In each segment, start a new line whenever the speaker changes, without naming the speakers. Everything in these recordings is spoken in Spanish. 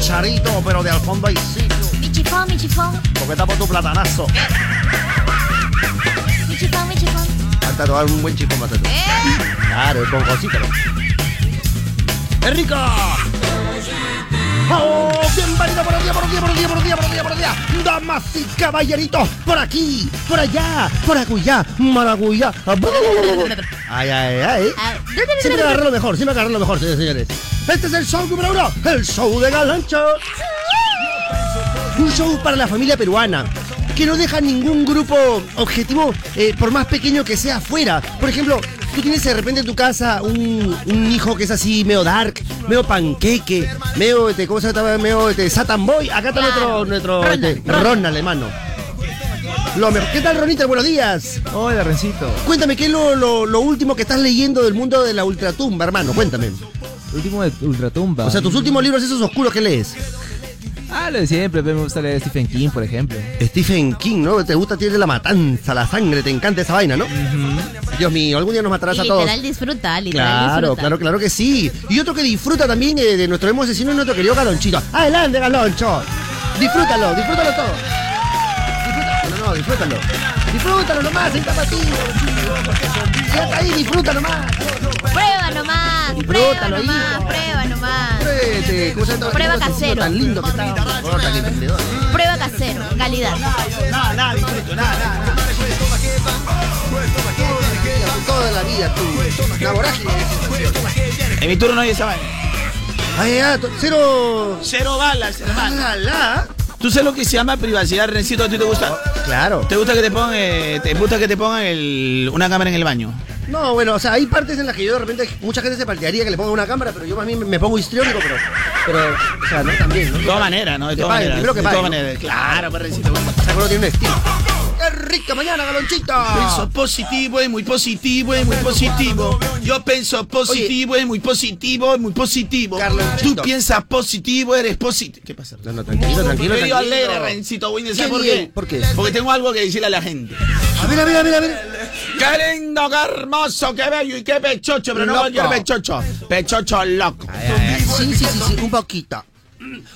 Charito, pero de al fondo hay sitio.
Mi chifón, mi chifón,
Porque está por tu platanazo.
mi chifón, mi chifón.
Hasta tomar un buen chifón, mate tú. Claro, con cosita. ¡Es rica! ¡Oh! Bienvenida por día, por día, por día, por día, por día, por día. Damas y caballeritos, por aquí, por allá, por ¡Ah, acullá, maraguyá. Ay, ay, ay.
Ah,
Siempre agarré lo mejor, siempre agarré lo mejor, señores, señores. Este es el show
um
número uno, el show de Galancha. Un show para la familia peruana que no deja ningún grupo objetivo, eh, por más pequeño que sea, fuera. Por ejemplo, tú tienes de repente en tu casa un, un hijo que es así, medio dark, medio panqueque, medio, este, ¿cómo se llama? Medio este, Satan Boy. Acá está
Claro.
nuestro, nuestro
Ah, Ronald,
este,
Ronald.
Ronald, hermano. Lo mejor. ¿Qué tal, Ronita? Buenos días.
Hola, Rencito.
Cuéntame, ¿qué es lo, lo- lo último que estás leyendo del mundo de la ultratumba, hermano? Cuéntame.
Último de Ultratumba.
O sea, tus últimos libros esos oscuros que lees.
Ah, lo de siempre. pero Me gusta leer Stephen King, por ejemplo.
Stephen King, ¿no? Te gusta, tienes la matanza, la sangre, te encanta esa vaina, ¿no? Dios mío, algún día nos matarás a todos.
Literal disfruta, literal
Claro,
disfruta.
claro, claro que sí. Y otro que disfruta también eh, de nuestro emo asesino es nuestro querido Galonchito. Adelante, Galoncho. Disfrútalo, disfrútalo todo. Disfrútalo, no, no, disfrútalo. Disfrútalo nomás, ahí está para ti. Quédate ahí, disfrútalo nomás.
Prueba nomás, prueba
Disfrútalo,
nomás,
hijo.
prueba nomás.
Este, ¿cómo se llama?
Prueba
Emo asesino
casero.
Tan lindo que está. Oh, tan emprendedor.
Prueba casero, calidad.
Nada, nada, disfruto, nada, nada. Toda la vida tú. La vorágine.
En mi turno no hay esa vaina.
Ay, ya, to- ah, cero.
Cero balas, hermano.
Ah, la.
¿Tú sabes lo que se llama privacidad, Rencito? ¿A ti te gusta?
Claro.
¿Te gusta que te pongan, eh, te gusta que te pongan el- una cámara en el baño?
No, bueno, o sea, hay partes en las que yo de repente mucha gente se paltearía que le ponga una cámara, pero yo más bien me pongo histriónico, pero. Pero, o sea, no también, ¿no?
De todas maneras, ¿no? De
Que
todas
paguen,
maneras.
primero que
de todas
paguen, ¿no?
maneras. Claro, pues, Rencito.
O sea, que uno tiene un estilo. ¡Qué rica mañana,
Pienso
galonchita!
positivo, es muy positivo, es muy positivo. Yo pienso positivo, es muy positivo, es muy positivo. Tú
Carlonchito.
piensas positivo, eres positivo. ¿Qué pasa?
No, no, tranquilo, tranquilo.
Pero yo alegre,
tranquilo.
Rencito Winnie, ¿sabes
¿Qué
por
bien?
qué?
¿Por qué?
Porque tengo algo que decirle a la gente.
A ver, a ver, a ver, a ver.
¡Qué lindo, qué hermoso, qué bello y qué pechocho! Pero no
Loco.
cualquier pechocho. Pechocho loco.
Sí, sí, sí, sí, un poquito.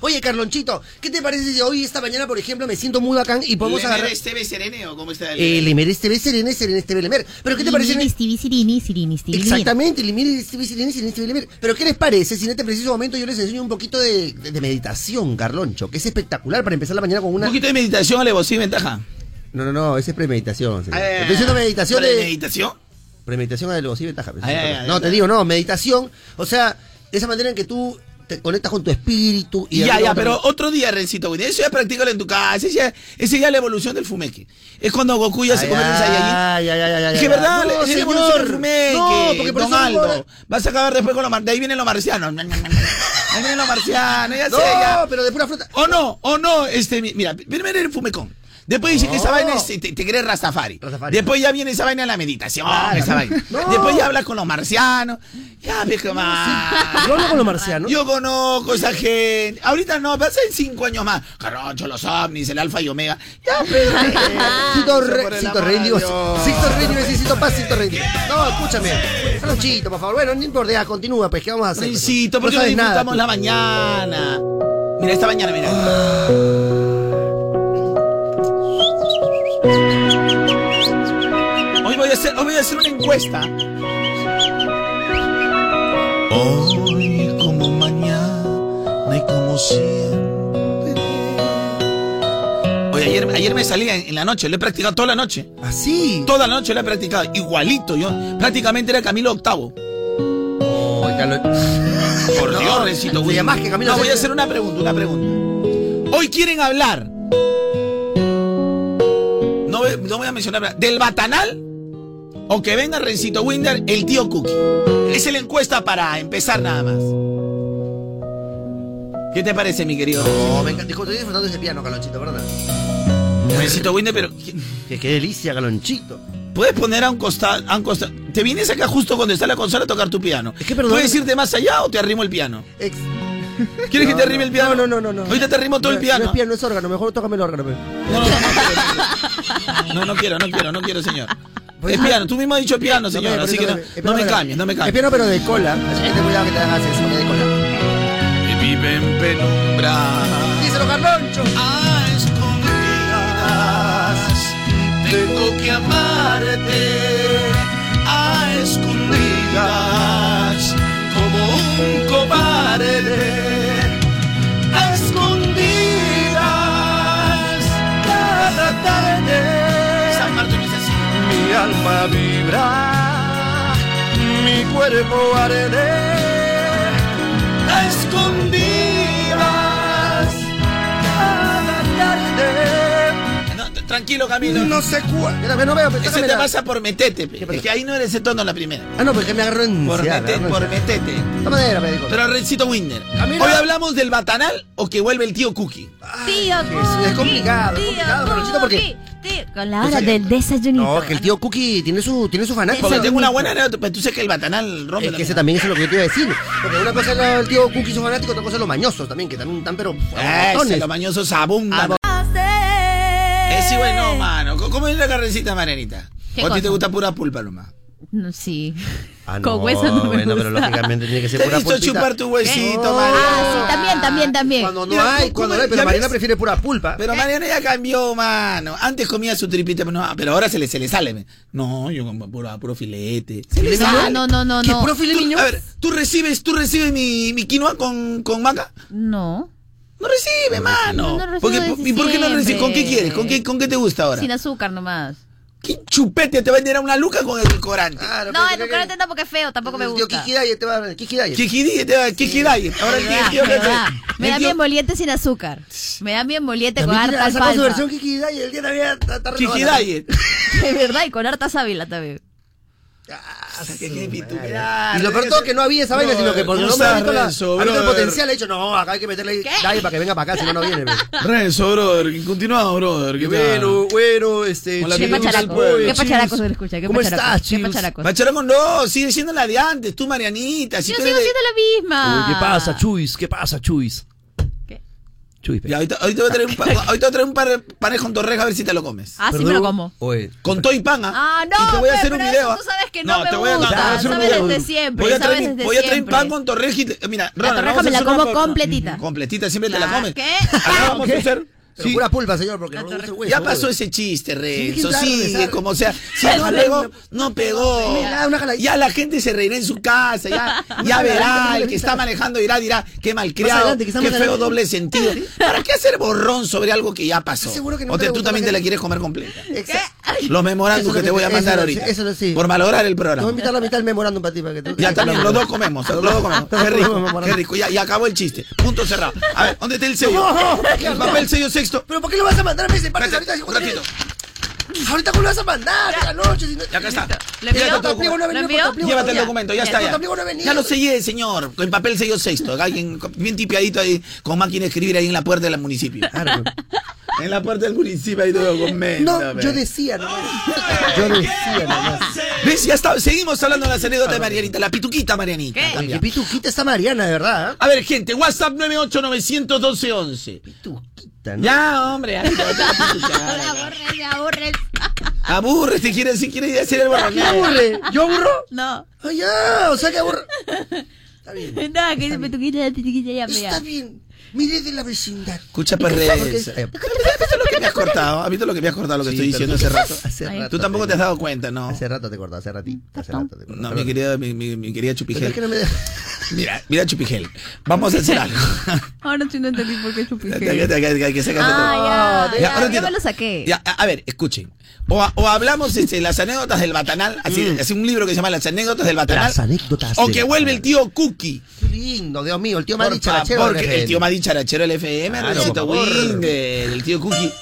Oye, Carlonchito, ¿qué te parece si hoy, esta mañana, por ejemplo, me siento muy bacán y podemos agarrar.
¿Eres TV Sereneo? ¿Cómo está
Eh,
el.?
Lemer, este Serene, Serene, este Lemer. Pero ¿qué te parece?
Sirini, Stevie, Sirini, Sirini, Stevie.
Exactamente, Lemer, este Serene, Serene, este Lemer. Pero ¿qué les parece si en este preciso momento yo les enseño un poquito de, de- de meditación, Carloncho? Que es espectacular para empezar la mañana con
Un
una.
poquito de meditación, alevosía y ventaja.
No, no, no, esa es premeditación. señor.
Eh,
Estoy diciendo meditación Ah, de. Ah,
¿Meditación?
Premeditación a y ventaja. pero
Ay,
sí,
ay,
pero-
ay,
no,
ay,
te
ay.
digo, no, meditación. O sea, esa manera en que tú te conectas con tu espíritu y. de
ya,
alguna
ya,
otra
pero
manera-
otro día, Rencito Winnie. Eso ya practícalo en tu casa. Ese ya, ese ya es la evolución del fumeque. Es cuando Goku ya se come un Saiyajin.
Ay, ay, ay, ay, ay,
Es que
ay,
verdad,
ay.
le-
No,
es la evolución del
señor.
fumeque.
No, porque por
Don
eso digo-
Aldo. Vas a acabar después con los marcianos. De ahí vienen los marcianos. Ahí vienen los marcianos, ya
No,
sé, ya.
pero de pura fruta.
O no, o no, este, mi- mira, primero el fumecón. Después dice que esa
No.
vaina es, te, te crees Rastafari.
Rastafari.
Después ya viene esa vaina de la meditación, esa vaina.
No.
Después ya hablas con los marcianos. Ya, viejo, más.
Yo hablo con los marcianos.
Yo conozco esa gente. Ahorita no, pasa en cinco años más. Carrocho, los ovnis, el alfa y omega. Ya, pero.
Cito
Por
Re-
el
Cito
amor a
Rey, digo,
Dios.
Cito Rey, digo, sí, Cito Paz, Cito Rey. No, escúchame. Franchito, por favor. Bueno, no importa, ya, continúa, pues, ¿qué vamos a hacer?
Rencito, ¿por qué no, pues.
sabes nada,
disfrutamos
pues. tú.
la mañana? Mira, esta mañana, mira. Hoy voy a hacer, hoy voy a hacer una encuesta. Hoy como mañana y como siempre. Oye, ayer, ayer me salía en, en la noche, lo he practicado toda la noche.
¿Ah, ¿Así?
Toda la noche lo he practicado, igualito. Yo prácticamente era Camilo Octavo.
Ay, Carlos.
Por
Oh, No,
Dios, Rencito.
te
Wilson.
llamás que Camilo
No, voy a
Sesto.
hacer una pregunta, una pregunta. Hoy quieren hablar. No, ve- no voy a mencionar. ¿Del Batanal? O que venga Rencito Winder, el tío Cookie. Esa es la encuesta para empezar nada más. ¿Qué te parece, mi querido?
No, me encanta. Dijo, estoy disfrutando ese piano, Galonchito, ¿verdad?
Rencito Winder, pero.
Que qué delicia, Galonchito.
Puedes poner a un costado. A un costa- Te vienes acá justo cuando está la consola a tocar tu piano.
Es que, perdón-
¿Puedes irte más allá o te arrimo el piano?
Ex-
¿Quieres que te arrime el piano?
No, no, no, no.
Ahorita te arrimo todo el
No,
piano.
No es piano, es órgano. Mejor tócame el órgano. pues.
No, no, no, no, no, no, no, no quiero, no quiero, no quiero, señor.
pues,
es
ah,
piano, tú mismo has dicho piano,
no,
señor,
pero
así
es
que no,
piano, pero-
no me
pero-
cambies, no me
Es
cambies.
piano, pero de cola. Así que ten cuidado que te hagas eso, que de cola.
Que vive en penumbra.
Díselo, Carloncho.
a escondidas. Tengo que amarte a escondidas, como un cobarde. A escondidas, cada tarde. San Martín es así.
Mi alma vibra, mi cuerpo arde.
A escondidas, cada tarde. No, tranquilo, Camilo.
No sé cuál. Yo también no veo, pero
Ese te
sácamela.
pasa por metete, pe.
pasa?
es que ahí no eres ese tono en la primera.
Ah, no, porque me agarró en.
Por,
ansiedad,
mete-
me agarró
por
en ansiedad.
metete.
Toma madera, me dijo.
Pero Rencito Winder,
Camilo.
hoy hablamos del batanal o que vuelve el tío Cookie.
Tío
Jesús, es
Cookie,
complicado, es
tío
complicado, Carlonchito, porque-
Cookie, tío- Con la
¿En
hora
serio?
del desayunito.
No, que el tío Cookie tiene su, tiene su fanático.
Porque
Eso.
tengo una buena anécdota, pero tú sabes que el batanal rompe
Es
la
que ese
mierda.
también eso es lo que yo te iba a decir. Porque una cosa es lo- el tío Cookie, su fanático, otra cosa es los mañosos también, que también están, pero. Ah, a
Ah, Ese,
montones.
los mañosos abundan.
Abo-
Ese bueno, mano. ¿Cómo- ¿Cómo es la carrecita, Marianita?
¿Qué
¿O a ti
cosa?
te gusta pura pulpa, Luma?
No, Sí.
Ah,
Con hueso no me
bueno, pero
gusta.
lógicamente tiene que ser
Te he
pura
visto
pulpita.
chupar tu huesito,
No.
Mariana.
Ah, sí, también, también, también.
Cuando no
Mira,
hay,
tú,
cuando
tú,
no hay,
ya
pero Mariana
ves.
prefiere pura pulpa.
Eh.
Pero Mariana ya cambió, mano. Antes comía su tripita, pero, no, pero ahora se le, se le sale. No, yo como puro, puro filete. Se le
Ah,
sale.
no, no, no,
¿Qué
no.
profile,
Tú-
niño?
A ver, ¿tú recibes, tú recibes mi, mi quinoa con, con maca?
No.
No recibe, mano.
No, no recibo
¿Por qué-
desde
¿Y por qué no recibes? ¿Con qué
siempre.
quieres? ¿Con qué, con qué te gusta ahora?
Sin azúcar nomás.
¿Qué chupete te va a vender a una luca con el corante?
Claro,
No,
pero
el
creo que-
chocolate tampoco es feo, tampoco me
el Tío
gusta.
Kiki Diet te este va a. Kiki
pues.
Diet.
¿Qué quidí? te va- ¿Qué quidí? Ahora
Me da,
el tío
me
que te-
da. Me
el
da mi
tío-
emoliente sin azúcar. Me da mi emoliente con
También tiene-
harta
ha sacado su
alfalfa.
versión Kiki Diet, el día también está- está
Kiki
renovada.
Diet.
De verdad, y con harta sábila también.
Ah, qué- qué pituquear.
Y lo peor todo que no había esa vaina,
No,
sino que porque no me
usa
ha visto, la,
rezo,
ha visto el
brother.
potencial, ha dicho, no, acá hay que meterle
¿Qué?
Diet para que venga para acá, si no, no viene. pues.
Rezo, brother. Continuado, brother. ¿Qué
Bueno, bueno, este.
Hola,
Qué
Chips,
pacharaco.
pues,
Qué pacharaco
chips.
se le escucha. Qué
¿Cómo
pacharaco.
estás,
Qué
Chips?
pacharaco.
Macharango, no. Sigue siendo la de antes. Tú, Marianita. Si
Yo
tú
sigo
eres de-
siendo la misma.
Chuis? ¿Qué pasa, Chuis?
Ah. ¿Qué?
Chuis,
Ya, ahorita, ahorita voy a traer un, pa- ahorita voy a traer un par de panes con torreja a ver si te lo comes.
Ah, sí me lo como.
Oye.
Con todo y pan,
Ah, no,
Y te voy a
pe,
hacer un
pero
video.
eso
¿ah?
tú sabes que no me
te voy a,
gusta,
te voy a hacer un
sabes
video.
desde siempre,
Voy a traer,
sabes desde
voy a traer
siempre.
pan con torreja y te- mira, Ronald,
torreja
vamos
me
a
la
hacer una
como
pa-
completita.
Completita, siempre te la
Ah,
comes.
¿qué?
Acá vamos a hacer.
Pero pura pulpa, señor, porque no usa hueso.
Ya pasó
eso.
ese chiste,
Tiene que
Renzo.
entrar,
Sigue
regresar.
como sea. Si no pegó, no pegó.
Mira, una jala-
Ya la gente se reirá en su casa. Ya, ya verá. El que está manejando irá, dirá, qué
Más
malcriado.
adelante,
Qué
que está más
feo
adelante.
doble sentido. ¿Para qué hacer borrón sobre algo que ya pasó?
Estoy seguro que no
o
te
te- tú
gustó
también
la
te la
gente.
quieres comer completa.
Exacto.
Los memorándums
Eso
que
lo
te voy a
que-
mandar
eso lo-
ahorita.
eso lo sí.
Por malograr el
Te voy a
programa.
invitar a la mitad del memorándum para ti, para que tú.
Ya también, los dos comemos, los dos comemos. Qué rico,
Vamos,
qué rico. Ya, ya acabó el chiste. Punto cerrado. A ver, ¿dónde está el sello? El papel, sello sexto.
¿Pero por qué lo vas a mandar a mis partes
Espérate,
ahorita?
un ratito.
Ahorita cómo lo vas a mandar, a la noche. si no-
Ya acá está.
¿Le
Llévate
pido?
el documento.
¿Le
¿Le
pido?
pido?
Llévate
Llévate el
Ya.
documento, ya está.
Tu
Ya,
amigo no ha venido.
ya lo sellé, señor. Con papel sello sexto. Acá alguien con- bien tipiadito ahí, con máquina de escribir ahí en la puerta del municipio.
Claro.
En la puerta del municipio ahí todo documento.
No,
ve.
yo decía nomás. Yo decía nomás.
¿Ves? Ya está. Seguimos hablando de las anécdotas de Marianita, la pituquita Marianita.
¿Qué?
Oye,
también.
qué pituquita está Mariana, de verdad. ¿eh?
A ver, gente, WhatsApp 9891211.
Pituquita, ¿no?
Ya, hombre. ya, ya, ya,
Ahora
pituquita.
borre, ya borre.
Aburre, si quieres, si quieres hacer el
¿Qué
borroneo.
aburre? ¿Yo aburro?
No.
Ah, ya, o sea que aburre. Está bien.
Nada, que dice tu quita, tu quita, ya me
¿eh? Está bien. Mire de la vecindad.
Escucha, perre. ¿Has
Porque-
visto lo que me has cortado? ¿Has visto lo que me has cortado, lo que estoy diciendo hace rato?
Hace
Ay.
rato
Tú tampoco te has dado cuenta, ¿no?
Hace rato te cortó, hace ratito. Hace rato te cortó.
No, mi querida, mi, mi- mi querida
Pero
Chupigel.
es que no me
Mira, mira Chupigel. Vamos a hacer algo.
Ahora sí no entendí por qué chupé.
Hay que- hay que- hay que sacarte todo.
Ah, ya.
Ya, ahora
Ya, ya
entiendo.
me lo saqué.
Ya, a, a ver, escuchen. O, a- o hablamos este, las anécdotas del Batanal, así, así un libro que se llama Las anécdotas del Batanal.
Mm. Las anécdotas
O
del
que vuelve el tío Cookie.
Qué lindo, Dios mío. El tío Mari
Por
Charachero.
favor,
del
que el
FM.
tío Madi Charachero del FM,
Claro,
Rencito
por favor.
Winder, el tío Cookie.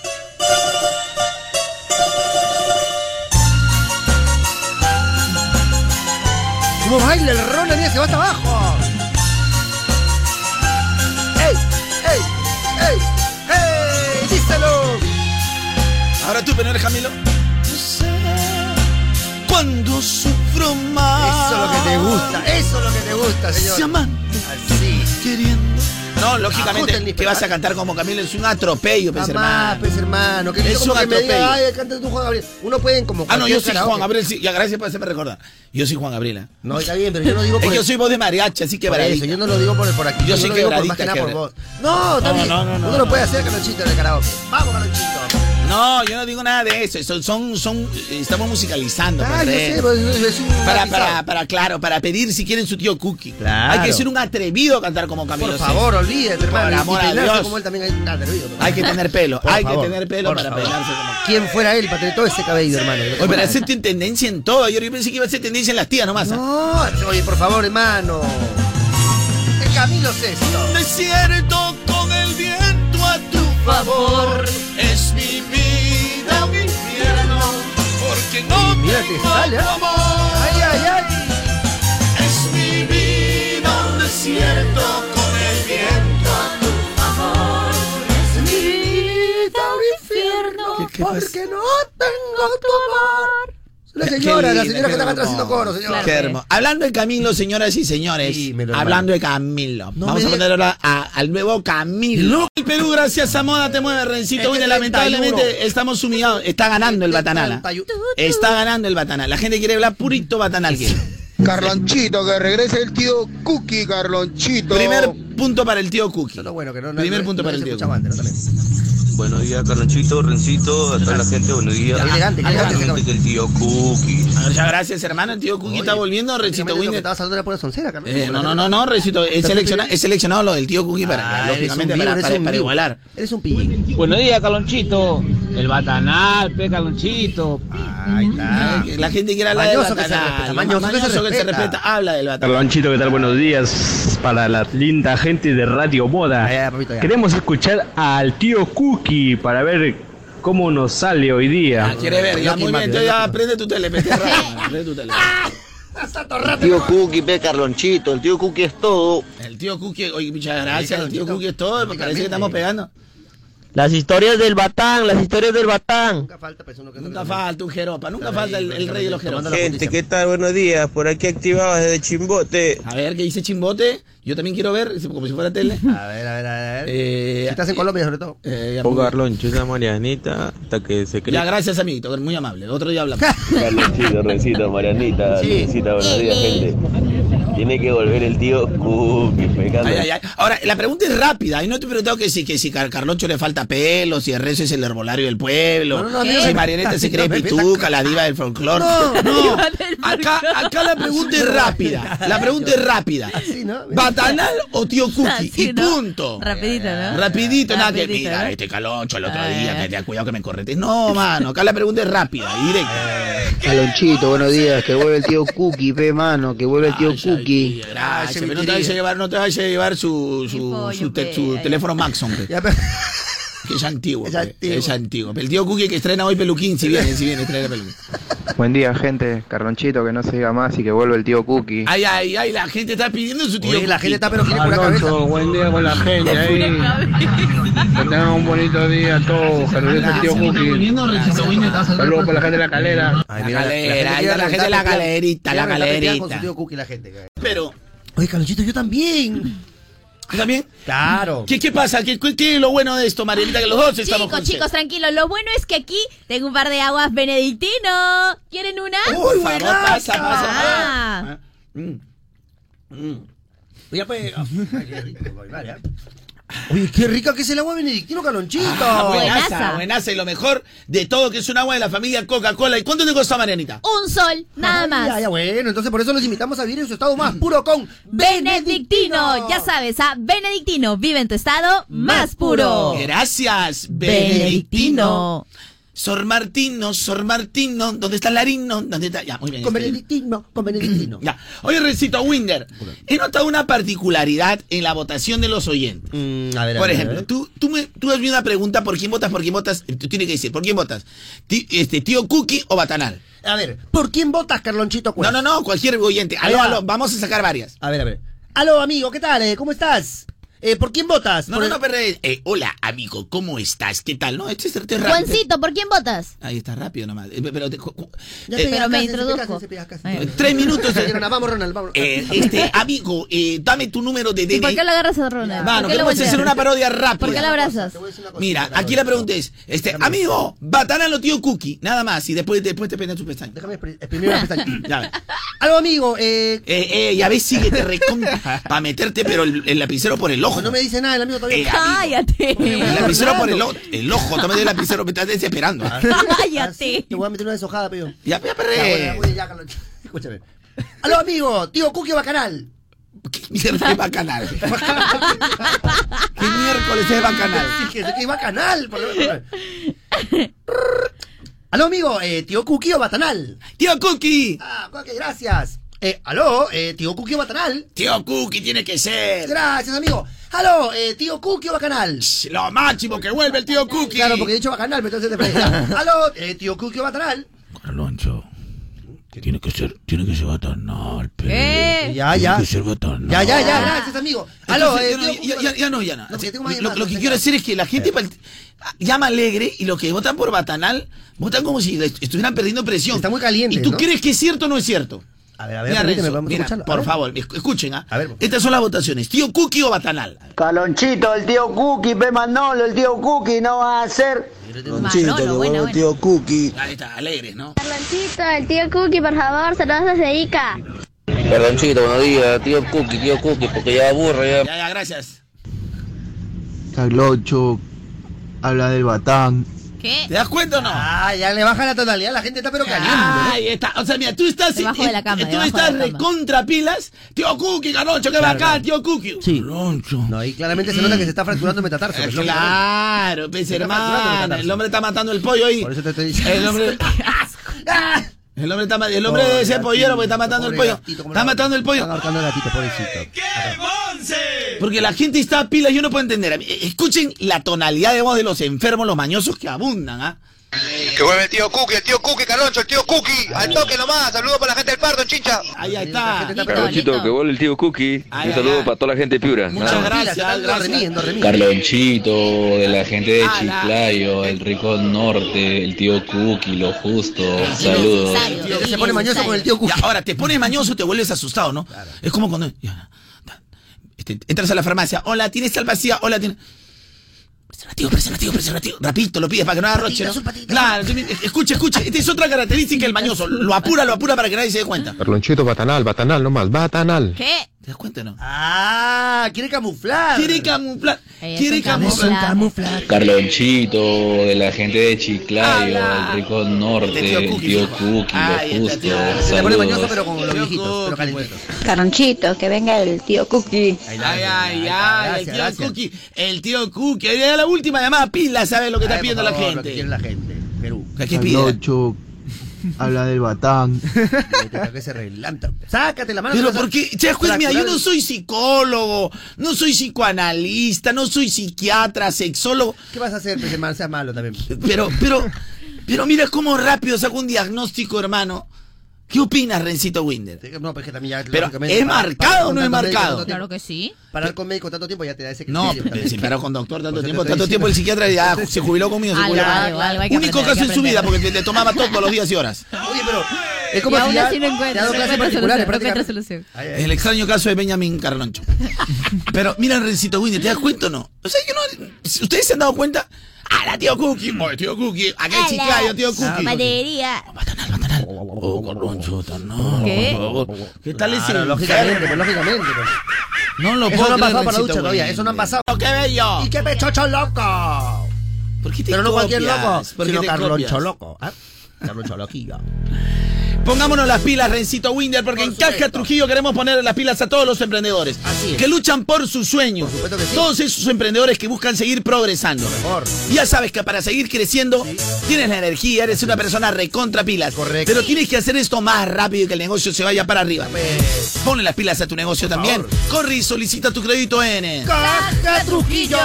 ¿Cómo baila el Ronald? Mira, se va hasta abajo. ¡Ey! ¡Ey! ¡Ey! ¡Ey! ¡Díselo!
Ahora tú, pero eres Camilo. Cuando sufro más.
Eso es lo que te gusta. Eso es lo que te gusta,
Se
señor.
aman
Así.
queriendo No, lógicamente,
Ajusten,
que vas a cantar como Camilo es un atropello, pues,
Mamá,
hermano.
pues hermano, que
Es
como
un
que me diga,
atropello.
ay, canta tú Juan Gabriel. Uno pueden como
Ah, no, yo
cualquier
soy
karaoke.
Juan Gabriel. sí, ya, gracias por hacerme recordar. Yo soy Juan Gabriel. ¿ah?
No, está bien, pero yo no digo
Es
por,
que yo
el-
soy voz de mariachi, así que
por eso, yo no lo digo por, por aquí,
Yo soy
lo digo por más
quebradita,
que nada por
quebra-
vos. No, está
No,
bien.
no, no, no,
Uno lo puede hacer, Carlonchito, en el karaoke. Vamos, Carlonchito.
No, yo no digo nada de eso. Son, son, son- estamos musicalizando.
Ah,
pues,
yo
rey.
sé, pues, es un
para,
avisado.
para, para, claro, para pedir si quieren su tío Cookie.
Claro.
Hay que ser un atrevido a cantar como Camilo.
Por
Sesto.
favor, olvídate, hermano.
Por
Y- y
amor a
peinarse
Dios.
como él también hay- ah, te lo digo, pero-
Hay que tener pelo.
Por
hay
favor,
que tener pelo
por
para
favor.
peinarse como.
¿Quién fuera él para tener todo ese cabello, hermano?
Oye, pero hace tendencia en todo. Yo pensé que iba a ser tendencia en las tías nomás. ¿ah?
No, oye, por favor, hermano. El Camilo Sesto.
Desierto con el viento a tu favor es mi vida un infierno porque no
Mira, te
tengo
sale,
tu
¿ah?
amor
Ay, ay, ay.
es mi vida un desierto con el viento
¿Por qué porque no tengo tu amor. La señora,
Qué linda,
la señora
qué
que está acá
hermoso.
haciendo coro, señor.
Claro.
Qué hermoso. Hablando de Camilo, señoras y señores.
Dímelo,
hablando de Camilo.
No
Vamos
me
a poner
digas.
ahora a- al nuevo Camilo. El Perú, gracias a Moda, te mueve, Rencito.
Este
Bueno,
31.
lamentablemente estamos humillados. Está ganando el Batanala. Está ganando el Batanal. La gente quiere hablar purito Batanal. quiere.
Carlonchito, que regrese el tío Cookie, Carlonchito.
Primer punto para el tío Cookie.
Lo bueno que no, no-
Primer
no-
punto
no
para el
se
tío.
escuchaba antes, ¿no? También.
Buenos días, Carlonchito, Rencito, a toda la gente, buenos días.
Ya, elegante,
A la
elegante,
gente
elegante.
que el tío Cookie.
Muchas gracias, hermano. El tío Cookie está
Oye,
volviendo. Recito
prácticamente lo que
Winner.
Estaba saludando era pura soncera, Carlos.
Eh, no, no, no, no, Recito. He seleccionado, he seleccionado lo del tío Cookie para,
Ah, eres un
lógicamente,
vivo,
para,
eres
para-
un
para
vivo.
igualar.
Eres un pillín.
Buenos días, Calonchito. El batanal, pe, Calonchito.
Ahí está.
La gente quiere hablar del
Mañoso que se
Batanal.
respeta, mañoso que se
Mañoso que se
respeta.
respeta. Habla del Batanal.
Carlonchito, ¿qué tal? Buenos días para la linda gente de Radio Moda.
Ya, ya, papito, ya.
Queremos escuchar al tío Cookie para ver cómo nos sale hoy
Ah,
día.
quiere ver, ya,
Loki
muy bien,
Mario,
entonces ya
Loki.
prende tu tele, pe, Rama, prende tu tele.
Tío Cookie, ve, Carlonchito, el tío Cookie es todo.
El tío Cookie, oye, muchas gracias, el tío Cookie es todo, me parece que estamos
eh.
pegando.
Las historias del Batán, las historias del Batán.
Nunca falta, pues, uno que
Nunca falta un jeropa, nunca falta el, el rey de los jeropas.
Gente, ¿qué tal? Buenos días, por aquí activados desde Chimbote.
A ver, ¿qué dice Chimbote? Yo también quiero ver, como si fuera tele.
A ver, a ver, a ver.
Eh,
si estás en Colombia, sobre todo.
eh, ya,
Pongo Carlonchito, Marianita, hasta que se
ya, gracias, amiguito, muy amable. Otro día hablamos.
Carlonchito, Rencito, Marianita, Rencita, buenos días, gente. Tiene que volver el tío Cookie,
Ay, ay, ay. Ahora, la pregunta es rápida. Y no te he preguntado que si, que si a Carloncho le falta pelo, si el rezo es el herbolario del pueblo,
No, no, no, a mí no
si
me-
Marianeta se
a mí
cree
no me-
pituca, la diva del folclore.
No, no.
Acá, acá la pregunta es rápida. La pregunta es rápida.
Así, ¿no? Ah,
¿Batanal o tío Cookie?
Así,
y
¿no?
punto.
Rapidito, ¿no?
Rapidito, nada que
Rapidito,
mira,
¿no?
este caloncho el
Ah,
otro
Ay,
día,
ay.
que te ha cuidado que me corretes. No, mano, acá la pregunta es rápida y directa.
Calonchito, buenos días, que vuelve el tío Cookie, pe mano, que vuelve el tío
Ay,
Cookie.
ay, Gracias,
mi
pero no te
querida.
vayas a llevar, no te vayas a llevar su, su,
Mi pollo,
su te-
pe,
su
ay.
teléfono Maxon. pe.
Ya, pero-
Que pues. es antiguo.
Es
pe,
antiguo.
es antiguo. El tío Cookie que estrena hoy peluquín, si viene, si viene, estrena peluquín.
Buen día, gente. Carlonchito, que no se diga más y que vuelva el tío Cookie.
Ay, ay, ay, la gente está pidiendo su tío.
Oye, la
Cookie.
gente está pero quiere pura cabeza.
Carloncho, buen día
Ah,
con la gente. ahí. Que tengan un bonito día a
Ah,
todos. Que regrese el tío Cookie. Saludos para la gente de la calera.
Ay,
La
mira,
galera, ahí
quiere
está la gente de la
reventar,
galerita,
quiere
la
reventar
galerita.
con su tío Cookie, la gente.
Pero,
Oye, Carlonchito, yo también.
¿tú también?
Claro.
¿Qué, qué pasa? ¿Qué, qué, qué es lo bueno de esto, Marielita? Que los dos estamos
Chicos,
juntos.
chicos, tranquilos. Lo bueno es que aquí tengo un par de aguas benedictino. ¿Quieren una?
Por favor, pasa, pasa. mm,
Ah.
Ya pues. Ay, qué rico, voy, vale, ¿eh? Oye, qué rica que es el agua benedictino, Carlonchito.
Ah, buenaza,
Buenaza.
buenaza y lo mejor de todo que es un agua de la familia Coca-Cola. ¿Y cuánto te costó, Marianita?
Un sol, nada
Ay,
más.
Ya, ya, bueno, entonces por eso los invitamos a vivir en su estado más puro con
Benedictino, ya sabes, a Benedictino, vive en tu estado más puro.
Gracias, Benedictino.
Benedictino.
Sor Martino, Sor Martino, ¿dónde está el Larino? ¿Dónde está? Ya, muy bien.
Con
este-
benedictino, con benedictino.
Ya. Oye, Recito Winder, he notado una particularidad en la votación de los oyentes.
Mm, a ver, a
Por
ver, a
ejemplo,
ver.
tú, tú, me, tú hazme una pregunta, ¿por quién votas? ¿Por quién votas? eh, Tú tienes que decir, ¿por quién votas? Ti- este, ¿Tío Cookie o Batanal?
A ver, ¿por quién votas, Carlonchito
No, no,
Cuesta?
no, cualquier oyente.
Ahí
Aló,
va.
aló, vamos a sacar varias.
A ver, a ver. Aló, amigo, ¿qué tal? eh? ¿Cómo estás? Eh, ¿Por quién votas?
No,
Por
no,
el-
no, pero, eh, eh, hola, amigo, ¿cómo estás? ¿Qué tal? No, este es este es rápido.
Juancito, ¿por quién votas?
Ahí está rápido nomás. Eh, Pero, te- cu- cu-
Ya
eh,
te-
Pero me
cásense,
introdujo.
cásense, cásense.
Ay.
tres minutos.
Ya, Ronald, vamos, Ronald, vamos.
Eh, este, amigo, eh, dame tu número de
¿Y por
DNI.
qué lo agarras a Ronald?
Mano,
¿Por qué
que
lo
vamos a hacer
volteas?
una parodia
¿Por qué lo
rápida.
abrazas?
Te voy a decir una cosa,
Mira,
Ronald,
aquí la pregunta es, este, amigo, batana lo tío Cookie, nada más, y después, después te peinas tu pestaña.
Déjame expri- exprimir una pestaña.
Ya ves.
Algo, amigo, eh,
Eh, eh, ya ves, síguete recontra para meterte, pero el, el lapicero por el ojo.
no me dice nada el amigo
Eh,
todavía.
amigo, el
Cállate.
lapicero por el, ojo, el ojo, tómate el lapicero, me estás desesperando.
Cállate.
Te voy a meter una deshojada, pero.
Ya, ya, pero,
Ya,
eh,
bueno, oye, ya, Carlos, Escúchame. Aló, amigo, tío Cookie Bacanal.
¿Qué mierda es bacanal? ¿Qué miércoles es bacanal?
Dije, sé que Bacanal. por lo menos. Aló, amigo, eh, tío Cookie o Bacanal.
¡Tío Cookie!
Ah, ok, gracias. Eh, aló, eh, tío Cookie o Bacanal.
¡Tío Cookie tiene que ser!
Gracias, amigo. Aló, eh, tío Cookie o Bacanal.
¡Lo máximo que vuelve el tío Cookie!
Claro, porque he dicho Bacanal, pero entonces te pregunté. Aló, eh, tío Cookie o Bacanal.
Alonso, tiene que ser, tiene que ser batanal,
¿Qué?
Ya, ya. Ya, ya, ya, gracias, amigo. Aló,
Entonces,
eh, tío Cookie
ya,
o
no, ya, ya, ya no, ya
Bacanal.
no.
No, porque tengo
Lo-
más
lo,
llamadas,
lo que
venga.
quiero hacer es que la gente pal- llama alegre y los que votan por Batanal votan como si est- estuvieran perdiendo presión.
Está muy caliente,
¿Y tú
¿no?
crees que es cierto o no es cierto?
A ver, a ver,
Mira,
permíteme,
Renzo,
vamos a
mira,
escucharlo. A
por
ver.
favor, esc- escuchen, ¿ah?
A ver, por favor.
Estas son las votaciones. ¿Tío Cookie o Batanal?
Calonchito, el tío Cookie, ve Manolo, el tío Cookie, no vas a hacer.
Manolo, buena, buena.
Ahí está, alegres, ¿no?
Carloncito, el tío Cookie, por favor, saludos desde Ica.
Carlonchito, buenos días, tío Cookie, tío Cookie, porque ya aburre, ya
Ya, ya, gracias.
Carloncho, habla del batán.
¿Te
¿Qué?
das cuenta o no?
Ah, ya le baja la tonalidad, la gente está pero caliente. ¿no?
Ahí está. O sea, mira, tú estás.
Debajo de la cama,
eh, tú
debajo de la
estás
cama.
recontra pilas. Tío Cookie, Garocho, que va acá, tío Cookie.
Sí.
Garocho.
No, y claramente se nota que se está fracturando el metatarso.
Mm. Eh,
pues, lógicamente.
Claro, pues
Está fracturando,
hermano.
Tatarzo.
El hombre está matando el pollo ahí.
Por eso te estoy diciendo.
El hombre.
¡Ah!
El hombre, está, ma- el hombre
Pobre
debe ser pollero porque está
gatito,
matando el
pobre
pollo.
gatito, ¿cómo
Está
lo-
matando el pollo.
Están ahorcando al gatito, pobrecito.
Porque la gente está a pilas, yo no puedo entender. Eh, Escuchen la tonalidad de voz de los enfermos, los mañosos que abundan, ¿ah?
Que vuelve el tío Cookie, el tío Cookie, Caloncho, el tío Cookie. Al toque nomás, saludos para la gente del Pardo, chincha.
Ahí
La gente
está.
está
Carlonchito, que vuelve el tío Cookie.
Ay,
Un
ay,
saludo
ay.
para toda la gente de Piura.
Muchas
Nada más.
gracias,
Pilas, están
gracias.
dormidos, dormidos.
Carlonchito, de la gente de
Ala.
Chiclayo, el rico norte, el tío Cookie, lo justo. Saludos.
Necesario,
Se pone mañoso con el tío
Y
Cookie.
ahora te pones mañoso, te vuelves asustado, ¿no? Es como cuando. ya, ta- este, entras a la farmacia, hola, ¿tienes sal vacía? Hola, ¿tienes. Preservativo, preservativo, preservativo. Rapidito lo pides para que no haga roche,
Patitas,
¿no?
un patito.
Claro, tú- escucha, escucha. Esta es otra característica del mañoso. Lo apura, lo apura para que nadie se dé cuenta.
Carlonchito, batanal, batanal nomás, batanal.
¿Qué?
¿Te das cuenta, no?
Ah, quiere camuflar.
Quiere camuflar.
Ella
Quiere
es un camuflaje.
camuflar.
camuflar.
Carlonchito, de la gente de Chiclayo,
Ala.
el rico
El
norte,
tío
el
Cookie,
tío
hijo.
Cookie,
Ay, este
lo justo.
tío.
Se le pone mañoso,
Saludos.
pero con los
Tío
viejitos,
Cookie,
pero calentitos.
Calonchito, que venga el tío Cookie.
Ay, ay,
Gracias,
ay, el tío
gracias.
Cookie, el tío Cookie, ahí era la última llamada pila, ¿sabes lo que está
Ay, por
pidiendo la
favor, lo que
gente?
quiere la gente. Perú.
¿Qué- ¿Qué pide?
habla del batán.
Creo que se relanta. Sácate la mano.
Pero
que vas a-
porque, ya juez, mira, yo no soy psicólogo, no soy psicoanalista, no soy psiquiatra, sexólogo,
¿Qué vas a hacer, pues, hermano? Sea malo también.
pero, pero, pero mira cómo rápido saco un diagnóstico, hermano. ¿Qué opinas, Rencito Winder?
No, pues que también ya.
Pero,
lógicamente,
¿es
para-
marcado
para-
o no
para-
es
para-
marcado?
tanto
Claro
tiempo-
que sí.
Parar con médico tanto tiempo ya te da ese
No,
criterio también.
se paró con doctor tanto
Por eso
tiempo,
te
tanto
estoy
tiempo el
diciendo.
psiquiatra ya se jubiló conmigo, se
Algo,
jubiló.
algo, algo, hay que
Único
aprender,
caso
hay que
en su vida,
aprender.
porque le le tomaba todos los días y horas.
Oye, pero es como
Y
si
aún
ya
así no
te ha
encuentras,
dado
no
clases
encuentras solución,
particulares,
no encuentras
prácticamente.
solución.
Ay, ay, ay.
El extraño caso de Benjamin Carloncho. Pero mira, Rencito Winnie, ¿te das cuenta o no? O sea, yo no. ¿Ustedes se han dado cuenta? ¡Hala, tío Cookie! ¡Oye, tío Cookie! ¡Aquí hay chiclayo, tío Cookie!
Batería.
¡Batanal, batanal! ¡Oh, Carloncho, no!
¿Qué?
Por favor. ¿Qué tal ese?
Claro, lógicamente, pues lógicamente. pues.
No lo
Eso
puedo
no
creer,
han pasado para la
Rencito
ducha todavía,
Winnie.
eso no han pasado.
¡Oh, ¡Qué bello!
¡Y qué pechocho loco!
¿Por qué te
Pero no cualquier
copias?
loco,
¿Por qué
sino
te
Carloncho
copias?
loco. ¿ah? Carloncho loquillo.
Pongámonos las pilas, Rencito Winder, porque en Caja Trujillo queremos poner las pilas a todos los emprendedores
Así es.
que luchan por sus sueños.
supuesto que sí.
Todos esos emprendedores que buscan seguir progresando.
Mejor.
Ya sabes que para seguir creciendo tienes la energía, eres una persona recontra pilas.
Correcto.
Pero tienes que hacer esto más rápido y que el negocio se vaya para arriba.
Pues,
Ponle las pilas a tu negocio también.
favor.
Corre y solicita tu crédito en.
¡Caja Trujillo!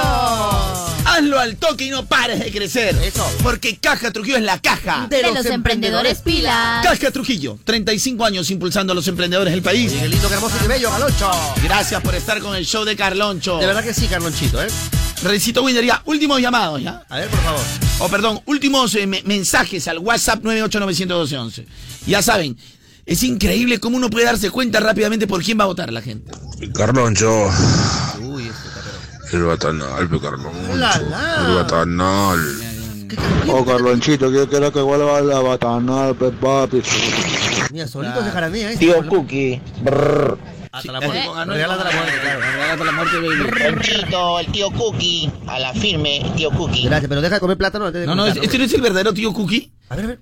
Hazlo al toque y no pares de crecer.
Eso.
Porque Caja Trujillo es la caja.
De los emprendedores pila.
Caja Trujillo. Trujillo, 35 años impulsando a los emprendedores del país.
Qué lindo, qué hermoso, qué bello, Carloncho.
Gracias por estar con el show de Carloncho.
De verdad que sí, Carlonchito, ¿eh?
Rencito Windería, últimos llamados, ¿ya?
A ver, por favor.
Oh, perdón, últimos eh, me- mensajes al WhatsApp 9891211. Ya saben, es increíble cómo uno puede darse cuenta rápidamente por quién va a votar la gente.
Carloncho.
Uy,
El batanal, pe Carloncho.
La,
El batanal.
Oh, Carlonchito, yo quiero que vuelva la batanal, pe papi.
Mira, solitos de jaranea, ¿eh?
Tío Cookie. brr.
Hasta la muerte. Regálate la muerte, claro.
Regálate la muerte,
Carlonchito, el tío Cookie. A la firme, tío Cookie.
Espérate, pero deja de comer plátano antes de
No, no,
comentar,
este no es el verdadero tío Cookie.
A ver, a ver.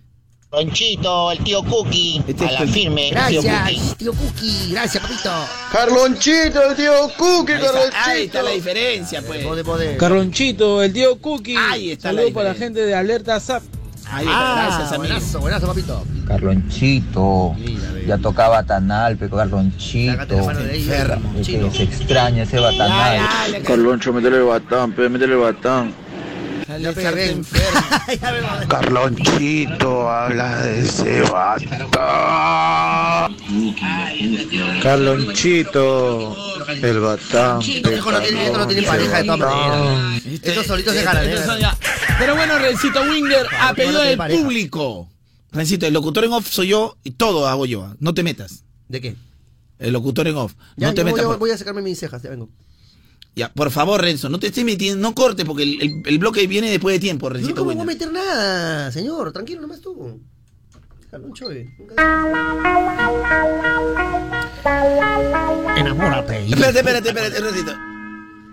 Carlonchito, el tío Cookie.
Este
a
es
la
el-
firme, tío Cookie.
Gracias, tío Cookie. Gracias, papito.
Carlonchito, el tío Cookie,
Ahí está, ahí está la diferencia, pues.
Carlonchito, el tío Cookie.
Ahí está la
Saludos para la
diferencia.
gente de Alerta Zap.
Ahí está,
Ah,
gracias, amigo.
buenazo, buenazo, papito.
Carlonchito, ya tocaba Batanal, pero Carlonchito.
Enfermo,
Es que se extraña ese Batanal.
Carloncho, métele el batán, pe, métele el batán.
Ya pegué. Ya me lo-
Carlonchito, habla de ese batán. Carlonchito, el batán.
Chito, hijo, no tiene, esto no tiene pareja de todas maneras. Estos solitos de jaranea.
Pero bueno, Rencito Winder, apellido
tiene
del
pareja.
público. Rencito, el locutor en off soy yo y todo hago yo. ¿ah? No te metas.
¿De qué?
El locutor en off.
Ya,
no te metas.
yo voy,
pues.
yo
Por,
voy a sacarme mis cejas, ya vengo.
ya, por favor, Renzo, no te estés metiendo, no cortes porque el, el- el bloque viene después de tiempo,
Yo
Rencito
nunca me voy a
Winder.
meter nada, señor. Tranquilo, nomás tú. Carloncho, eh. Enamórate.
Espérate, espérate, espérate, Rencito.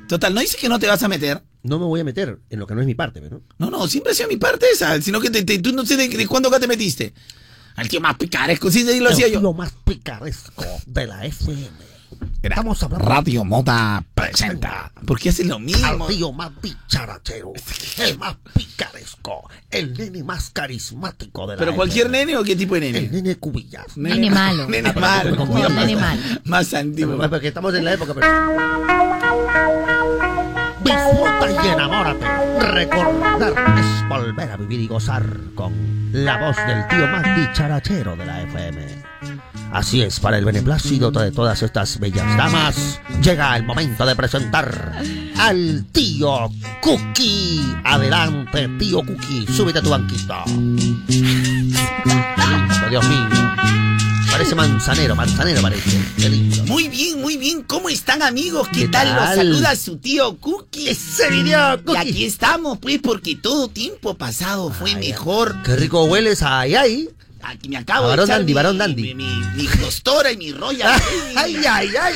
Total, ¿no dices que no te vas a meter?
No me voy a meter en lo que no es mi parte, ¿no?
No, no, siempre ha sido mi parte esa, sino que te- te- tú no sé de, de cuándo acá te metiste. Al tío más picaresco, sí, sí, lo hacía yo.
Lo más picaresco de la FM. Estamos hablando
Radio Moda presenta. ¿Por qué haces lo mismo?
al tío más picharachero, el más picaresco, el nene más carismático de la
¿Pero
FM.
cualquier nene o qué tipo de nene?
El nene cubillas.
Nene malo.
Nene malo.
Un
cuidado,
nene
más-
malo.
Más antiguo.
Bueno, Porque estamos en la época, pero... Disfruta y enamórate. Recordar es volver a vivir y gozar con la voz del tío más dicharachero de la FM. Así es, para el beneplácito de todas estas bellas damas, llega el momento de presentar al tío Cookie. Adelante, tío Cookie, súbete a tu banquito. Santo Dios mío, parece manzanero, manzanero parece. Qué lindo.
Muy bien, muy bien. ¿Cómo están, amigos? ¿Qué,
¿Qué
tal? Los
tal?
saluda su tío Cookie.
Ese video,
Y
Cookie.
aquí estamos, pues, porque todo tiempo pasado fue mejor.
Qué rico hueles ay, ay.
Aquí me acabo de
A varón
echar
dandy,
mi-
varón dandy.
Mi, mi- mi costora y mi roya.
Ay, ay, ay.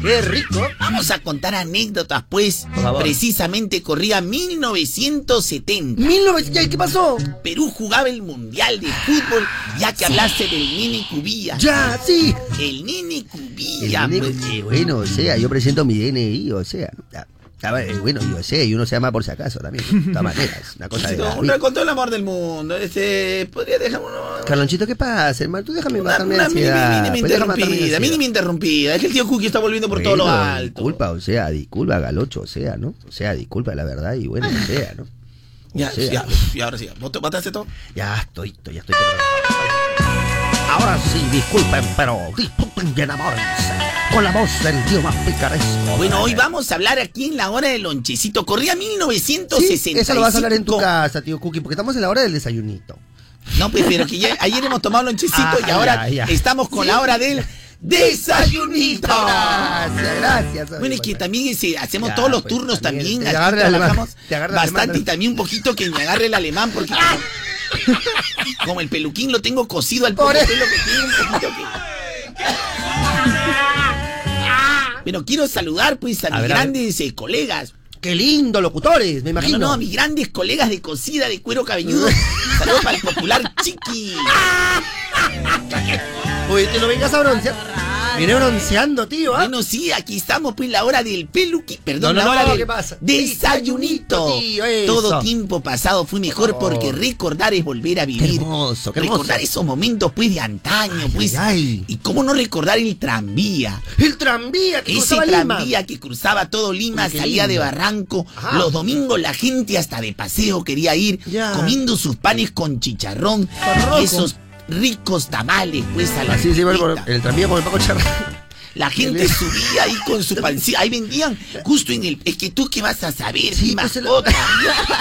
Qué rico.
Vamos a contar anécdotas, pues.
favor.
Precisamente corría 1970.
1900, ¿qué pasó?
Perú jugaba el Mundial de Fútbol, ya que hablaste del Nini Cubilla.
Ya, sí.
El Nini Cubilla, pues.
bueno, o sea, yo presento mi DNI, o sea. ya. A ver, eh, bueno, yo sé, y uno se llama por si acaso también. De todas maneras, una cosa de. la
Chico,
vida.
uno con todo el amor del mundo, este, podría dejar uno...
Carlonchito, ¿qué pasa, hermano? Tú déjame
Una,
matarme
una
la
mínima,
ansiedad.
mínima
Pues déjame matarme la
interrumpida,
ansiedad.
mínima interrumpida. Es que el tío Cookie está volviendo por todo lo
Bueno,
alto.
Disculpa, o sea, disculpa, Galocho, o sea, ¿no? O sea, disculpa, la verdad, y bueno, o sea, ¿no? O
Ya,
sea,
ya, ya, ahora sí. ¿Vos te mataste todo?
Ya estoy, estoy- ya estoy. Ahora sí, disculpen, pero disculpen y enamórense con la voz del tío más picaresco.
Bueno, hoy vamos a hablar aquí en la hora del lonchecito. Corría 1965.
Sí, eso lo vas a hablar en tu casa, tío Cookie, porque estamos en la hora del desayunito.
No, pues, pero que ya, ayer hemos tomado lonchecito
Ah,
y ahora
ya, ya.
estamos con la hora del desayunito.
Gracias, gracias.
Bueno, es que también ese, hacemos
Ya,
todos los
pues,
turnos también.
también, te
así
agarra el alemán,
trabajamos
te agarra el alemán Ah.
bastante y
también.
también un poquito que me agarre el alemán porque como, como el peluquín lo tengo cosido al poco
Por eso.
pelo que tiene, un poquito que- Pero quiero saludar pues a, mis
ver, a ver.
grandes eh, colegas.
Qué lindo, locutores, me
No, no,
imagino.
no, a mis grandes colegas de cosida de cuero cabelludo. Saludos para el popular Chiqui.
Oye, te lo vengas a broncear. Viene bronceando, tío, ¿ah?
Bueno, sí, aquí estamos, pues, la hora del peluqui. Perdón,
No, no,
la hora
no,
del
¿qué pasa?
desayunito.
Desayunito, tío, eso.
Todo tiempo pasado fue mejor porque recordar es volver a
Qué
vivir.
hermoso, qué hermoso.
recordar esos momentos, pues, de antaño, pues.
ay.
Y cómo no recordar el tranvía.
El tranvía que
Ese
cruzaba Lima.
tranvía que cruzaba todo Lima,
Uy, qué
salía de
lindo.
Barranco.
Ajá.
Los domingos la gente hasta de paseo quería ir,
Ya.
comiendo sus panes con chicharrón.
Con rojo.
Esos ricos tamales, pues, a la
Así se iba el, el tranvía con el Paco Charra.
La gente subía ahí con su pancita, ahí vendían justo en el... Es que tú qué vas a saber, sí, mascota.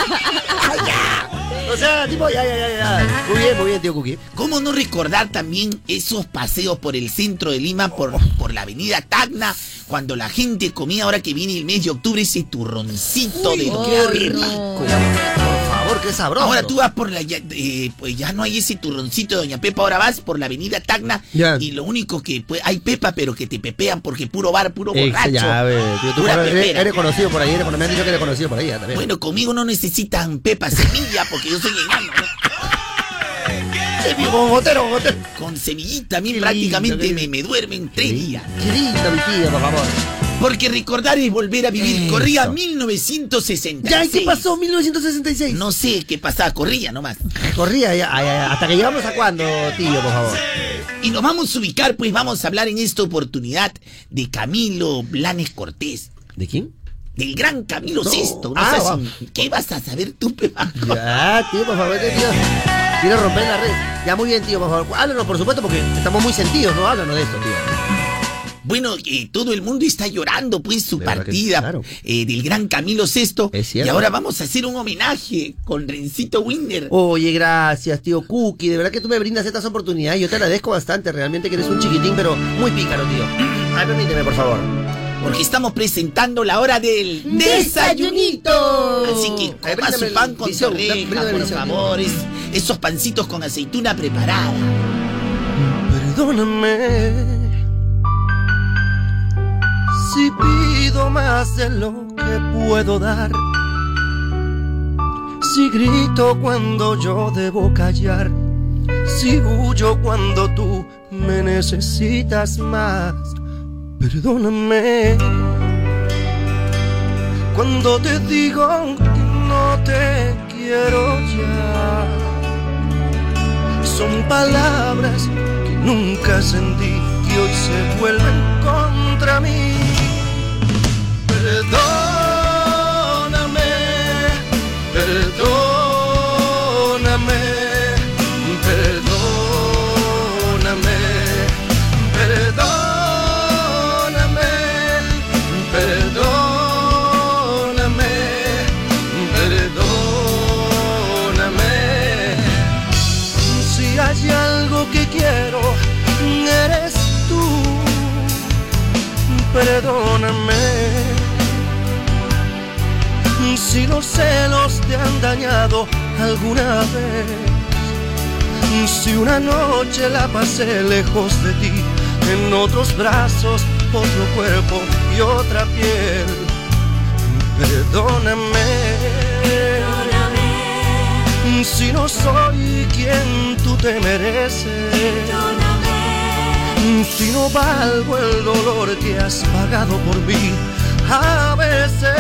pues, O sea, tipo, ya, ya, ya, ya. Muy bien, muy bien, tío Cookie.
¿Cómo no recordar también esos paseos por el centro de Lima,
Oh.
por, por la avenida Tacna, cuando la gente comía, ahora que viene el mes de octubre, ese turroncito
Uy,
de
qué
tierra?
rico. Por favor, qué sabroso.
Ahora tú vas por la... Ya, eh, pues ya no hay ese turroncito de Doña Pepa, ahora vas por la avenida Tacna
Ya.
y lo único que... pues, hay Pepa, pero que te pepean porque puro bar, puro
Eh,
borracho.
ya, a ver, tío, tú
pura
eres,
pepera.
eres conocido por ahí, eres, me han dicho que eres conocido por ahí ya, también.
Bueno, conmigo no necesitan Pepa semilla porque yo soy enano. ¿no?
Como botero,
Con semillita, a mí prácticamente me, me duermen tres días.
Qué linda mi tía, por favor.
Porque recordar es volver a vivir.
Eso.
Corría 1966.
Ya, ¿y qué pasó 1966?
No sé qué pasaba, corría nomás.
Corría ya, ay, ay, Eh, hasta que llegamos a cuándo, tío, por favor.
Y nos vamos a ubicar, pues vamos a hablar en esta oportunidad de Camilo Blanes Cortés.
¿De quién?
Del gran Camilo
No.
Sesto.
Ah,
sabes
vamos.
¿Qué vas a saber tú, Pepa?
Ya, ah, tío, por favor, tío. Quiero romper la red. Ya, muy bien, tío, por favor. Háblanos, por supuesto, porque estamos muy sentidos, ¿no? Háblanos de esto, tío.
Bueno, eh, todo el mundo está llorando, pues, su partida eh, del gran Camilo VI.
cierto.
Y ahora vamos a hacer un homenaje con Rencito Winder.
Oye, gracias, tío Cookie. De verdad que tú me brindas estas oportunidades. Yo te agradezco bastante. Realmente que eres un chiquitín, pero muy pícaro, tío. Ay, permíteme, por favor.
Porque estamos presentando la hora del
Desayunito.
Así que coma
Ay, bríndame
su pan
el
con
visión,
torreja,
bríndame el
por
visión.
favor. es- esos pancitos con aceituna preparada.
Perdóname si pido más de lo que puedo dar, si grito cuando yo debo callar, si huyo cuando tú me necesitas más. Perdóname cuando te digo que no te quiero ya. Son palabras que nunca sentí que hoy se vuelven contra mí. Perdóname, perdóname, perdóname, perdóname, perdóname, perdóname. Si hay algo que quiero, eres tú. Perdóname. Si los celos te han dañado alguna vez. Si una noche la pasé lejos de ti, en otros brazos, otro cuerpo y otra piel. Perdóname. Si no soy quien tú te mereces. Si no valgo el dolor que has pagado por mí a veces.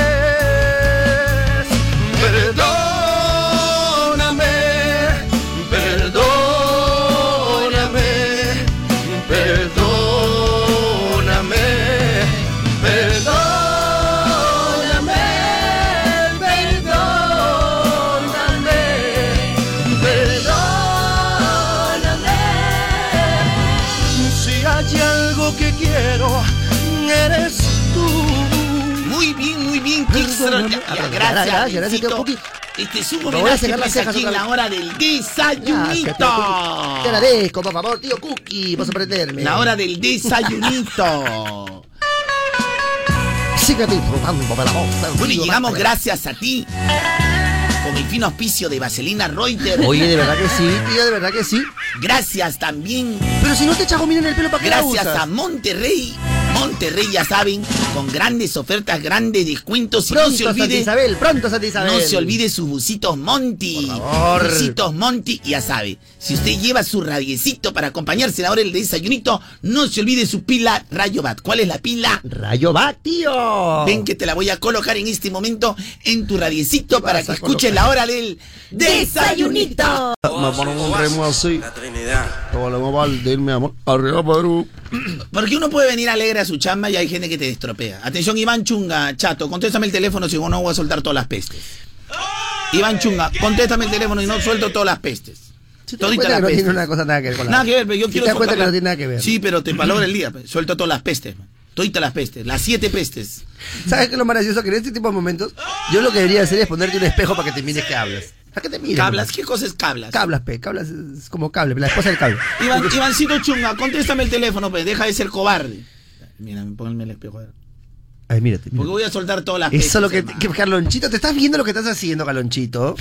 Perdóname, perdóname, perdóname, perdóname, perdóname, perdóname. Si hay algo que quiero, eres tú.
Muy bien, muy bien. qué
Perdóname.
extraordinario.
Ah,
Gracias,
gracias, gracias,
Rencito.
tío Cookie.
Este es un
voy a
homenaje
cegar las
pues,
cejas
aquí en
otra
la
vez.
hora del
Gracias, tío Cookie. Te
desayunito.
agradezco, por favor, tío Cookie, vas a prenderme.
La hora del desayunito.
Sigue disfrutando de la voz. del
Bueno, y
tío
llegamos
Master.
gracias a ti. Con el fino auspicio de Vaselina Reuter.
Oye, de verdad que sí, tío, de verdad que sí.
Gracias también.
Pero si no te echas miren el pelo, ¿para qué la
Gracias
usas?
a Monterrey. Monterrey, ya saben, con grandes ofertas, grandes descuentos. Y no se
Pronto, Santa
olvide,
Isabel, pronto, Santa Isabel.
no se olvide sus busitos Monty.
favor.
Busitos Monty, ya sabe. Si usted lleva su radiecito para acompañarse en la hora del desayunito, no se olvide su pila Rayo Bat. ¿Cuál es la pila?
Rayo va, tío.
Ven que te la voy a colocar en este momento en tu radiecito para
vas
que
a
escuches
colocar?
la hora del desayunito.
Me ponen un ritmo así. Te volvemos a partir, mi amor. Arriba, Perú.
Porque uno puede venir alegre a su chamba y hay gente que te estropea. Atención, Iván Chunga, chato, contéstame el teléfono si no, no voy a soltar todas las pestes. Iván Chunga, contéstame el teléfono y no suelto todas las pestes.
¿Se te
Todita
da cuenta
la
que no
peste.
tiene una cosa nada que ver con la
Nada
otra?
que ver, pero yo
¿Sí
quiero
te das cuenta
soltar
que
la-
no tiene nada que ver.
Sí, pero te valora el día. pe. Suelta todas las pestes. pe. Todita las pestes. Las siete pestes.
¿Sabes qué es lo más gracioso? Que en este tipo de momentos, yo lo que debería hacer es ponerte un espejo para que te mires que hablas. ¿Para qué te miras?
¿Cablas? ¿Qué cosa es cablas?
Cablas, pe. Cablas es como cable, la esposa del cable.
Iván, Ivancito Chunga, contéstame el teléfono, pe. Deja de ser cobarde. Mira, ponme el espejo. a ver.
Ay, mírate.
Porque voy a soltar todas las pestes.
Eso lo que,
hermano.
que- Carlonchito, ¿te estás viendo lo que estás haciendo, Carlonchito?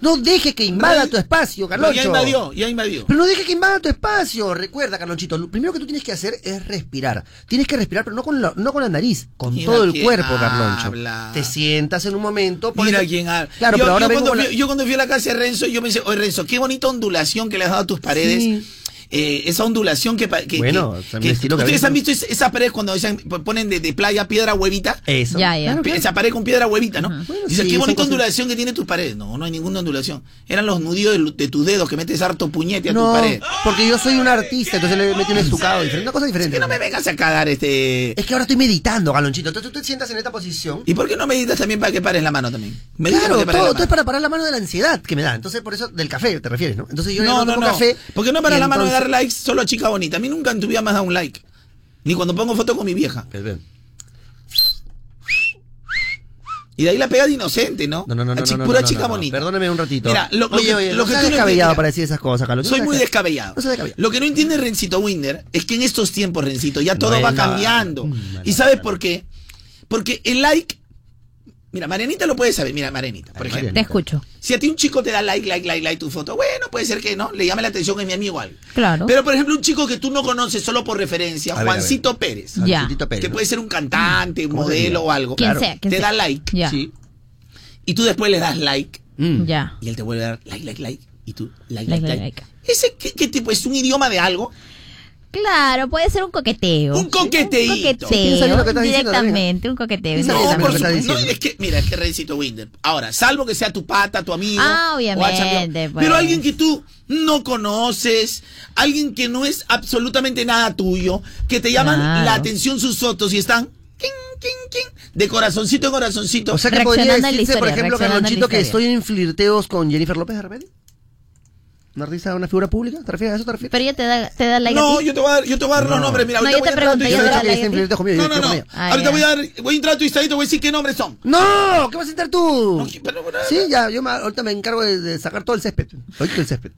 No dejes que invada tu espacio,
Pero ya
Carloncho.
invadió, ya invadió.
Pero no dejes que invada tu espacio. Recuerda, Carlonchito, lo primero que tú tienes que hacer es respirar. Tienes que respirar, pero no con la, no con la nariz, con
Mira
todo el
quién
cuerpo, Carloncho.
habla.
Te sientas en un momento. por
Mira
eso-
quién habla.
Claro,
yo,
pero ahora
yo
vengo
cuando
con la-
fui, yo cuando fui a la casa de Renzo, yo me dice, oye Renzo, qué bonita ondulación que le has dado a tus paredes. Eh, esa ondulación que, pa- que-
Bueno,
que-
también
que-
estilo que
ustedes
habéis-
han visto es- esas paredes cuando dicen- ponen de, de playa piedra huevita
Eso. Ya, ya.
Claro, esa pared con piedra huevita no dice qué
sí, son
bonita
cosas-
ondulación que tiene tus paredes no no hay ninguna ondulación eran los nudillos de, de tus dedos que metes harto puñete a
No,
tu pared
porque yo soy un artista, entonces le metí un estucado diferente, una cosa diferente.
que no me vengas a cagar este
Es que ahora estoy meditando, Carlonchito. Entonces tú te sientas en esta posición.
y por qué no meditas también para que pares la mano también Medita
Claro,
para que pares la
todo,
mano.
todo es para parar la mano de la ansiedad que me da. Entonces, por eso, del café te refieres, ¿no? Entonces yo
no,
le
no,
tomo
no.
café.
¿Por qué no para
y
la mano de
entonces-
dar likes solo a chica bonita? A mí nunca en tu vida me has dado un like. Ni cuando pongo foto con mi vieja. Y de ahí la pega de inocente, ¿no?
No, no, no,
A
no,
chi-
no, no,
pura
no,
chica
no, no.
bonita.
Perdóname un ratito.
Mira, lo, lo
Oye,
que,
oye,
lo
no
que
seas
tú no
descabellado
entiendes-
para decir esas cosas, Carlos. No
Soy
seas
muy
descabellado.
descabellado. Lo que no entiende Rencito Winder es que en estos tiempos, Rencito, ya todo
es
va
nada.
cambiando. ¿Y sabes por qué? Porque el like. Mira, Marianita lo puede saber. Mira, Marianita, por ejemplo.
Te escucho.
Si a ti un chico te da like, like, like, like tu foto, bueno, puede ser que no, le llame la atención, es mi amigo o algo.
Claro.
Pero por ejemplo, un chico que tú no conoces solo por referencia,
A ver, a ver.
Juancito Pérez.
Ya. Juancito Pérez,
Que
¿no?
puede ser un cantante, un
¿Cómo se
modelo
llama?
o algo.
Quien sea, quien
te
sea.
da like.
Ya.
Sí. Y tú después le das like.
Mm.
Ya.
Y él te vuelve a dar like, like, like. Y tú, like,
Like,
like, like.
like, like.
¿Ese qué, qué tipo? ¿Es un idioma de algo?
Claro, puede ser un coqueteo.
Un coqueteíto. Piensa
Un
bien
coqueteo.
lo que estás diciendo,
directamente, un coqueteo.
No,
directamente.
por supuesto. No, es que, mira, es que Rencito Winder. Ahora, salvo que sea tu pata, tu amigo.
Ah,
o
obviamente,
chambeón.
pues.
Pero alguien que tú no conoces, alguien que no es absolutamente nada tuyo, que te llaman
Claro.
la atención sus fotos y están king, king, king, de corazoncito en corazoncito.
O sea que podría decirse, por ejemplo, Carlonchito, que estoy en flirteos con Jennifer López de repente. ¿Una risa, una figura pública? ¿Te refieres a eso? ¿Te refieres?
Pero ella te da, te da like a
No,
ti.
yo te voy a dar, yo te voy a dar los
No.
nombres. Mira,
No,
ahorita
yo
voy a entrar
te
a tu
pregunté, yo
Instagram.
te dije, en flirteo
conmigo, yo
No, no,
flirteo
no.
con ella.
Ah,
ahorita
ya.
voy a dar, voy a entrar a tu Instagram y te voy a decir qué nombres son.
¡No! ¿Qué vas a sentar tú? sí, ya, yo me- ahorita me encargo de, de sacar todo el césped. Ahorita el césped.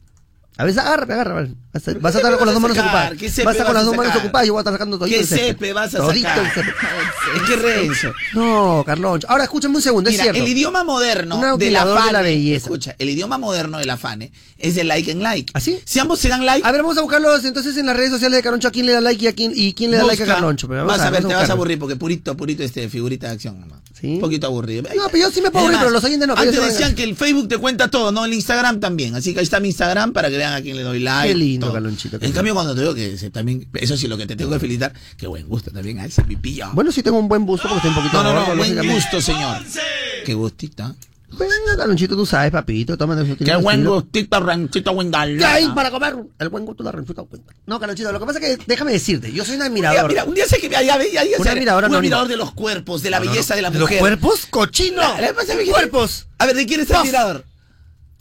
A veces agarra, pe, agarra. vale. Vas a, vas a estar con las dos manos
sacar?
ocupadas.
¿Qué césped
Vas a
vas
estar con las
a
dos manos
sacar?
ocupadas y yo voy a estar sacando todito
¿Qué
el césped.
césped vas a
Todito
sacar?
el césped.
Es que Renzo.
No, Carloncho. Ahora escúchame un segundo,
Mira,
es cierto.
el idioma
Un
moderno de la
adulador
fane,
de la belleza.
escucha, el idioma moderno del afane es de like en like.
¿Así?
Si ambos se dan like,
A ver, vamos a buscarlos entonces en las redes sociales de Carloncho. ¿A quién le da like y a quién, y quién le da like a
busca,
Carloncho? Pero vamos
vas a, ver, te vas a
buscarlo.
aburrir porque purito, purito este figurita de acción, nomás. Un poquito aburrido.
No, pero yo sí me puedo aburrir,
Además,
pero los oyentes no. que
Antes
ellos se van a-
decían que el Facebook te cuenta todo, ¿no? El Instagram también. Así que ahí está mi Instagram para que vean a quién le doy like.
Qué lindo,
todo.
Carlonchito, qué
En
lindo.
cambio, cuando te digo que se- también, eso sí, lo que te tengo que felicitar, que buen gusto también a ese pipilla.
Bueno, sí tengo un buen busto porque estoy un poquito
No, no, no,
gordo,
buen
lógicamente.
gusto, señor. Qué gustita.
Bueno, Carlonchito, tú sabes, papito. Tómate eso.
Qué buen gustito, ranchito, buen
¿Qué hay para comer? El buen gusto de la ranchita. No, Carlonchito, lo que pasa es que déjame decirte, yo soy un
Mira,
admirador.
mira, un día sé que ya, ya, ya, ya
Una
sé,
admiradora
un
anónima.
admirador de los cuerpos, de la
No, no,
belleza
no.
de la
¿De
mujer.
los cuerpos? ¡Cochino!
La- la- pasa, fíjate.
¡Cuerpos!
A ver, ¿de quién es el
Puff.
admirador?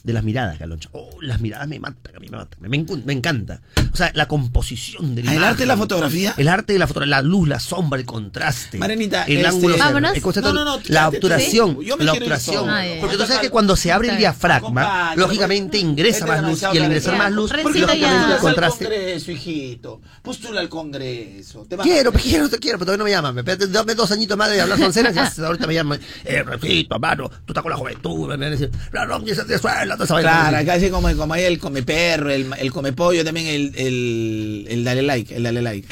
De las miradas, Caloncho. Oh, las miradas me matan, a mí me matan. Me, encu- me encanta. O sea, la composición del
¿El arte de la fotografía?
El arte de la fotografía. La luz, la sombra, el contraste.
Marenita,
el
este-
ángulo.
Vámonos.
el concepto-
No, no, no,
la
quédate tú.
obturación.
Sí, yo me
La
quiero ir
obturación.
solo. Ah, ya, ya.
Porque tú sabes que cuando se abre el diafragma,
Compadre,
lógicamente ingresa
vete
más luz.
demasiado
Y al
tarde.
ingresar más luz,
¿Por qué no
lógicamente
postulas
el
al
contraste.
Congreso, hijito? Postula al Congreso. Te vas-
Quiero, pero quiero, te quiero, pero todavía no me llaman. Espérate, dame dos añitos más de hablar con cenas. y vas- ahorita me llaman. Eh, repito, mano, tú estás con la juventud. Me van a decir, la rompe se te suelta, toda esa vaina.
Claro, acá sí como, como hay el come perro, el, el come pollo, también el, el, el dale like, el dale like.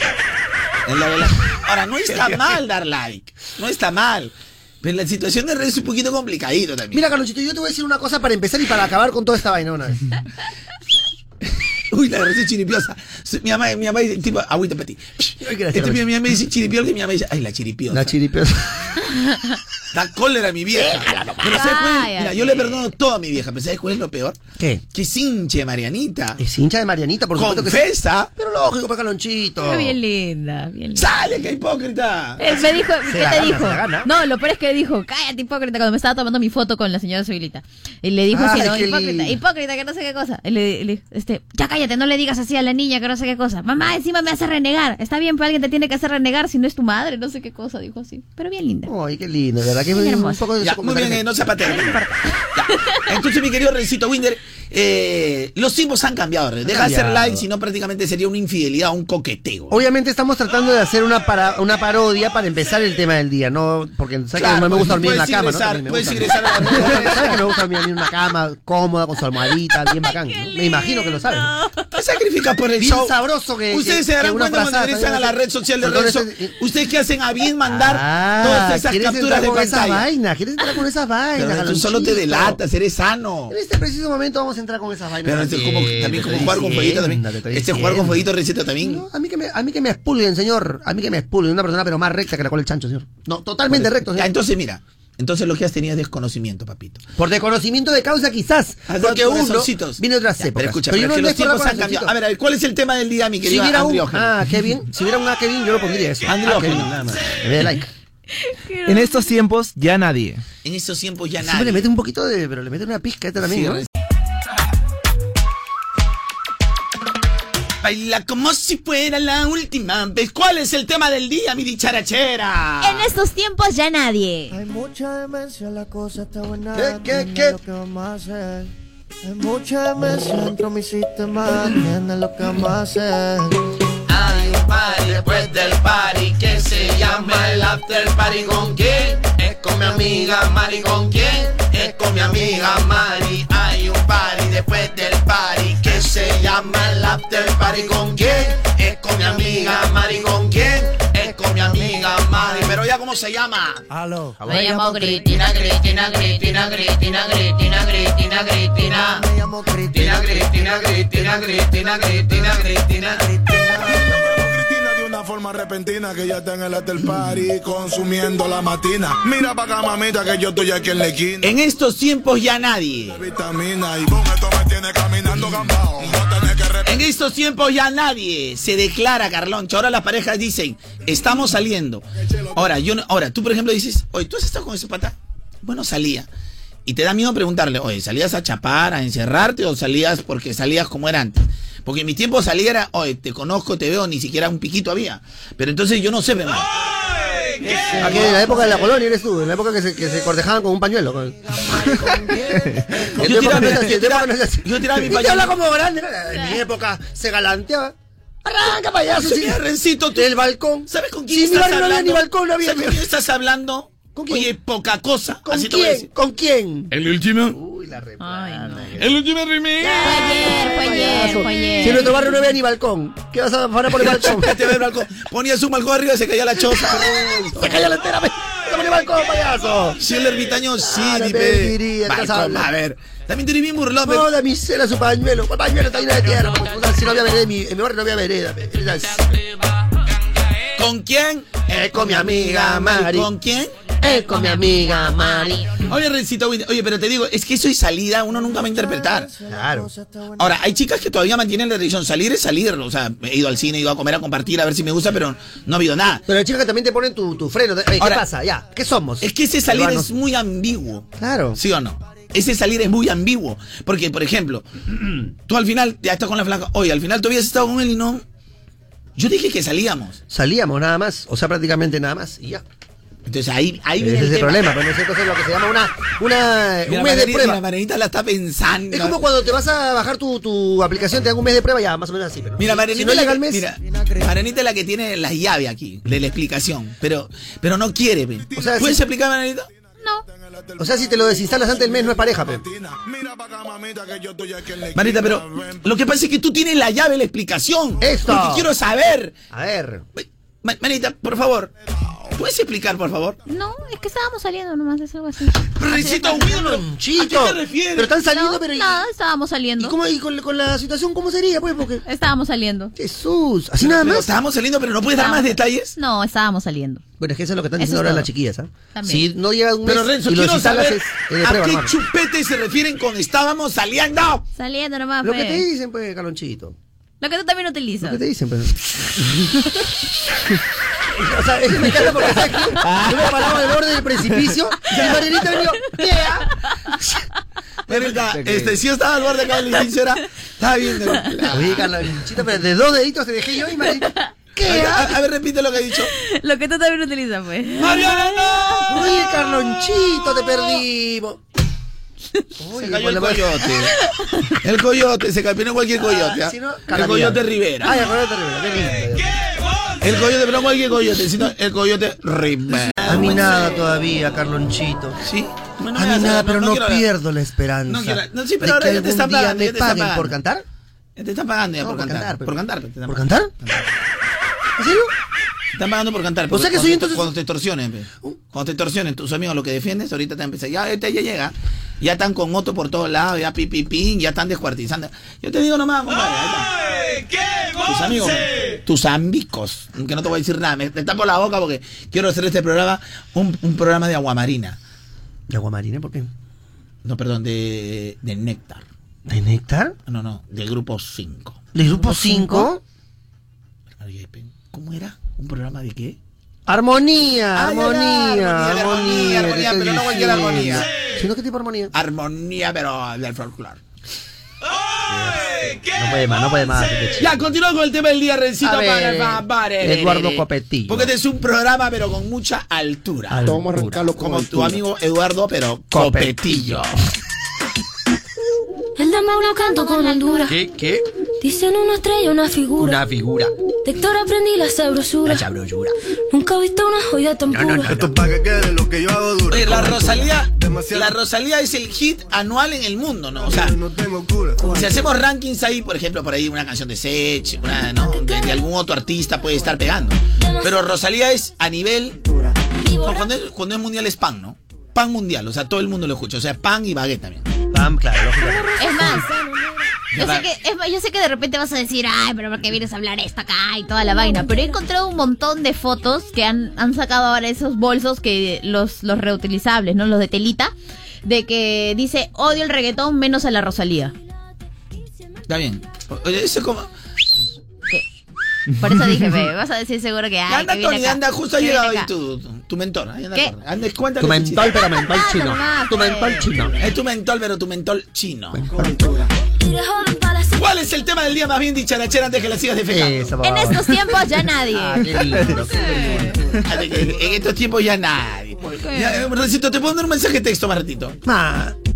El dale like. Ahora, no está mal dar like, no está mal. Pero la situación de redes es un poquito complicadito también.
Mira, Carlonchito, yo te voy a decir una cosa para empezar y para acabar con toda esta vaina una vez.
Uy, la verdad es chiripiosa. Su- Mi mamá, mi mamá dice, tipo, agüita para ti.
Ay,
Este,
gracias.
mi mamá me dice chiripiosa y mi mamá dice, ay, la chiripiosa.
La chiripiosa.
Da cólera mi vieja. Pero ¿sabes cuál es? Mira, yo le perdono todo a mi vieja, pero ¿sabes cuál es lo peor?
¿Qué?
Que es hinche Marianita.
Es hincha de Marianita, por supuesto que sí.
Confesa.
Pero lógico, pues, Calonchito.
Pero bien linda, bien linda.
¡Sale, que hipócrita!
Él me dijo,
Se
¿qué
la
te
gana,
dijo?
se la gana.
No, lo peor es que dijo, cállate hipócrita, cuando me estaba tomando mi foto con la señora Suilita. Y le dijo así,
Ay,
¿no?
qué
Hipócrita,
lindo.
hipócrita, que no sé qué cosa. Y le, le- este, ya cállate, no le digas así a la niña, que no sé qué cosa. Mamá, encima me hace renegar. Está bien, pero alguien te tiene que hacer renegar si no es tu madre, no sé qué cosa, dijo así. Pero bien linda.
Ay, qué lindo, de verdad que
Sí,
un
hermosa.
poco de
Ya, muy bien, eh, no se pateen. Ya. Entonces, mi querido Rencito Winder, eh, los tiempos han cambiado. Ren. Deja de hacer
cambiado.
like, si no prácticamente sería una infidelidad, un coqueteo.
Obviamente estamos tratando de hacer una para, una parodia para empezar el tema del día, no porque sabes que
Claro,
no me
pues,
gusta dormir en la
puedes
cama,
ingresar,
¿no? También me
puedes
gusta.
ingresar a
sabes que me gusta dormir en una cama cómoda con su almohadita, bien bacán. ¿no? Me imagino que lo sabes.
Te sacrificas por el
Bien
show.
sabroso que-
Ustedes
que-
se
que
darán
una
cuenta cuando
frazada,
ingresan a la
¿sabes?
red social de
Cuando
Renzo.
eres-
Ustedes que hacen a bien mandar
Ah,
todas esas
¿quieres
capturas
entrar
de
con esas
pantalla.
vainas, quieres entrar con esas vainas.
Pero tú solo te
Galonchito?
delatas, eres sano.
En este preciso momento vamos a entrar con esas vainas.
Pero este es como,
Eh,
también como jugar con fueguito también. Este jugar con fueguito receta también.
A mí, que me, a mí que me expulguen, señor. A mí que me expulguen. Una persona, pero más recta que la cola del chancho, señor. No, totalmente recto,
Ya,
señor.
entonces mira, entonces lo que has tenido es desconocimiento, papito.
Por desconocimiento de causa, quizás.
Has dado
Porque uno
corazoncitos.
viene de otras
Ya,
épocas.
pero escucha, pero
yo
es que
no
los
dejo hablar
tiempos han
corazoncito.
cambiado. A ver, a ver, ¿cuál es el tema del día, mi
Si
querido
hubiera un.
Andriógeno?
Ah, qué bien. Si hubiera un ah, qué bien, yo lo pondría eso. Ah, qué
Andriógeno,
bien.
nada más.
Le doy like.
En estos tiempos ya nadie.
En esos tiempos ya
Siempre le
nadie.
mete un poquito de. Pero le mete una pizca esta también,
Sí,
¿no?
¿no? Baila como si fuera la última vez. ¿Cuál es el tema del día, mi dicharachera?
En estos tiempos ya nadie.
Hay mucha demencia, la cosa está buena.
¿Qué, qué,
dime
qué?
lo que vamos a hacer. Hay mucha demencia dentro de mi sistema. Dime lo que vamos a hacer.
Hay un party después del party que se llama el after party con quién? Es con mi amiga Mari con quién? Es con mi amiga Mari. Hay un party después del party que se llama el after party con quién? Es con mi amiga Mari con quién? Es con mi amiga Mari. Pero ya cómo se llama?
Aló.
Me llamo Cristina, Cristina, Cristina, Cristina, Cristina, Cristina, Cristina. Me llamo Cristina, Cristina, Cristina, Cristina, Cristina, Cristina,
Cristina de una forma repentina que ya está en el after party consumiendo la matina. Mira pa' acá, mamita, que yo estoy aquí en la esquina.
En estos tiempos ya nadie.
Vitamina y con esto me tiene caminando gambao.
En estos tiempos ya nadie se declara, Carloncho. Ahora las parejas dicen, estamos saliendo. Ahora, yo, no- ahora tú, por ejemplo, dices, oye, ¿tú has estado con ese pata? Bueno, salía. Y te da miedo preguntarle, oye, ¿salías a chapar, a encerrarte o salías porque salías como era antes? Porque en mi tiempo salía era, oye, te conozco, te veo, ni siquiera un piquito había. Pero entonces yo no sé, hermano.
Aquí en la época de la colonia eres tú, en la época que se, que se cortejaban con un pañuelo. con-
Yo tiraba,
no es así,
yo
el
tiraba-
tiempo no es así.
yo tiraba mi
Y te habla
pañuelo.
como grande. ¿no? En mi época se galanteaba. Arranca payaso, sí.
Mira, Rencito, tú-
Del balcón.
¿Sabes con
Sí,
quién
mi
estás
barrio no
hablando?
había ni balcón, no había.
¿Sabes con quién estás hablando? Oye, poca cosa.
¿Con
Así te voy a
quién?
decir.
¿Con quién?
El último.
Uy, la re...
El último remix.
Ayer, fue ayer.
Si en nuestro barrio no había ni balcón, ¿qué vas a parar por el balcón?
Te ve el balcón. Ponías un balcón arriba y se caía la choza.
se calla la entera, ve. Se pone balcón, payaso.
Si el ermitaño sí,
Ah, no
ni
te
pe.
diría,
Balcón,
estás hablando.
a ver. También te bien burlón, pero-
No, la misera su pañuelo. El pañuelo está lleno de tierra. pues, puta, Si no había vereda, en mi, en mi barrio no había vereda. ve. Era así.
¿Con quién?
Es Eh, con mi amiga Mari.
¿Con quién?
Es con mi amiga Mari.
Oye, Rencito, Winder, oye, pero te digo, es que eso es salida, uno nunca va a interpretar.
Claro.
Ahora, hay chicas que todavía mantienen la tradición, salir es salir, o sea, he ido al cine, he ido a comer, a compartir, a ver si me gusta, pero no ha habido nada.
Pero chicas que también te ponen tu, tu freno. de, "Ey, ¿Qué
Ahora-
pasa? Ya, ¿qué somos?
Es que ese salir
Peruanos.
es muy ambiguo.
Claro.
¿Sí o no? Ese salir es muy ambiguo. Porque, por ejemplo, tú al final ya estás con la flaca. Oye, al final tú habías estado con él y no. Yo dije que salíamos.
Salíamos nada más, o sea, prácticamente nada más y ya.
Entonces ahí, ahí
Ese
viene
es
el
el
tema.
problema, pero no sé, entonces lo que se llama una, una,
Mira,
un mes de
Marenita-
prueba.
mira, Marenita la está pensando.
Es como cuando te vas a bajar tu, tu aplicación, te dan un mes de prueba, ya, más o menos así. Pero
Mira,
si-
Marenita,
si no
la
llega
que,
el mes,
mira, Marenita es la que tiene la llave aquí, de la explicación. Pero, pero no quiere, ve.
O sea,
¿Puedes
si-
explicar, Marenita?
o sea, si te lo desinstalas antes del mes, no es pareja, pe.
Marita, pero lo que pasa es que tú tienes la llave, la explicación.
Esto.
Lo que quiero saber.
A ver.
Ma- Manita, por favor. ¿Puedes explicar, por favor?
No, es que estábamos saliendo nomás, es algo así.
Recito un
Chito. Pero están saliendo,
No,
pero. ¿y-
Nada, estábamos saliendo.
¿Y, cómo, y con, con la situación cómo sería, pues? Porque.
Estábamos saliendo.
Jesús. Así nada
Pero
más.
estábamos saliendo, pero no puedes dar más detalles.
No, estábamos saliendo.
Bueno, es que eso es lo que están
Eso
diciendo
es
ahora
todo.
las chiquillas, ¿ah?
También.
Si no llega un mes
Pero Renzo,
y los
quiero
instalas
saber
es, es de
a
prueba,
qué
hermano.
chupete se refieren con estábamos saliendo.
Saliendo nomás,
Lo
pues.
que te dicen, pues, Calonchito.
Lo que tú también
Lo
utilizas.
que te dicen, pues. o sea, es que me encanta porque está aquí. Una palabra al borde del precipicio. Y Marielita venido. ¿Qué? ah?
De verdad, este, si yo estaba al borde acá, le sincera, estaba viendo.
Oye, Calonchito, pero de dos deditos te dejé yo y Marielita. ¿Qué?
A, a ver, repite lo que ha dicho.
Lo que tú también utilizas, pues.
¡Mariana, no!
Oye, Carlonchito, te perdimos.
Se cayó el
cuando-
coyote. El coyote, se campeonó cualquier coyote. ¿ah?
si no,
el
calamidad.
coyote Rivera.
Ay, el coyote Rivera, qué lindo.
El coyote, pero no cualquier coyote, sino el coyote Rivera.
A mí nada todavía, Carlonchito.
Sí.
a
me
mí
hagas
nada,
hablar,
pero
no
no,
quiero hablar.
pierdo la esperanza.
No quiero- no, sí, pero
de
ahora
que
ya te
algún
están
día
pagando,
me
ya te están
paguen
pagando.
por cantar.
Te están pagando ya
No,
por,
por
cantar,
cantar, pero-
Por cantar. ¿Por
¿Por cantar? ¿En serio?
Te están pagando por cantar.
O sea
porque
que
cuando
soy
te-
entonces-
Cuando te extorsionen, pe. cuando te extorsionen, tus amigos lo que defiendes, ahorita te empiezan. Ya, ahorita ya llega. Ya están con moto por todos lados, ya pipi pin, ya están descuartizando. Yo te digo nomás, compadre. ahí está. Tus amigos, tus ambicos, que no te voy a decir nada, me, te tapo la boca porque quiero hacer este programa un, un programa de aguamarina.
¿De aguamarina? ¿Por qué?
No, perdón, de, de néctar.
¿De néctar?
No, no, del grupo 5.
¿De grupo 5?
¿Cómo era? ¿Un programa de qué?
Armonía,
Ah, ya, ya,
armonía,
armonía,
armonía.
armonía,
¿qué te
pero no cualquier
diciendo?
armonía.
¿Sino qué tipo de armonía?
Armonía, pero del folclore.
No puede más, no puede más. este chico.
Ya, continúa con el tema del día, Rencito.
A ver,
para- para- para-
Eduardo Copetillo.
Porque este es un programa, pero con mucha altura.
Altura. Vamos
a arrancarlo como tu amigo Eduardo, pero Copetillo.
El Damauro canto con Honduras.
¿Qué? ¿Qué?
Dicen una estrella, una figura.
Una figura.
De Héctor aprendí la sabrosura.
sabrosura.
Nunca he visto una joya tan pura.
Esto para que quede lo que yo hago duro.
Oye, la Rosalía, la Rosalía es el hit anual en el mundo, ¿no? O sea, si hacemos rankings ahí, por ejemplo, por ahí una canción de Sech, una, ¿no? de, de algún otro artista puede estar pegando. Pero Rosalía es a nivel. no, Cuando es, cuando es mundial es pan, ¿no? Pan mundial, o sea, todo el mundo lo escucha. O sea, pan y baguette también.
Pan, claro, lógico.
Es más, yo
Ya,
sé, que, es más, yo sé que de repente vas a decir, ay, pero ¿por qué vienes a hablar esto acá y toda la vaina? Pero he encontrado un montón de fotos que han, han sacado ahora esos bolsos que los, los reutilizables, ¿no? Los de telita, de que dice, odio el reggaetón menos a la Rosalía.
Está bien. Oye, eso es como.
Por eso dije, "Ve, vas a decir seguro que, ay,
anda,
que viene
Tony,
acá,
anda, justo ha
que viene
llegado ahí
acá".
tu, tu ¿eh? mentor. Ahí anda,
¿Qué?
corre. Anda, cuéntale
Tu
ese
mentol,
chiste.
pero mentol
Ah,
chino.
nomás,
Tu
pues.
mentol chino.
Es tu mentol, pero tu mentol chino. ¿Cuál es el tema del día más bien dicharachera antes que la sigas defecando?
En estos tiempos ya nadie.
Ah, de- de- En estos tiempos ya nadie. Ya, eh, Recito, te puedo dar un mensaje de texto más ratito.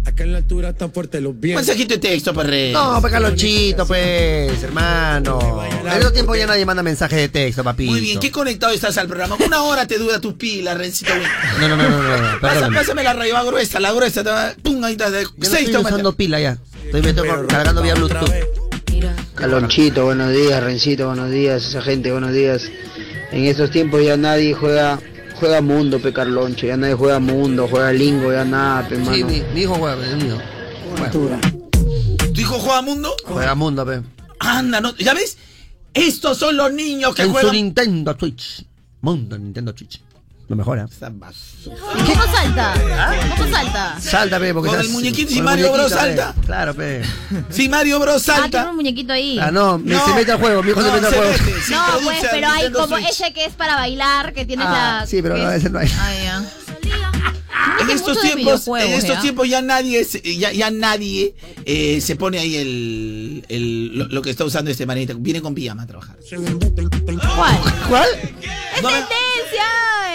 Acá en la altura está fuerte los
Un
vientos.
mensajito de texto, perre.
No, pues Carlonchito, pues, hermano. En otro tiempo ya nadie manda mensaje de texto, papito.
Muy bien, qué conectado estás al programa. Una hora te dura tu pila, Rencito.
No, no, no, no, no, no,
Pasa-
Ah, perdóname.
Pásame la rayba gruesa, la gruesa. te va- Pum, ahí está. de-
Yo no
Seis
estoy
tomas.
usando pila ya. Estoy me estoy cargando vía Bluetooth.
Calonchito, buenos días, Rencito, buenos días, esa gente, buenos días. En estos tiempos ya nadie juega juega mundo, pe Carloncho, ya nadie juega mundo, juega lingo, ya nada, pe
Sí,
mano.
mi, mi hijo juega, el mío. Juega.
¿Tu hijo juega mundo?
Juega mundo, pues. pe.
Anda, no. ¿Ya ves? Estos son los niños que
En su
juegan.
Nintendo Switch. Mundo Nintendo Switch. Lo mejora.
¿Cómo salta? ¿Cómo salta?
Salta, pe, porque
¿Eh? Con
estás-
el muñequito,
con
si
el
Mario Bros
muñequito, pe.
salta.
Claro, pe.
Si Mario Bros
Ah, tiene
salta.
un muñequito ahí.
Ah, no, me- se mete al juego, mi hijo se mete al juego.
se
No,
introduce
pues,
al
pero hay
Nintendo
como
Switch.
ese que es para bailar, que tienes
Ah,
la...
sí, pero no,
que-
ese no hay.
Ah, ya.
En
Hace
estos
Ah, mucho de
tiempos,
eh.
en
videojuegos,
estos
¿ya?
tiempos ya nadie, se- ya, ya nadie eh, se pone ahí el, el- lo, lo que está usando este manito. Viene con pijama a trabajar.
¿Cuál?
¿Cuál?
¡Es tendencia!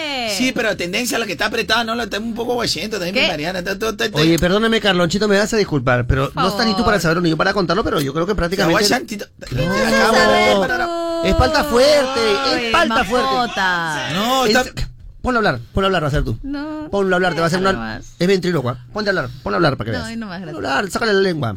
eh!
Sí, pero tendencia a la que está apretada, no la está un poco guayento también,
¿Qué?
Mariana. está- está- está- está-
Oye, perdóname, Carlonchito, me vas a disculpar, pero no estás ni tú para saberlo ni yo para contarlo, pero yo creo que
está
prácticamente.
guayantito.
Claro. Es falta fuerte, es falta fuerte.
fuerte.
No, está-
Es- Ponlo a hablar, ponlo a hablar, va a ser tú.
No.
Ponlo a hablar, te va a hacer una. Es ventriloqua. Ponte a hablar, ponlo a hablar para que
No,
veas.
y no más,
Ponlo a
gracias.
hablar, sácale la lengua.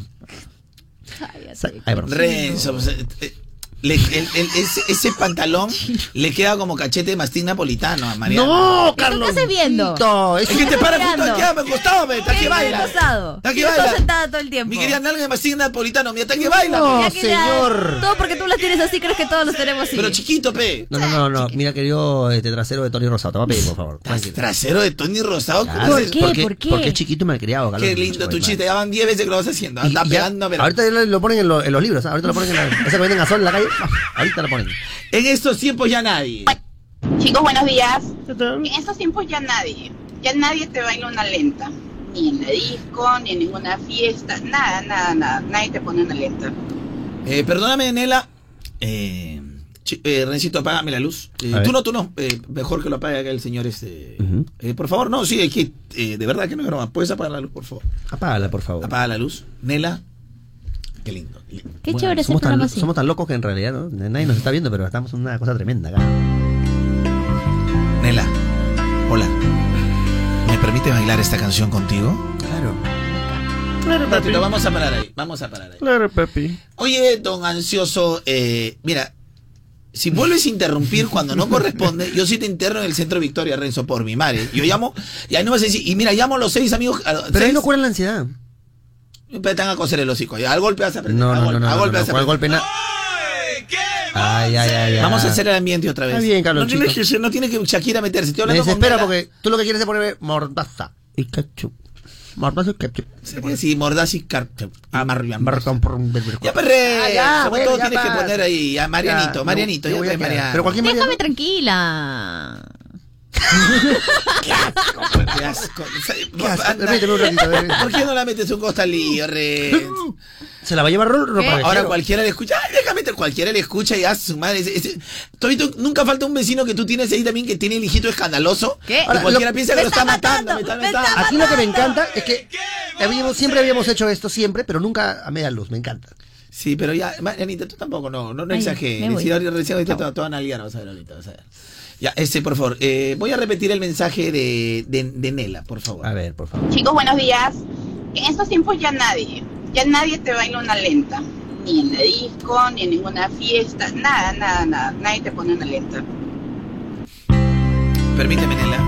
Sa- Ay, perdón.
Renzo, pues, eh, eh, le- el- el- ese, ese pantalón le queda como cachete de mastín napolitano a Mariana.
No, Carlos.
¿Qué estás viendo?
Es que te para justo aquí, ah, me costado, me, está
¿Qué
que baila.
me he acostado?
Está que
Yo estoy
baila.
sentada todo el tiempo.
Mi querida nalga de mastín napolitano, mira, está que baila.
No,
mira.
señor.
Todo porque tú las tienes así, crees que todos los tenemos así.
Pero chiquito, pe.
No, no, no, no. Mira, querido este trasero de Tony Rosado. Te voy a pedir, por favor. Tranquilo.
Trasero de Tony Rosado.
Claro.
¿cómo es?
Porque- Porque es chiquito y malcriado, Carlos.
Qué lindo tu
Mucho,
chiste, ya van 10 veces que lo vas haciendo.
Y-
Está
y ya-
pegando, pero-
Ahorita ya lo, lo ponen en, lo- en los libros, ¿ah? ahorita lo ponen en la, esa que venden a sol en la calle, ah, ahorita lo ponen.
En estos tiempos ya nadie.
Chicos, buenos días. En estos tiempos ya nadie, ya nadie te baila una lenta. Ni en la disco, ni en ninguna fiesta, nada, nada, nada. Nadie te pone una lenta.
Eh, perdóname, Nela. Eh, chi- eh, Rencito, apágame la luz. Eh,
A ver.
tú no, tú no. Eh, mejor que lo apague acá el señor este.
Ujú.
Eh, por favor, no, sí, es que eh, de verdad que no es broma. ¿Puedes apagar la luz, por favor?
Apágala, por favor.
Apaga la luz. Nela. Qué lindo.
Qué
Bueno,
chévere ese
somos tan,
programa
lo-
así.
somos tan locos que en realidad ¿no? nadie nos está viendo, pero estamos en una cosa tremenda acá.
Nela, hola. ¿Me permite bailar esta canción contigo?
Claro.
Claro, Ratito, vamos a parar ahí. Vamos a parar ahí.
Claro, papi.
Oye, don ansioso, eh, mira, si vuelves a interrumpir cuando no corresponde, yo sí te interno en el centro Victoria, Renzo, por mi madre. Yo llamo, y ahí no vas a decir, y mira, llamo a los seis amigos. a los
Pero ahí
seis,
no curan la ansiedad.
Te van a coser el hocico. ya, Al golpe vas a aprender.
No,
al
no,
gol-
no, no.
al
no,
golpe
no,
vas a
cual
aprender.
golpe na- Ay, ay, ay, ay.
Vamos a hacer el ambiente otra vez.
Está bien, Carlos,
No tienes
chico.
que, ser- no tiene que Shakira meterse. Estoy
Me
hablando
desespera
con
porque tú lo que quieres es ponerme mordaza y ketchup. Mordaza y Ah, ketchup.
porque. Sí, mordaz y car... amarrián.
Marcón por un berber-
Ya, pues, perre.
Ah, ya,
sobre
bueno,
todo
ya
tienes que
está.
poner ahí a Marianito,
Ya,
Marianito,
me
ya
voy a
está
quedar.
Mariano.
Pero cualquier
Déjame
Mariano-
tranquila.
Qué asco. O sea,
¿Qué haces?
anda.
Permíteme un ratito, eh. permíteme.
¿Por qué no la metes un costalillo, re?
Se la va a llevar ro- ropa de
Ahora
género.
cualquiera le escucha, ay, déjame, meter". cualquiera le escucha y hace su madre. ese- ese- ¿Tú has visto? nunca falta un vecino que tú tienes ahí también que tiene el hijito escandaloso.
¿Qué?
Y
Ahora,
cualquiera
lo-
piensa
¡Me
que lo
está
está matando, me está matando.
Aquí lo que me encanta es que habíamos- siempre habíamos hecho esto, siempre, pero nunca a media luz. Me encanta.
Sí, pero ya, Marianita, tú tampoco, no, no, no
Ay, me
exageres.
voy.
Si ahorita recién ahorita te, te van a liar, vas a ver ahorita, vas a ver. Ya, este, por favor, eh, voy a repetir el mensaje de, de, de Nela, por favor. A
ver, por favor.
Chicos, buenos días. En estos tiempos ya nadie, ya nadie te baila una lenta. Ni en la disco, ni en ninguna fiesta, nada, nada, nada. Nadie te pone una lenta.
Permíteme, Nela.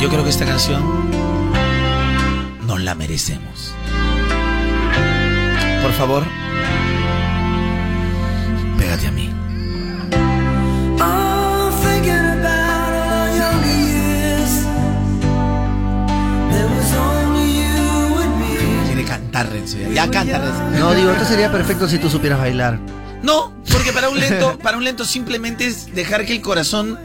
Yo creo que esta canción nos la merecemos. Por favor, pégate a mí.
I'm thinking about our younger years. There was only you and me.
Quiere cantar, Renzo. Ya, ya canta, Renzo.
No, digo, esto sería perfecto si tú supieras bailar.
No, porque para un lento, para un lento simplemente es dejar que el corazón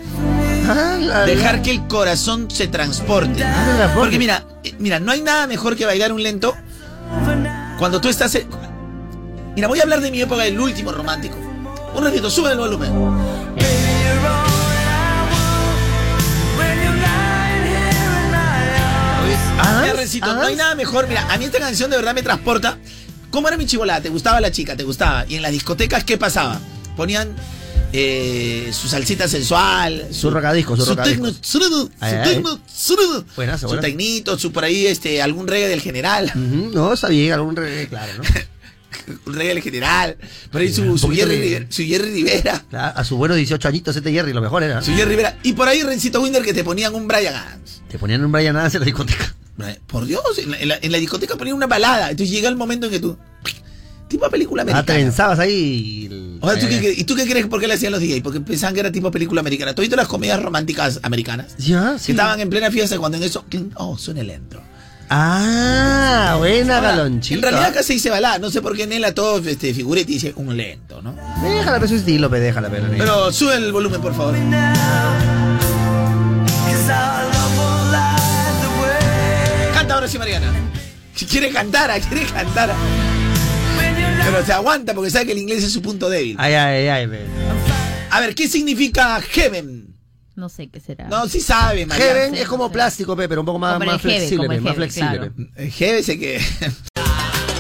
Ah, la- Ah,
dejar que el corazón se transporte. Porque mira, eh, mira, no hay nada mejor que bailar un lento cuando tú estás eh, Mira, voy a hablar de mi época del último romántico. Un ratito, sube el volumen.
Ah,
ah,
Mira, Rencito, no hay nada mejor. Mira, a mí esta canción de verdad me transporta. ¿Cómo era mi chivolada? ¿Te gustaba la chica? ¿Te gustaba? Y en las discotecas, ¿qué pasaba? Ponían eh, su salsita sensual,
Su rocadisco, su
su
rocadisco.
tecno, zurdu,
Ay,
su
ay,
tecno, zurdu.
Buenazo,
su
buenazo.
tecnito, su por ahí, este, algún reggae del general,
Ujú, No, está bien, algún re- claro, ¿no?
un reggae del general, por ahí
Ya,
su,
un
su,
poquito
Jerry,
de-
River- su Jerry Rivera,
Claro, a sus buenos 18 añitos, este Jerry, lo mejor era.
su Jerry Rivera, y por ahí Rencito Winder que te ponían un Brian Adams.
Te ponían un Brian Adams en la discoteca.
Por Dios, en la, en la- en la discoteca ponían una balada, entonces llega el momento en que tú, tipo película
Ah,
americana.
trenzabas ahí. y el-
O sea, ¿tú qué
Eh,
crees? ¿Y tú qué crees por qué le hacían los DJ? Porque pensaban que era tipo película americana. ¿Tú has visto las comedias románticas americanas?
Ya, sí.
Que estaban en plena fiesta cuando en eso. clink, Oh, suena el entro.
Ah, buena
Ahora,
galonchita.
En realidad acá se dice balada. No sé por qué Nela todo este, figurete dice un lento, ¿no?
Déjala, pero su estilo, pe, déjala, pero.
Pero sube el volumen, por favor. Canta ahora sí, Mariana. Si Quiere cantar, ah, quiere cantar. Pero se aguanta porque sabe que el inglés es su punto débil.
Ay, ay, ay, pe.
A ver, ¿qué significa heaven?
No sé qué será.
No, sí sabe, Mariana.
Heaven es como plástico, pe, pero un poco más,
Como el
más
Heaven,
flexible,
como el
pe, más
Heaven,
flexible.
claro.
pe. Eh,
Jefe se que.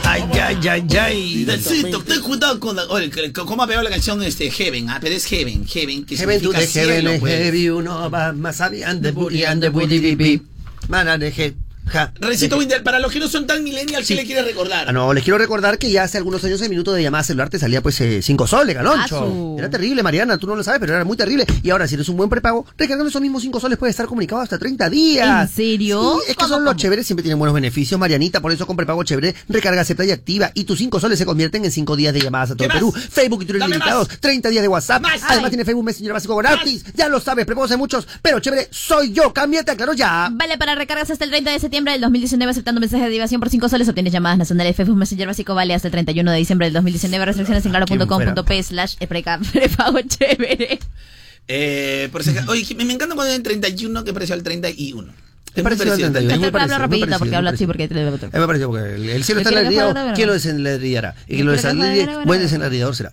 Ay, ay, ay, ay. Dancito, ten cuidado con la. Oye, que- ¿cómo ha pegado la canción este Heaven? Ah, pero es Heaven, Heaven, que
Heaven to
significa
the heaven
cielo,
and
pues.
heavy, uno va más sabi and the booty and the booty bee, bee. Man and the head. Ja.
Recito Winter, para los que no son tan millennials, ¿qué le quieres recordar?
Ah, no, les quiero recordar que ya hace algunos años el minuto de llamada celular te salía pues 5 soles,
Asu.
Ah,
galoncho. Era terrible, Mariana, tú no lo sabes, pero era muy terrible. Y ahora, si eres un buen prepago, recargando esos mismos 5 soles puedes estar comunicado hasta 30 días.
¿En serio?
Sí, es que son los chéveres, siempre tienen buenos beneficios, Marianita. Por eso con prepago chévere, recarga acepta y activa. Y tus 5 soles se convierten en 5 días de llamadas a todo
¿Qué
el
más?
Perú. Facebook y Twitter
Dame
ilimitados, 30 días de WhatsApp.
Más.
Además
Ay.
tiene Facebook Messenger básico gratis. Ya lo sabes, prepago hay muchos, pero chévere, soy yo. Cámbiate, aclaro ya.
Vale para recargas hasta el 30 de septiembre del 2019 aceptando mensajes de diversión por 5 soles. Obtienes llamadas nacionales. Facebook Messenger básico vale hasta el 31 de diciembre del 2019. Restricciones en claro.com.p slash preca- prepago chévere.
Eh, por si acaso- oye, que me, me encanta cuando en 31 que pareció al 31.
Es parecido al 31, es muy
Hablo
parecido, muy
rapidito porque
parecido,
habla
muy
así porque te lo
A mí Eh, me pareció porque el, el cielo
Yo quiero
está
que
enladrillado.
fuera ahora.
¿Quién lo desenladrillará? Y que
Yo quiero
lo
que fuera
desenladrille,
ahora.
buen desenladrillador será.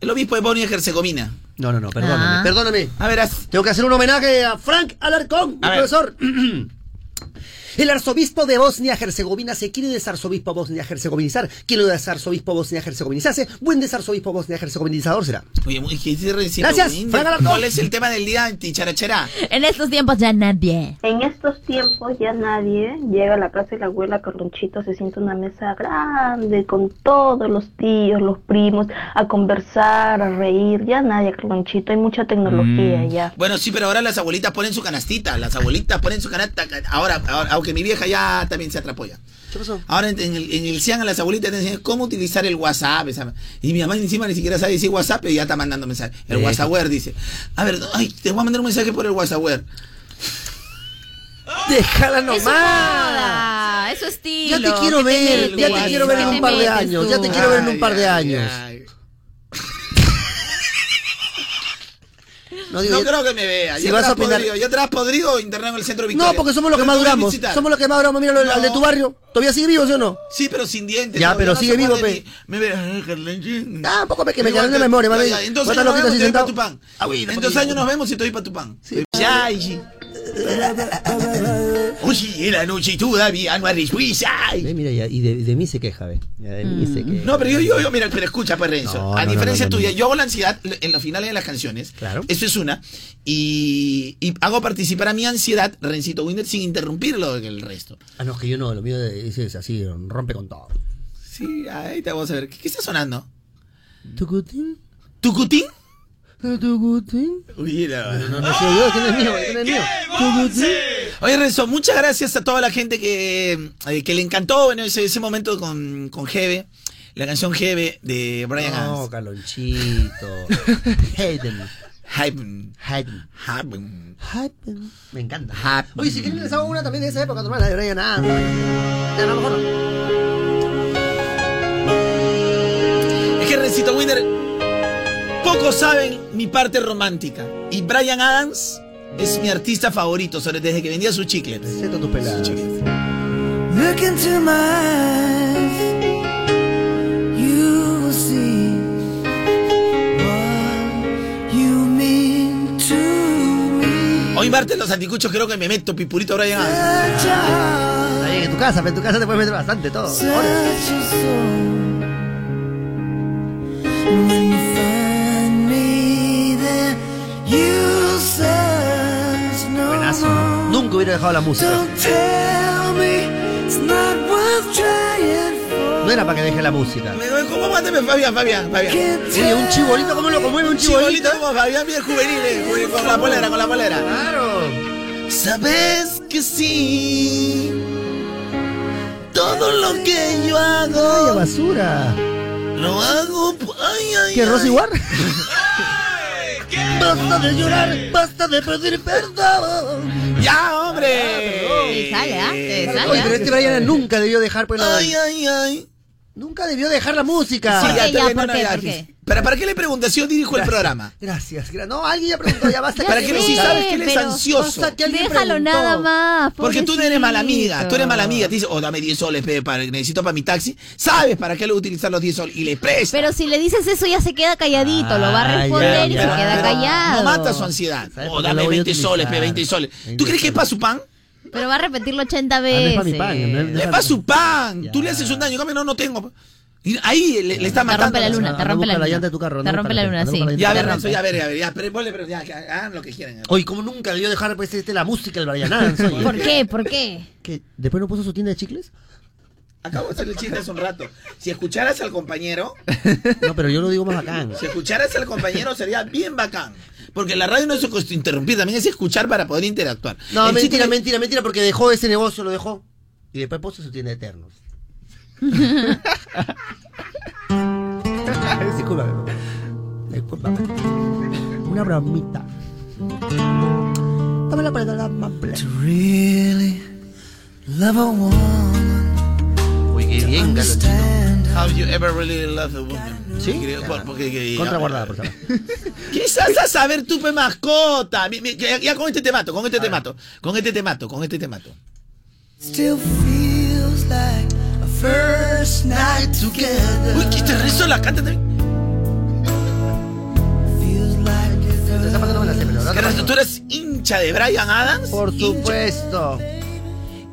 El obispo de Bonnie y Herzegovina.
No, no, no, perdóname.
Ah.
Perdóname.
A ver, haz-
Tengo que hacer un homenaje a Frank Alarcón,
A
mi
ver.
profesor. El arzobispo de Bosnia-Herzegovina se quiere desarzobispo Bosnia-Herzegovinizar. Quién lo desarzobispo Bosnia-Herzegovinizarse. Buen desarzobispo Bosnia-Herzegovinizador será.
Oye, muy- que dice Rencito
Gracias,
Winter.
Fran Alarcón.
¿Cuál es el tema del día anticharachera?
En estos tiempos ya nadie.
En estos tiempos ya nadie llega a la casa de la abuela Carlonchito, se sienta en una mesa grande con todos los tíos, los primos, a conversar, a reír. Ya nadie, Carlonchito, hay mucha tecnología ya.
Bueno, sí, pero ahora las abuelitas ponen su canastita. Las abuelitas ponen su canasta. Ahora, ahora, aunque mi vieja ya también se atrapó ya.
¿Qué pasó?
Ahora en, en el, en el CIAN a las abuelitas te enseñan cómo utilizar el WhatsApp. esa- Y mi mamá encima ni siquiera sabe decir WhatsApp y ya está mandando mensajes. El
Eh.
WhatsApp dice. A ver, no, ay, te voy a mandar un mensaje por el WhatsApp.
Déjala
Nada, eso es
Ya
estilo.
te quiero
¿Qué
ver, ya te
metes?
quiero ver
¿Qué
en
te
un par de
metes
años,
tú?
ya te quiero ver en un par de
Ay,
años.
ay.
No
No,
digo, ya-
creo que me vea.
si
ya
vas
te
a opinar-
podrido, ya te has podrido internet en el centro de Victoria.
No, porque somos los que
Pero
más
te voy a
duramos.
visitar.
Somos los que más duramos. Mira, al de tu barrio. ¿Todavía sigue vivo, sí o no?
Sí, pero sin dientes.
Ya,
no,
pero
no
sigue
se
vivo,
puede ni-
pe.
Me ve, Carlenchín.
Ah, un poco pe, que me
Igual
quedaron de
te-
memoria, más
ya,
bien.
ya, Entonces,
Bota
nos
loquito,
vemos,
sí,
te doy
sentado. Ah, pues
pa' tu pan.
Agüita,
En dos
papito.
años nos vemos y estoy para tu pan. Ay, sí. Oye, en la noche todavía no hay respuesta. Ay.
Ve, mira, ya, y de, de mí se queja, ve. Ya, de mí se queja.
No, pero yo, yo, yo, mira, pero escucha, pues Renzo.
No,
a
no,
diferencia
no, no, no,
tuya,
no.
yo hago la ansiedad en los finales de las canciones.
Claro.
Eso es una. Y, y hago participar a mi ansiedad, Rencito Winder, sin interrumpirlo en el resto.
Ah, no, es que yo no, lo mío es, es así, rompe con todo.
Sí, ahí te vamos a ver. ¿Qué, qué está sonando?
¿Tucutín?
¿Tucutín?
¿Tucutín?
Uy, la-
No, no, soy yo, que no es mío, que no es mío. ¿Tucutín?
Oye, Renzo, muchas gracias a toda la gente que, eh, que le encantó bueno, ese, ese momento con, con Jeve, la canción Jeve de Brian
No,
Adams.
Calonchito. Hayden.
Mm.
Hypen,
Hayden.
hypen,
Hayden. Me encanta.
hypen.
Oye, si quieren les hago una también de esa época, normal, la de Brian Adams. Ya, a lo mejor no.
Mm.
Es que Rencito Winner, pocos saben mi parte romántica. Y Brian Adams es mi artista favorito, sobre desde que vendía sus chicles.
Siento tus peladas.
Look into my eyes, you will see what you mean to me.
Hoy martes los anticuchos creo que me meto, pipurito Brian Adams.
Such a heart,
Está bien, en tu casa, pero en tu casa te puedes meter bastante todo.
such a soul. When you find me there, you search no
Buenazo.
more.
¿no? Nunca hubiera dejado la música.
Don't tell me it's not worth trying for.
No era para que deje la música.
Me doy como máteme, Fabián, Fabián, Fabián.
Oye, un chibolito, ¿cómo lo conmueve un chibolito?
como Fabián, bien juvenil, eh, juvenil, con la polera, con la polera.
Claro.
Sabes que sí. Todo lo que yo hago.
Vaya basura.
Lo hago. po- Ay, ay,
¿Qué,
ay.
Rosy War? Basta de llorar, basta de pedir perdón.
¡Ya,
Te
hombre!
Ah, sale, ¿ah? Te sale,
Oye,
¿ah?
pero este Brian nunca debió dejar, pues, la-
¡Ay, ay, ay!
Nunca debió dejar la música.
Sí,
qué,
ya,
ya?
te
¿Por
no,
qué?
ya.
¿Por qué?
¿Para, ¿Para qué le preguntas? Yo dirijo el programa.
Gracias, gra- No, alguien ya preguntó, ya basta.
Ya
¿Para qué le-
sé,
si sabes que él es
pero
ansioso?
Basta que alguien
Déjalo
preguntó.
nada más.
Porque tú no eres mala amiga, tú eres mala
pobrecito.
amiga. Te dice, oh, dame 10 soles, pe, para, necesito para mi taxi. ¿Sabes para qué le voy a utilizar los 10 soles? Y le presta.
Pero si le dices eso ya se queda calladito, lo va a
Ah,
responder y
ya,
se
ya.
queda
Pero
callado.
No mata su ansiedad.
¿Sabes
Oh,
por qué lo
dame
voy a
20 soles, pe,
utilizar?
20 soles. ¿Tú crees que es para su pan?
Pero va a repetirlo 80
Ah, no es
veces.
pa' mi pan, no es-
Es para su pan. Tú le haces un daño. Cambio, no, no tengo. Y ahí le, le está
Te
matando.
rompe la luna, te rompe la
Ah, Busca la
luna.
llanta de tu carro.
Te rompe la luna, sí.
Ya, a ver,
Te
Renzo,
rompe.
ya, a ver, ya, a ver, ya, pero ponle, pero ya, que hagan lo que quieran.
Oye, como nunca debió dejar pues, este, la música, el Brianance, oye.
¿Por qué? Eh, ¿Por qué?
¿Que ¿Después no puso su tienda de chicles?
Acabo de hacerle chiste hace un rato. Si escucharas al compañero,
No, pero yo lo digo más bacán.
si escucharas al compañero sería bien bacán. Porque la radio no es cost- interrumpir, también es escuchar para poder interactuar.
No,
El chiste
mentira,
es-
mentira, mentira, porque dejó ese negocio, lo dejó. Y después puso su tienda de eternos. Discúlpame. papá. Discúlpame. Una bromita. Dame la paleta, la
To really love a woman.
Uy, qué bien,
Have you ever really loved a woman? eh, Sí.
Contraguardada, por favor.
Quizás a saber tú, pe mascota. Mi- mi- Ya, ya con este te mato, con este te mato. Con este te mato, con este te mato.
Still feels like a first night together.
Uy, que te rezo la canta también.
Esa parte no me la sé, pero la otra
Ernesto, ¿Tú eres hincha de Brian Adams? Por
supuesto.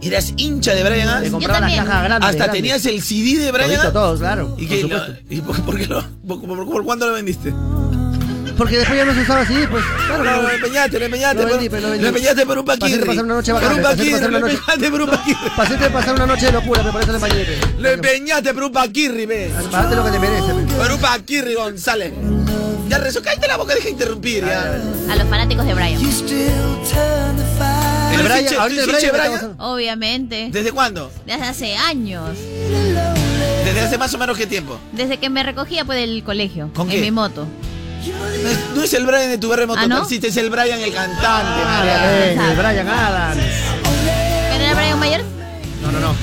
¿Eras hincha de Brian Adams?
Le compraba Yo las también. cajas grandes,
Hasta
grandes.
tenías el CD de Brian
Todito,
Adams.
todos, claro,
¿Y, qué,
por
lo-
supuesto.
y por, por qué lo, por, por- por cuándo lo vendiste?
Porque después ya no se usaba así, pues. Claro,
No,
pero-
lo empeñaste, lo empeñaste.
Lo
por-
vendí, pues, lo vendí.
lo empeñaste por un
Pasé
paquirri.
de pasar una noche bacana,
Por un
pasé de pasar
paquirri,
una
lo
noche-
empeñaste por un paquirri.
Pasé de pasar una noche de locura, pero por eso le empañé.
Lo empeñaste por un paquirri, ve.
Pagate lo que te merece, pe.
Por un paquirri, González. Ya, Rezo, cállate la boca, deja de interrumpir, ya.
A los fanáticos de Brian.
El
Brian,
Brian,
ahorita el Brian me está
Obviamente.
¿Desde cuándo?
Desde hace años.
¿Desde hace más o menos qué tiempo?
Desde que me recogía pues del colegio.
¿Con
En
qué?
mi moto.
No es el Brian de tu BR
¿Ah, no?
mototaxista, es el Brian el cantante,
Ah,
María.
ven, el Brian Adams.
¿Pero era Brian Mayer?
No, no, no.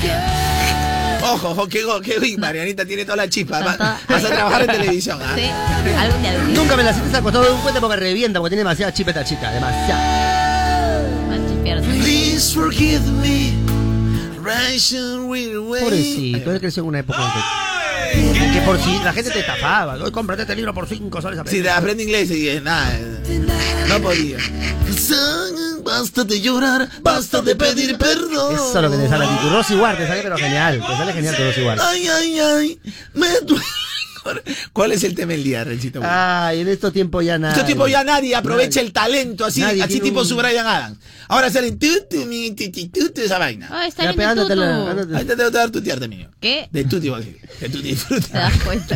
Ojo, ojo, que, go- que uy, Marianita tiene toda la chispa. Va- vas a trabajar en televisión. ¿ah?
Sí. Algún día. algún día.
Ah. Nunca me la sientes al costado de un puente porque revienta, porque tiene demasiada chipeta chica, demasiada.
Más chispierta.
Please forgive me. Russian with way.
Pobrecito, él creció en una época en que- en que, por si la gente te estafaba. ¿no? Cómprate este libro por 5 soles. a
Si te aprende inglés y eh, nada, eh, no podía. Basta de llorar, basta de pedir perdón.
Eso es lo que te sale a ti. Tu Rosy Ward te sale pero genial. Te sale genial tu Rosy Ward.
Ay, ay, ay. Me duele. ¿Cuál es el tema del día, Rencito?
Ay, en estos tiempos ya nada.
Este tipo ya nadie aprovecha el talento así,
Nadie
así
tiene
tipo
un-
su Brian Adams. Ahora salen tu, tu, mi, ti, ti, tu, tu, esa vaina.
Ah, está
Ya,
lindo
pe, ándate
tutu.
la- ándate.
Ahí te tengo que dar tu tierra, niño.
¿Qué?
De tutti, voy a decir. De tutti frutti.
¿Te das cuenta?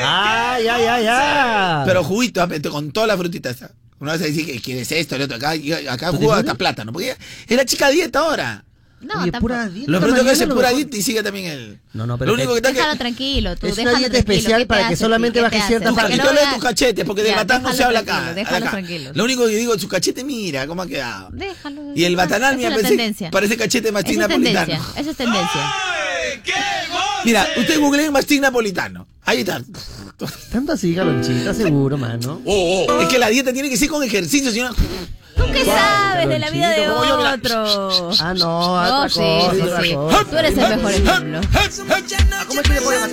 Ay, ay, ay, ay.
Pero juguito, ah, pero con toda la frutita esa. Uno vas a decir que quieres esto, el otro acá, y acá
¿Tutti
jugo
frutti?
hasta plátano. Porque es la chica dieta ahora.
No,
Oye,
tampoco.
pura dieta.
Lo pronto que
mañana
hace
lo
pura
mejor.
dieta y sigue también el.
No, no, pero.
Lo único que está que.
Déjalo tranquilo, tú.
Es una
déjalo
dieta
tranquilo,
especial
¿qué te
para que
hace,
solamente
¿Qué te
baje
hace?
cierta
Tus
Para que
cachetes,
no
de
vea-
tus cachetes, porque de
Ya,
batán no se
déjalo
habla
tranquilo,
acá.
Déjalo
acá.
tranquilo.
Lo único que digo es su cachete, mira cómo ha quedado.
Déjalo.
Y el
ya,
batanal,
esa es
mira,
la
parece-
tendencia.
parece cachete más
Esa es tendencia.
napolitano.
Esa es tendencia.
Mira, usted googleen mastín napolitano. Ahí está.
Tanto así, galonchita, seguro, mano.
Oh, oh. Es que la dieta tiene que ser con ejercicio, señora.
¿Tú qué sabes de la vida de
como yo, mira.
otro?
Ah, no, otra
No, sí,
cosa,
sí,
otra
sí.
cosa.
Tú eres el mejor ejemplo.
Ah, ¿Cómo es que le pone más?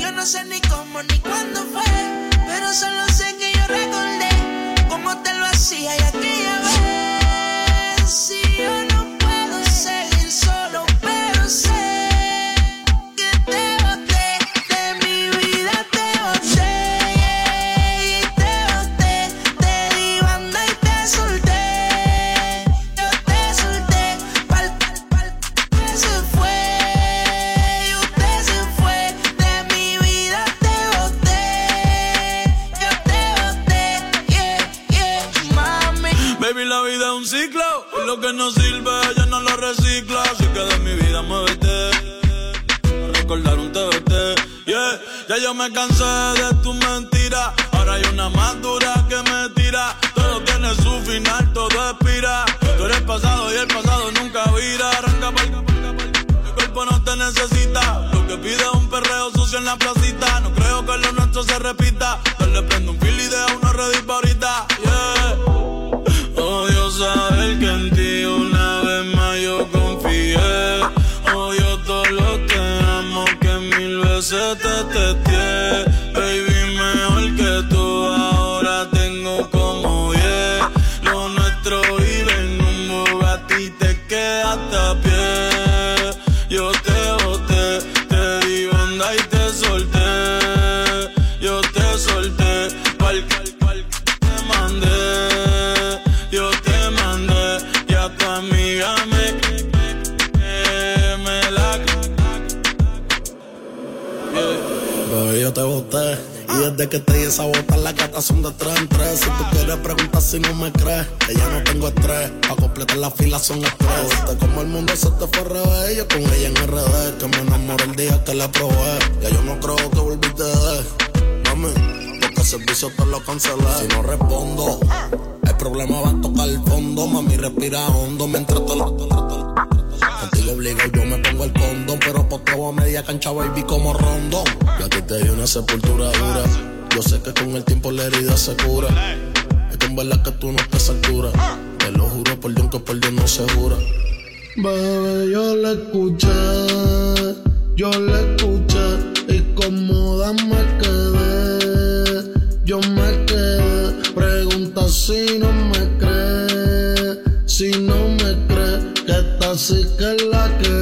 Yo no sé ni cómo ni cuándo fue, pero solo sé que yo recordé cómo te lo hacía y aquella vez. Si yo no puedo seguir solo, pero sé que te boté de mi vida, te boté y te boté, te di banda y te solté, yo te solté, pal, pal, pal, usted se fue, usted se fue, de mi vida te boté, yo te boté, yeah, yeah, mami.
Baby, la vida es un ciclo. y Lo que no sirve, ya no lo recicla. Así que de mi vida muévete. a Recordar un TBT. Yeah, ya yo me cansé de tus mentiras. Ahora hay una más dura que me tira. Todo tiene su final, todo expira. Tú eres pasado y el pasado nunca vira. Arranca pa'l mi cuerpo no te necesita. Lo que pide es un perreo sucio en la placita. No creo que lo nuestro se repita. Dale, prendo un fil y deja una red ahorita. Yeah. Odio saber que en ti una vez más yo confié. Odio todo lo que amo que mil veces te testé. Baby, mejor que tú ahora tengo como 10. Lo nuestro vive en un Bugatti te quedaste a pie. Yo te boté, te di banda y
Desde que te di esa bota, las gatas son de tres en tres. Si tú quieres preguntar si no me crees, que ya no tengo estrés. Pa' completar la fila son las tres. Viste como el mundo se te fue al revés. Yo con ella en RD, que me enamoré el día que la probé. Ya yo no creo que volviste de mami. Porque el servicio te lo cancelé. Si no respondo, el problema va a tocar el fondo. Mami, respira hondo mientras te lo Contigo obligo, yo me pongo el condón, pero poteo a media cancha, baby, como rondón. Ya que te di una sepultura dura. Yo sé que con el tiempo la herida se cura. Es que en verdad que tú no estás a altura. Te lo juro por Dios que por Dios no se jura.
Bebé, yo la escuché, yo la escuché y como me quedé, yo me quedé. Pregunta si no me cree, si no me cree, que esta sí que es la que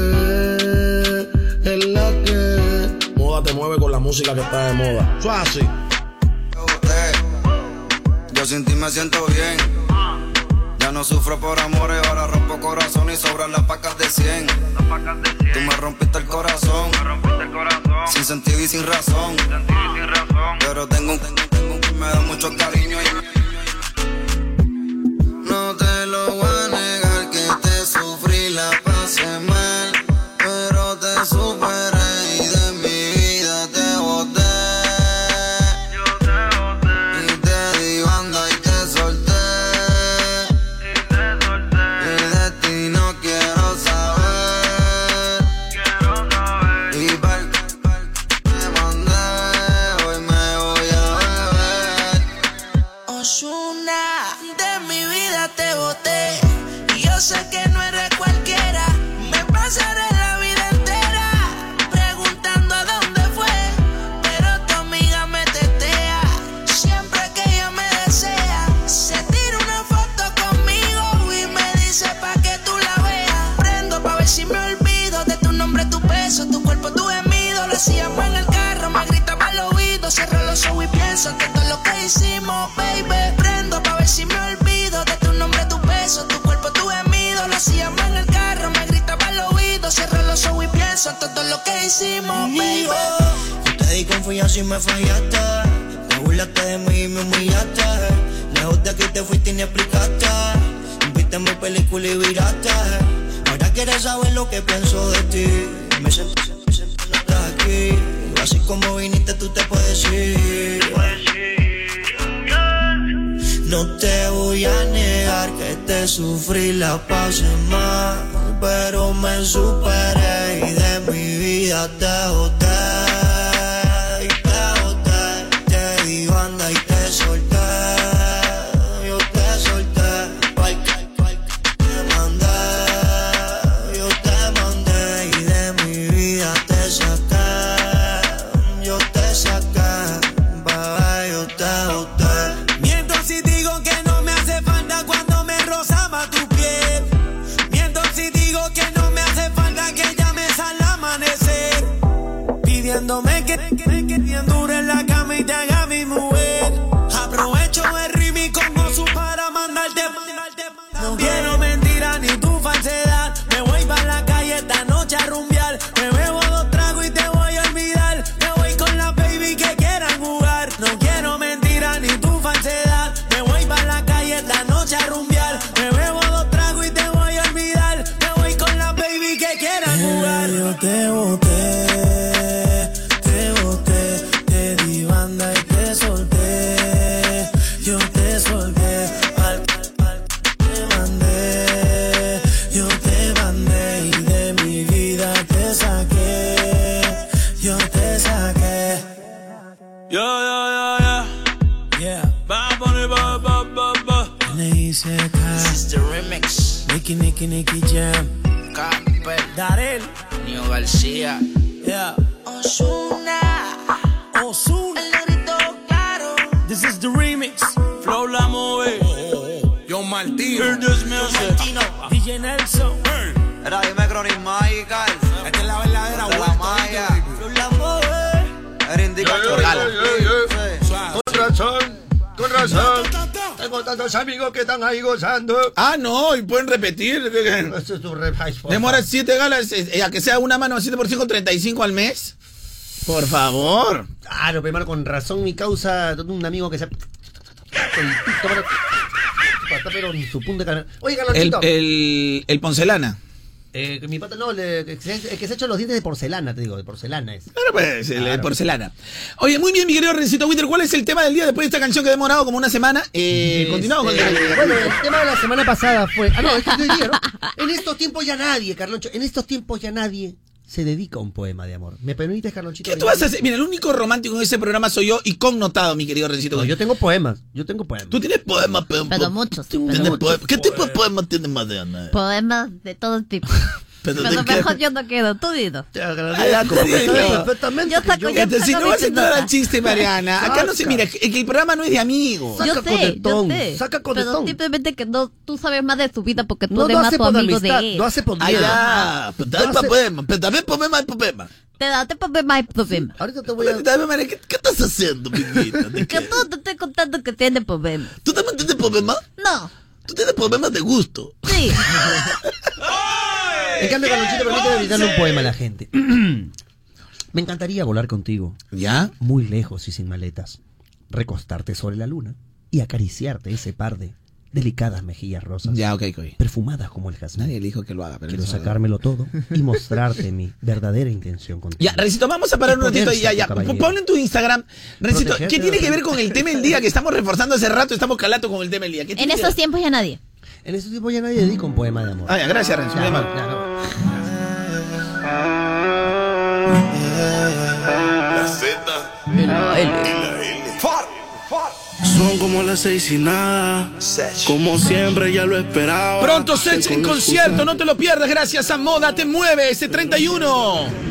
es, es la que es.
Moda te mueve con la música que está de moda. Fácil.
Yo sin ti me siento bien. Ya no sufro por amores, ahora rompo corazón y sobran las pacas de 100. Tú me rompiste el corazón. Sin sentido y sin razón. Pero tengo un tengo un que me da mucho cariño y- No te lo voy a negar que te sufrí la pasé mal. Pero te superé y de mi vida te boté. Y te di banda y te solté. Y de ti no quiero saber. Y pa'l c- te mandé, hoy me voy a beber.
Osuna, de mi vida te boté. Y yo sé que no eres cualquiera. Me pasaré la vida entera preguntando a dónde fue. Pero tu amiga me tetea. Siempre que ella me desea, se tira una foto conmigo y me dice pa' que tú la veas. Prendo pa' ver si me olvido de tu nombre, tu peso, tu cuerpo, tu gemido. Lo hacíamos en el carro, me gritaba al oído. Cierro los ojos y pienso que todo lo que hicimos, baby. Prendo pa' ver si me olvido de tu nombre, tu peso, tu cuerpo, tu gemido. Lo hacíamos en el carro, me gritaba al oído. Cierro los ojos y pienso en todo lo que hicimos, baby.
Yo te di confianza y me fallaste. Te burlaste de mí y me humillaste. Lejos de aquí te fuiste y ni explicaste. Viste mi película y viraste. Ahora quieres saber lo que pienso de ti. Me siento, me siento no estás aquí. Así como viniste, tú te puedes ir. No te voy a negar que te sufrí la pasé mal, pero me superé y de mi vida te boté, y te boté, te di banda y te solté, yo te solté, pa'l ca- pa'l ca- te mandé, yo te mandé y de mi vida te saqué, yo te saqué, bebé, yo te boté.
Miento si digo que no me hace falta cuando me rozaba tu piel. Miento si digo que no me hace falta que llames al amanecer. Pidiéndome que, que, que bien dure en la cama y te haga mi mujer. Aprovecho el ritmo y con gozo para mandarte. No quiero mentira ni tu falsedad. Me voy para la calle esta noche a rumbear. Me bebo dos tragos y te voy a olvidar. Me voy con la baby que quieran jugar. No quiero mentira ni tu falsedad. Me voy para la calle esta noche a rumbear. Me bebo dos tragos y te voy a olvidar. Me voy con la baby que quieran jugar.
Yo te boté, te boté, te di banda y te solté. Yo te solté, pal, pal, pal, te mandé. Yo te mandé y de mi vida te saqué. Yo te saqué.
Yo, yo, yo, yo.
Yeah.
Bad Bunny, ba, ba, ba, ba.
Sister
Remix.
Nicky, Nicky, Nicky Jam.
Camper.
Darel.
Nio García.
Yeah.
Osuna.
Osuna.
El negrito claro.
This is the remix. Oh,
Flow la move.
Yo Martino.
Hear this music.
DJ Nelson.
Era dime Cronin Magical.
Esta es la verdadera
de la Maya. Era indicador.
Con razón, con razón. Tengo tantos amigos que están ahí gozando.
Ah, no, y pueden repetir.
Esto es tu rep- Ay, por
Demora
favor.
7 galas, eh, a que sea una mano 7 por 5, 35 al mes. Por favor.
Claro, pero hermano, Ah, con razón mi causa, Ah, un amigo que se... Pero en su punto de cara- Oye,
El, eh,
Carlonchito.
el, el porcelana.
Eh, que mi pata, no, le- que se, es que se ha hecho los dientes de porcelana, te digo, de porcelana es.
Claro, pues, el, el porcelana. Oye, muy bien, mi querido Rencito Winter. ¿Cuál es el tema del día después de esta canción que ha demorado como una semana? Eh, continuamos con
Este, bueno, el tema de la semana pasada fue. Ah, no, es que estoy diciendo, ¿no? En estos tiempos ya nadie, Carloncho, en estos tiempos ya nadie se dedica a un poema de amor. ¿Me permites, Carlonchito?
¿Qué tú vas a hacer? Mira, el único romántico en ese programa soy yo y connotado, mi querido Rencito.
yo tengo poemas. Yo tengo poemas.
Tú tienes poemas, pero.
Pero muchos.
¿Tienes
pero
poemas? ¿Qué tipo de poemas tienes, Mariana?
Poemas de todo tipo.
Pero
Pero,
de qué-
mejor yo no quedo, tú dilo.
Adelante, dilo.
Yo saco, yo
Entonces, este, si
saco
no
mi
vas a entrar
chunota.
al chiste, Mariana. Acá no se
Saca.
mira. Es que el programa no es de amigos.
Yo sé, yo sé. pero simplemente que no, tú sabes más de su vida porque tú
No, no
eres más
hace
tu
por
amigo
amistad,
de él.
no hace por Ay, miedo. ya, pero dame pa' poema, pero dame poema, poema.
Te da, te poema y poema.
Ahorita te voy a...
Dame, Mariana, ¿qué, qué estás haciendo, pingüita?
Que tú te estoy contando que tiene poema.
¿Tú también tienes poema?
No.
Tú tienes poemas de gusto.
Sí.
En cambio, Carlonchito, permíteme brindarle un poema a la gente. Me encantaría volar contigo.
¿Ya?
Muy lejos y sin maletas. Recostarte sobre la luna y acariciarte ese par de delicadas mejillas rosas.
Ya, ok, ok.
Perfumadas como el jazmín.
Nadie le dijo que lo haga, pero
Quiero
lo sabe.
sacármelo todo y mostrarte mi verdadera intención contigo.
Ya, Recito, vamos a parar un ratito ahí, ya, ya.
Caballero.
Pon en tu Instagram. Recito,
Protegerte,
¿qué tiene que ver con el tema del día que estamos reforzando hace rato? Estamos calato con el tema del día. ¿Qué
En
tiene que
estos
ver?
tiempos ya nadie.
En ese tipo ya nadie dedica un poema de amor.
Ah, ya, gracias, Renzo.
Ya,
Muy
ya, ya, no.
La
Son como las seis y nada. Como siempre ya lo esperaba.
Pronto Sech en
Con
concierto, no te lo pierdas. Gracias a Moda, te mueve este 31.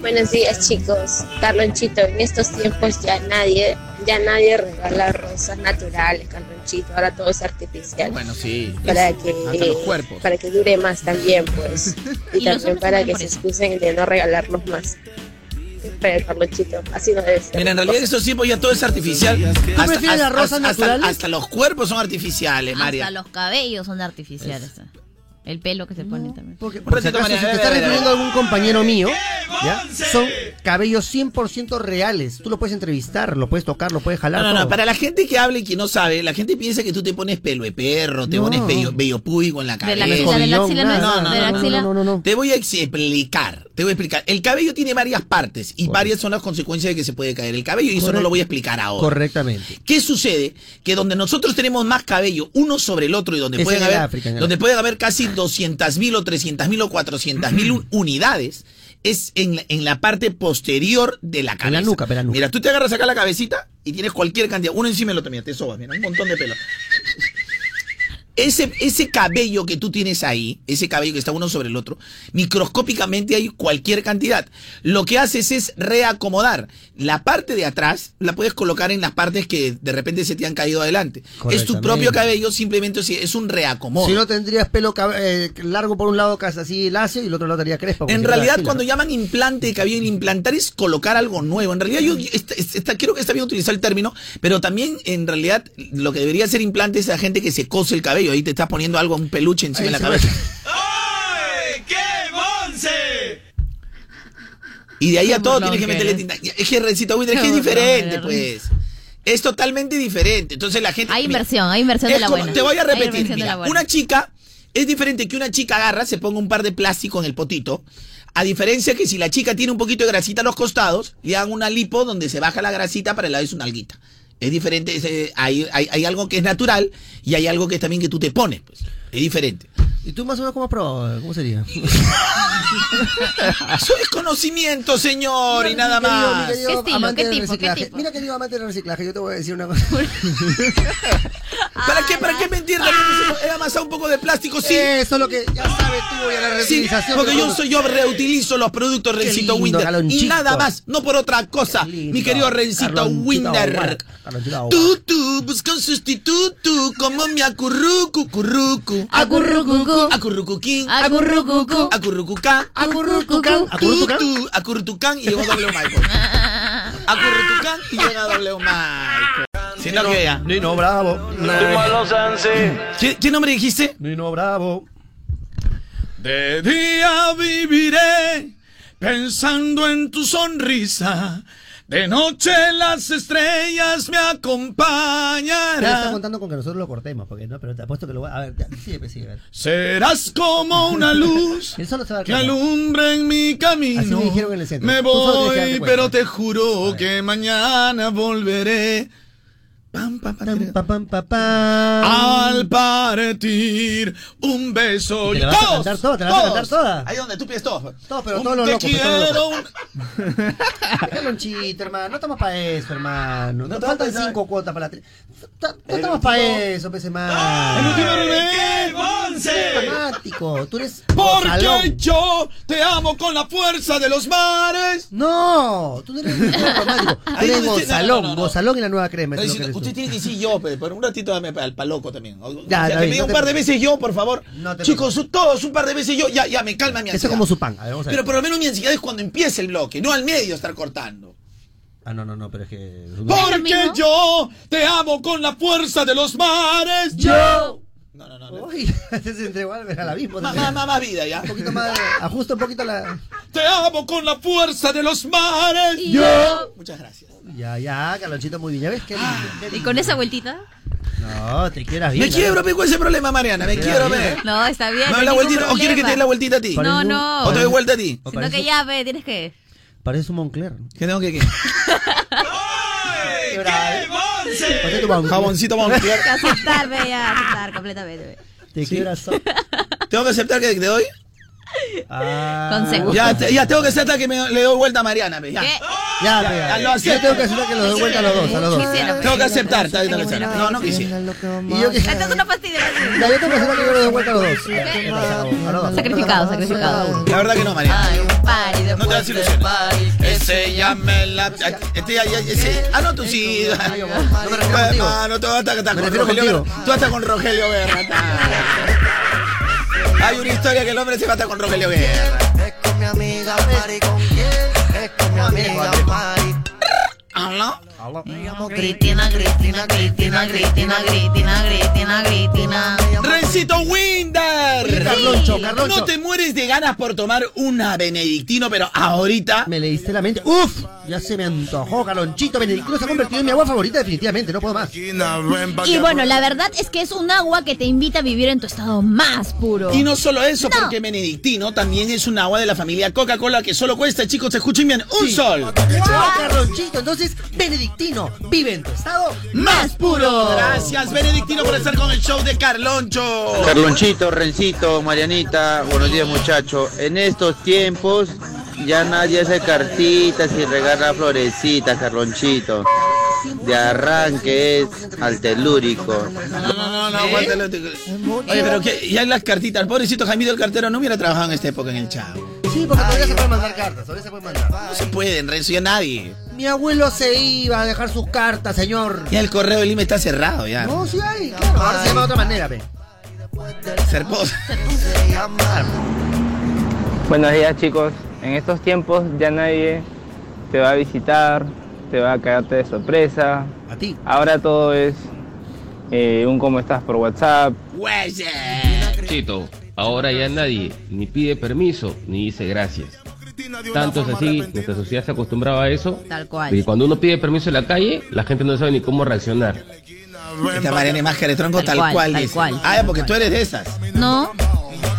Buenos días chicos, Carlonchito, en estos tiempos ya nadie, ya nadie regala rosas naturales, Carlonchito, ahora todo es artificial.
Bueno, sí.
Para que,
Hasta los cuerpos.
para que dure más también, pues. Y,
Y los
también
hombres
para
también
que
por
se
eso.
excusen de no regalarnos más. Pero Carlonchito, así no es.
Mira, en realidad en estos tiempos ya todo es artificial.
prefieres las rosas naturales?
hasta los cuerpos son artificiales, María.
Hasta los cabellos son artificiales. eh. El pelo que se pone también.
Por si acaso, si te está refiriendo a algún compañero mío, ¿ya? son cabellos 100% reales. Tú lo puedes entrevistar, lo puedes tocar, lo puedes jalar.
No, no, no,
todo.
para la gente que habla y que no sabe, la gente piensa que tú te pones pelo de perro, te
No.
pones bello, bello púbico en la
De
cabeza.
la axila, de la axila, no es-
no, no,
de la
no, no,
axila.
no,
no, no.
Te voy a explicar, te voy a explicar. El cabello tiene varias partes y varias son las consecuencias de que se puede caer el cabello y eso no
Correcto.
lo voy a explicar ahora.
Correctamente.
¿Qué sucede? Que donde nosotros tenemos más cabello uno sobre el otro y donde
Es
pueden
en el
haber,
África, en el
donde
África.
pueden haber casi 200.000 o 300.000 o 400.000 un- unidades, es en, la- en la parte posterior de la cabeza.
En la nuca, pero la nuca.
Mira, tú te agarras acá la cabecita y tienes cualquier cantidad, uno encima del otro, mira, te sobas, mira, un montón de pelo. Ese, ese cabello que tú tienes ahí, ese cabello que está uno sobre el otro, microscópicamente hay cualquier cantidad. Lo que haces es reacomodar. La parte de atrás la puedes colocar en las partes que de repente se te han caído adelante. Es tu
Correctamente.
propio cabello, simplemente es- es un reacomodo.
Si no tendrías pelo cab- eh, largo por un lado, casi así lacio, y el otro lado estaría crespa.
En realidad, cuando llaman implante de cabello, el implantar es colocar algo nuevo. En realidad, yo yo- esta- esta- creo que está bien utilizar el término, pero también, en realidad, lo que debería ser implante es la gente que se cose el cabello. Ahí te estás poniendo algo, un peluche encima de la cabeza. Y de ahí a todo tienes que meterle tinta. Es que Rencito Winter, es que es diferente, pues. Es totalmente diferente. Entonces la gente.
Hay inversión, hay inversión
Es
de la
como-
buena.
Te voy a
Hay
repetir.
inversión de
mira,
la buena.
una chica es diferente que una chica agarra, se ponga un par de plástico en el potito. A diferencia que si la chica tiene un poquito de grasita a los costados, le hagan una lipo donde se baja la grasita para el lado de su nalguita. Es diferente, es, eh, hay, hay- hay algo que es natural y hay algo que es también que tú te pones, pues. Es diferente.
¿Y tú más o menos cómo has probado? ¿Cómo sería?
Eso es conocimiento, señor, y nada más.
amante del reciclaje. Mira, querido amante del reciclaje, yo te voy a decir una cosa.
¿Para qué, para qué mentir? También
Ah.
dice, he amasado un poco de plástico, sí.
Eso es lo que ya sabes tú y a la
Sí,
reutilización.
porque
que
yo
tú-
soy yo reutilizo los productos
Qué
Rencito
lindo,
Winter y
Galonchito.
nada más, no por otra cosa, mi querido Rencito
Carlonchito
Winter.
Aguac, Carlonchito Aguac.
Tú, tú, busca un sustituto como mi acurrucu, currucu. Acurrucucu. Acurrucuquín. Acurrucucu. Acurrucucá. Acurrucucán. Tú, tú, acurrutucán y llegó doble Michael. Acurrutucán y llega doble Michael. Si no, que ya.
Nino Bravo.
Mm.
¿Qué, qué nombre dijiste?
Nino Bravo.
De día viviré pensando en tu sonrisa. De noche las estrellas me
Pero está
acompañarán.
contando con que nosotros lo cortemos, porque no, pero te apuesto que lo voy a. A ver, ya, sigue, pues, sigue, a ver.
Serás como una luz
Él solo se va a dar
que
cuenta.
alumbra en mi camino.
Así me dijeron en el centro.
Me
Tú solo tienes que
voy,
darte
pero te juro que mañana volveré. Pam, pam, pam, Al partir, un beso.
Y te la vas a cantar toda, te la vas a cantar toda.
Ahí donde tú pides todo.
Todo, pero
Un
todo lo
te
loco. pues, todo lo
quiero,
loco. Déjalo un chito, hermano. No estamos para eso, hermano. Nos faltan cinco cuotas para la tri- No no estamos para eso, pues, hermano. ¡El último Dramático. Tú eres.
Porque
salón.
yo te amo con la fuerza de los mares.
No, tú no eres dramático. Tú
Ahí
eres
no dice-
Gozalón.
no, no, no.
Gozalón y la nueva crema.
No,
eso es
dice,
lo que eres tú.
usted tiene que decir yo, pe, pero un ratito dame al paloco también. O- o
Ya,
sea,
David,
que me diga
no
un
te
par de
preocupes.
veces yo, por favor. Chicos, su- todos un par de veces yo, ya, ya me calma mi
Eso
ansiedad.
es como su pan. A ver, vamos a ver.
Pero por lo menos mi ansiedad es cuando empiece el bloque, no al medio estar cortando.
Ah, no, no, no, pero es que.
Porque yo te amo con la fuerza de los mares. Yo.
Uy, se entregó al al abismo.
Más-
Entonces,
más- más vida, ya.
Un poquito más. de- Ajusta un poquito la.
Te amo con la fuerza de los mares.
Yo.
Muchas gracias.
Ya, ya, Carlonchito, muy bien. ¿Ya ves qué
Ah.
lindo, qué
¿Y
lindo?
con esa vueltita?
No, te quieras bien.
Me quiebro, pe, con ese problema, Mariana. Me
Te
quiebro,
queda
pe.
bien.
No, está bien.
¿Me
no
doy
hay
la
ningún
vueltita? ¿O quiere que te dé la
problema.
vueltita a ti?
No, no.
¿O te doy vuelta a ti?
Sino que ya, ve, tienes que.
Parece un Moncler.
¿Qué tengo que qué?
Parece tu Moncler.
Jaboncito Moncler.
Tienes que aceptar, ve, ya, aceptar completamente. ve.
Te quiebras
¿Tengo que aceptar que te doy?
Ah.
Consejo.
Ya, te- ya tengo que aceptar que me le doy vuelta a Mariana, pe, ya.
Ya, pe,
Ya, lo
yo
acepto.
tengo que aceptar que los doy vuelta a los dos, a los dos.
Quisiera. Tengo que aceptar, está bien, tengo que aceptar. No, no quisiera.
Y yo que-
Esto es una pastilla.
Ya, yo tengo que aceptar que yo los doy vuelta a los dos. Ya, ya, ya, se acabó. A los dos.
Sacrificado, sacrificado.
La verdad que no, Mariana.
Hay un party
No te
después
das
del
ilusiones.
party.
Que se llame la. Este, ya, ya, ese- Ah, no, tú sí. No me refiero contigo. Hermano, tú hasta, hasta con
refiero
Rogelio Guerra. Tú hasta con Rogelio Guerra. está. Hay una historia que el hombre se mata con Rogelio Guerra.
con mi amiga Mari, ¿con quién? Es con mi amiga Mari.
¿Aló?
Me llamo Cristina, Cristina, Cristina, Cristina, Cristina, Cristina, Cristina.
Rencito Winder.
Oye, Carloncho, Carloncho.
No te mueres de ganas por tomar una benedictino, pero ahorita.
Me leíste la mente. ¡Uf! Ya se me antojó, Carlonchito. Benedictino se ha convertido en mi agua favorita, definitivamente. No puedo más.
Y bueno, la verdad es que es un agua que te invita a vivir en tu estado más puro.
Y no solo eso,
No.
porque benedictino también es un agua de la familia Coca-Cola que solo cuesta, chicos, escuchen bien, un sol.
¡Chao, Carlonchito! Entonces, Benedictino vive en tu estado.
más puro. Gracias, Benedictino, por estar con el show de Carloncho.
Carlonchito, Rencito, Marianita, buenos días muchachos. En estos tiempos ya nadie hace cartitas y regala florecitas, Carlonchito. De arranque es al telúrico.
No, no, no, no, aguántalo. te- Oye, pero que ya en las cartitas, pobrecito Jaimito el cartero no hubiera trabajado en esta época en el chavo.
Sí, porque todavía se pueden mandar cartas. Todavía se pueden mandar.
No se pueden, Renzo, ya nadie.
Mi abuelo se iba a dejar sus cartas, señor.
Ya el correo del IME está cerrado, Ah, ya.
No, sí hay, claro. Ahora se llama de otra manera, ve.
Serposa.
Buenos días chicos, en estos tiempos ya nadie te va a visitar, te va a caerte de sorpresa.
A ti.
Ahora todo es eh, un cómo estás por WhatsApp.
Chito, ahora ya nadie ni pide permiso ni dice gracias. Tanto es así, nuestra sociedad se acostumbraba a eso.
Tal
Y
cual.
cuando uno pide permiso en la calle, la gente no sabe ni cómo reaccionar.
Esta Mariana es más que de tronco, tal, cual, dice. Ah, ya, porque tú eres de esas.
Ah,
No.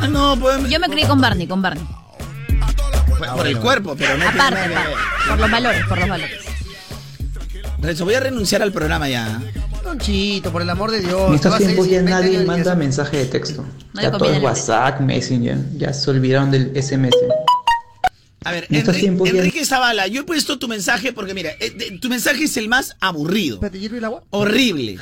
Ah, no,
Yo me crié con Barney, con Barney.
Por, por el cuerpo, pero no tiene
Aparte,
nada que
aparte. Por los valores, por los valores.
ver. Renzo, voy a renunciar al programa ya.
Carlonchito, por el amor de
En
Dios.
estos
Vas a ir
tiempos ya
sin 20
nadie
años y
manda
eso.
mensaje de texto.
No le
Ya todo
conviene
es
la
WhatsApp, Messenger. Ya se olvidaron del SMS.
A ver,
En estos
Enri-
tiempos ya-
Enrique Zavala, yo he puesto tu mensaje porque, mira, eh, de- tu mensaje es el más aburrido.
¿Te hierve el agua?
Horrible.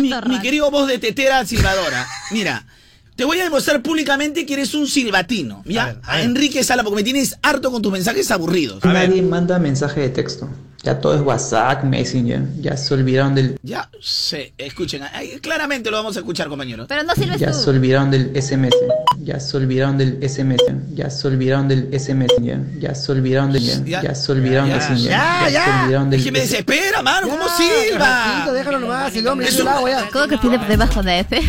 Mi- mi, mi querido voz de tetera silbadora. Mira, te voy a demostrar públicamente que eres un silbatino. ¿Ya? A, Enrique Sala, porque me tienes harto con tus mensajes aburridos.
Nadie manda mensaje de texto. Ya todo es WhatsApp, Messenger. Ya se olvidaron del
Ya sé, escuchen. ay, Claramente lo vamos a escuchar, compañero.
Pero no sirves
Ya
tú.
se olvidaron del SMS. Ya se olvidaron del SMS. Ya se olvidaron del SMS. Ya se olvidaron del
Ya.
Ya se olvidaron
Ya,
del SMS.
ya,
Ya se
ya.
olvidaron del
Es que me desespera, mano. ¿Cómo
Ya,
silba?
Carlonchito, déjalo nomás. El hombre
Es
es el
un-
este.
agua ya.
¿Cómo que tiene debajo de F?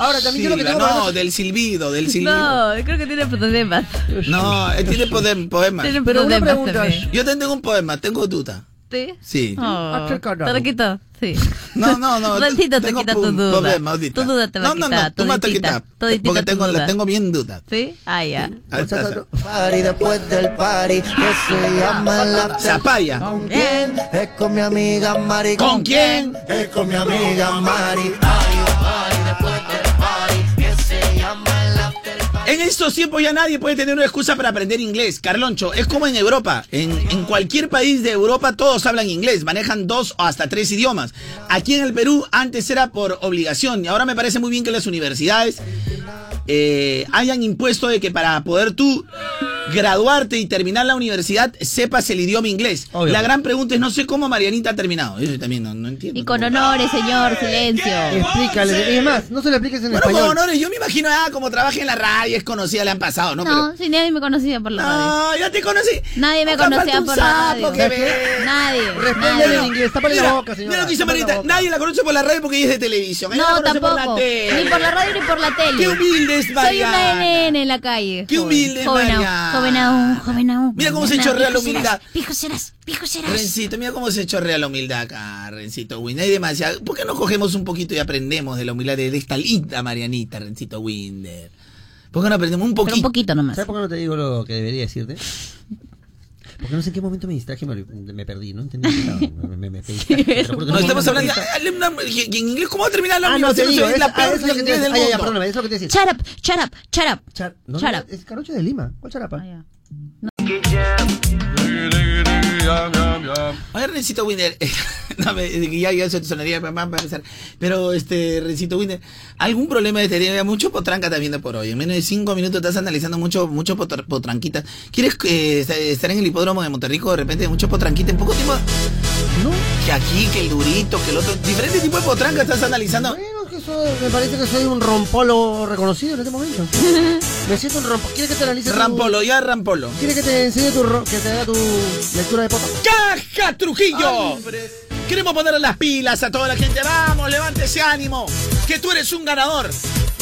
Ahora, también yo lo que
Silva,
tengo para
No,
nosotros-
del silbido, del silbido.
No, creo que tiene problemas.
No, eh, él tiene poder- poemas.
Tiene Pero una problemas pregunta, también.
Yo también tengo un poema, tengo duda.
¿Sí?
Sí.
Oh, te lo quito, sí.
No, no, no.
Rancito te quita tu duda.
Problema, audita.
tu duda te va
no,
a
no,
quitar.
no, tú me has
toditita,
quitado.
toditita
Porque
tu
tengo,
duda.
la tengo bien duda.
¿Sí? Ah, ya.
Ahí está.
Party después del party que se llama el after.
Zapaya.
¿Con quién? Es con mi amiga Mari.
¿Con quién?
Es con mi amiga Mari.
En estos tiempos ya nadie puede tener una excusa para aprender inglés. Carloncho, es como en Europa. En, en cualquier país de Europa todos hablan inglés, manejan dos o hasta tres idiomas. Aquí en el Perú antes era por obligación y ahora me parece muy bien que las universidades eh, hayan impuesto de que para poder tú graduarte y terminar la universidad sepas el idioma inglés.
Obvio.
La gran pregunta es, no sé cómo Marianita ha terminado. Yo también no, no entiendo.
Y con honores, señor, silencio.
Explícale. Y es más, no se lo apliques en
Bueno, con
español.
honores, yo me imagino, ah, como trabaja en la radio, es conocida, le han pasado, ¿no?
No,
Pero-
si nadie me conocía por la
No,
radio.
yo te conocí.
Nadie me
Acá falta
conocía
un
por la radio.
sapo que ve.
Nadie.
Respóndele
nadie.
en inglés, tápale la
Mira,
boca, señora.
Mira lo que dice
Tápale la
Marita.
boca.
Nadie la conoce por la radio porque ella es de televisión. Ella
No,
la conoce
tampoco.
Por la tele.
Ni por la radio ni por la tele.
Qué humilde es
Soy una
Mariana.
NN en la calle.
Qué
joven.
humilde es
joven aún,
Mariana.
joven aún, joven aún.
Mira cómo se chorrea la humildad.
Pijo serás, pijo serás.
Rencito, mira cómo se chorrea la humildad acá, Rencito Win. Hay demasiado. ¿Por qué no cogemos un poquito y aprendemos de la humildad de esta linda Marianita, Rencito Winder? ¿Por qué no aprendemos un poquito?
un poquito nomás.
¿Sabes por qué no te digo lo que debería decirte? Porque no sé en qué momento me distraje, me, me perdí, no entendí. qué estaba, Me, me, me- me distraje, te lo juro que
No,
me
estamos
acuerdo.
hablando. ah, ah, una- ¿En inglés cómo va a terminar la
Ah, no, te
universidad?
digo,
Es
es-
la
ah,
peor
eso es lo que te
inglés del
decía. Ah, ya,
mundo.
perdóname, es lo que te decía.
Shut up, shut up, shut up.
No,
shut
no,
up.
es Carocho de Lima. ¿Cuál ah? charapa?
Oye, Rencito Winder, no, me- eh, ya, ya eso te sonaría para empezar. Pero, este, Rencito Winder, ¿algún problema de tener mucho potranca también viendo por hoy? En menos de cinco minutos estás analizando mucho, mucho potr- potranquita. ¿Quieres eh, est- estar en el hipódromo de Monterrico de repente de mucho potranquita en poco tiempo?
No.
Que aquí, que el durito, que el otro. Diferentes tipos de potranca estás analizando.
Bueno, que soy- me parece que soy un rompolo reconocido en este momento. me siento un rompo. ¿Quieres que te analice? tu-
Rampolo, ya Rampolo.
¿Quieres que te enseñe tu ro- que te haga tu lectura de pota?
¡Caja Trujillo! Queremos poner las pilas a toda la gente. Vamos, levante ese ánimo. Que tú eres un ganador.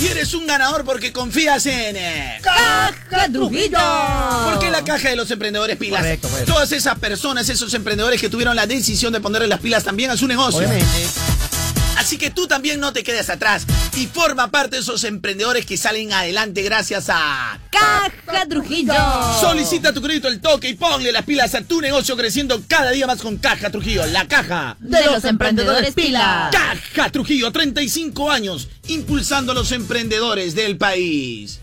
Y eres un ganador porque confías en. eh,
¡Caja Trujillo! pues.
Porque la caja de los emprendedores pilas.
Correcto, correcto.
Todas esas personas, esos emprendedores que tuvieron la decisión de ponerle las pilas también a su negocio.
Obviamente.
Así que tú también no te quedes atrás y forma parte de esos emprendedores que salen adelante gracias a
Caja Trujillo.
Solicita tu crédito el toque y ponle las pilas a tu negocio creciendo cada día más con Caja Trujillo, la caja
De los emprendedores pilas.
Caja Trujillo, 35 años impulsando a los emprendedores del país.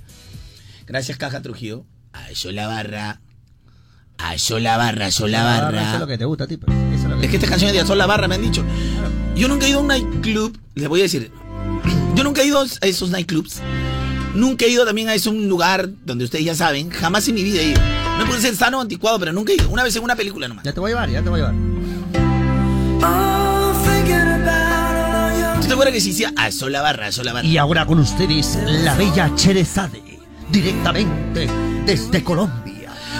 Gracias Caja Trujillo. Ay, yo la barra. Ay, yo la barra, yo la
Ah, Eso es lo
barra.
que te gusta, tipo. Eso es lo que
Es que estas canciones de Azul la barra me han dicho. Yo nunca he ido a un nightclub, les voy a decir. Yo nunca he ido a esos nightclubs. Nunca he ido también a ese un lugar donde ustedes ya saben. Jamás en mi vida he ido. No puede ser sano o anticuado, pero nunca he ido. Una vez en una película nomás.
Ya te voy a llevar, ya te voy a llevar.
¿Tú te acuerdas que se decía a sola barra, a sola barra?
Y ahora con ustedes, la bella Cherezade, directamente desde Colombia.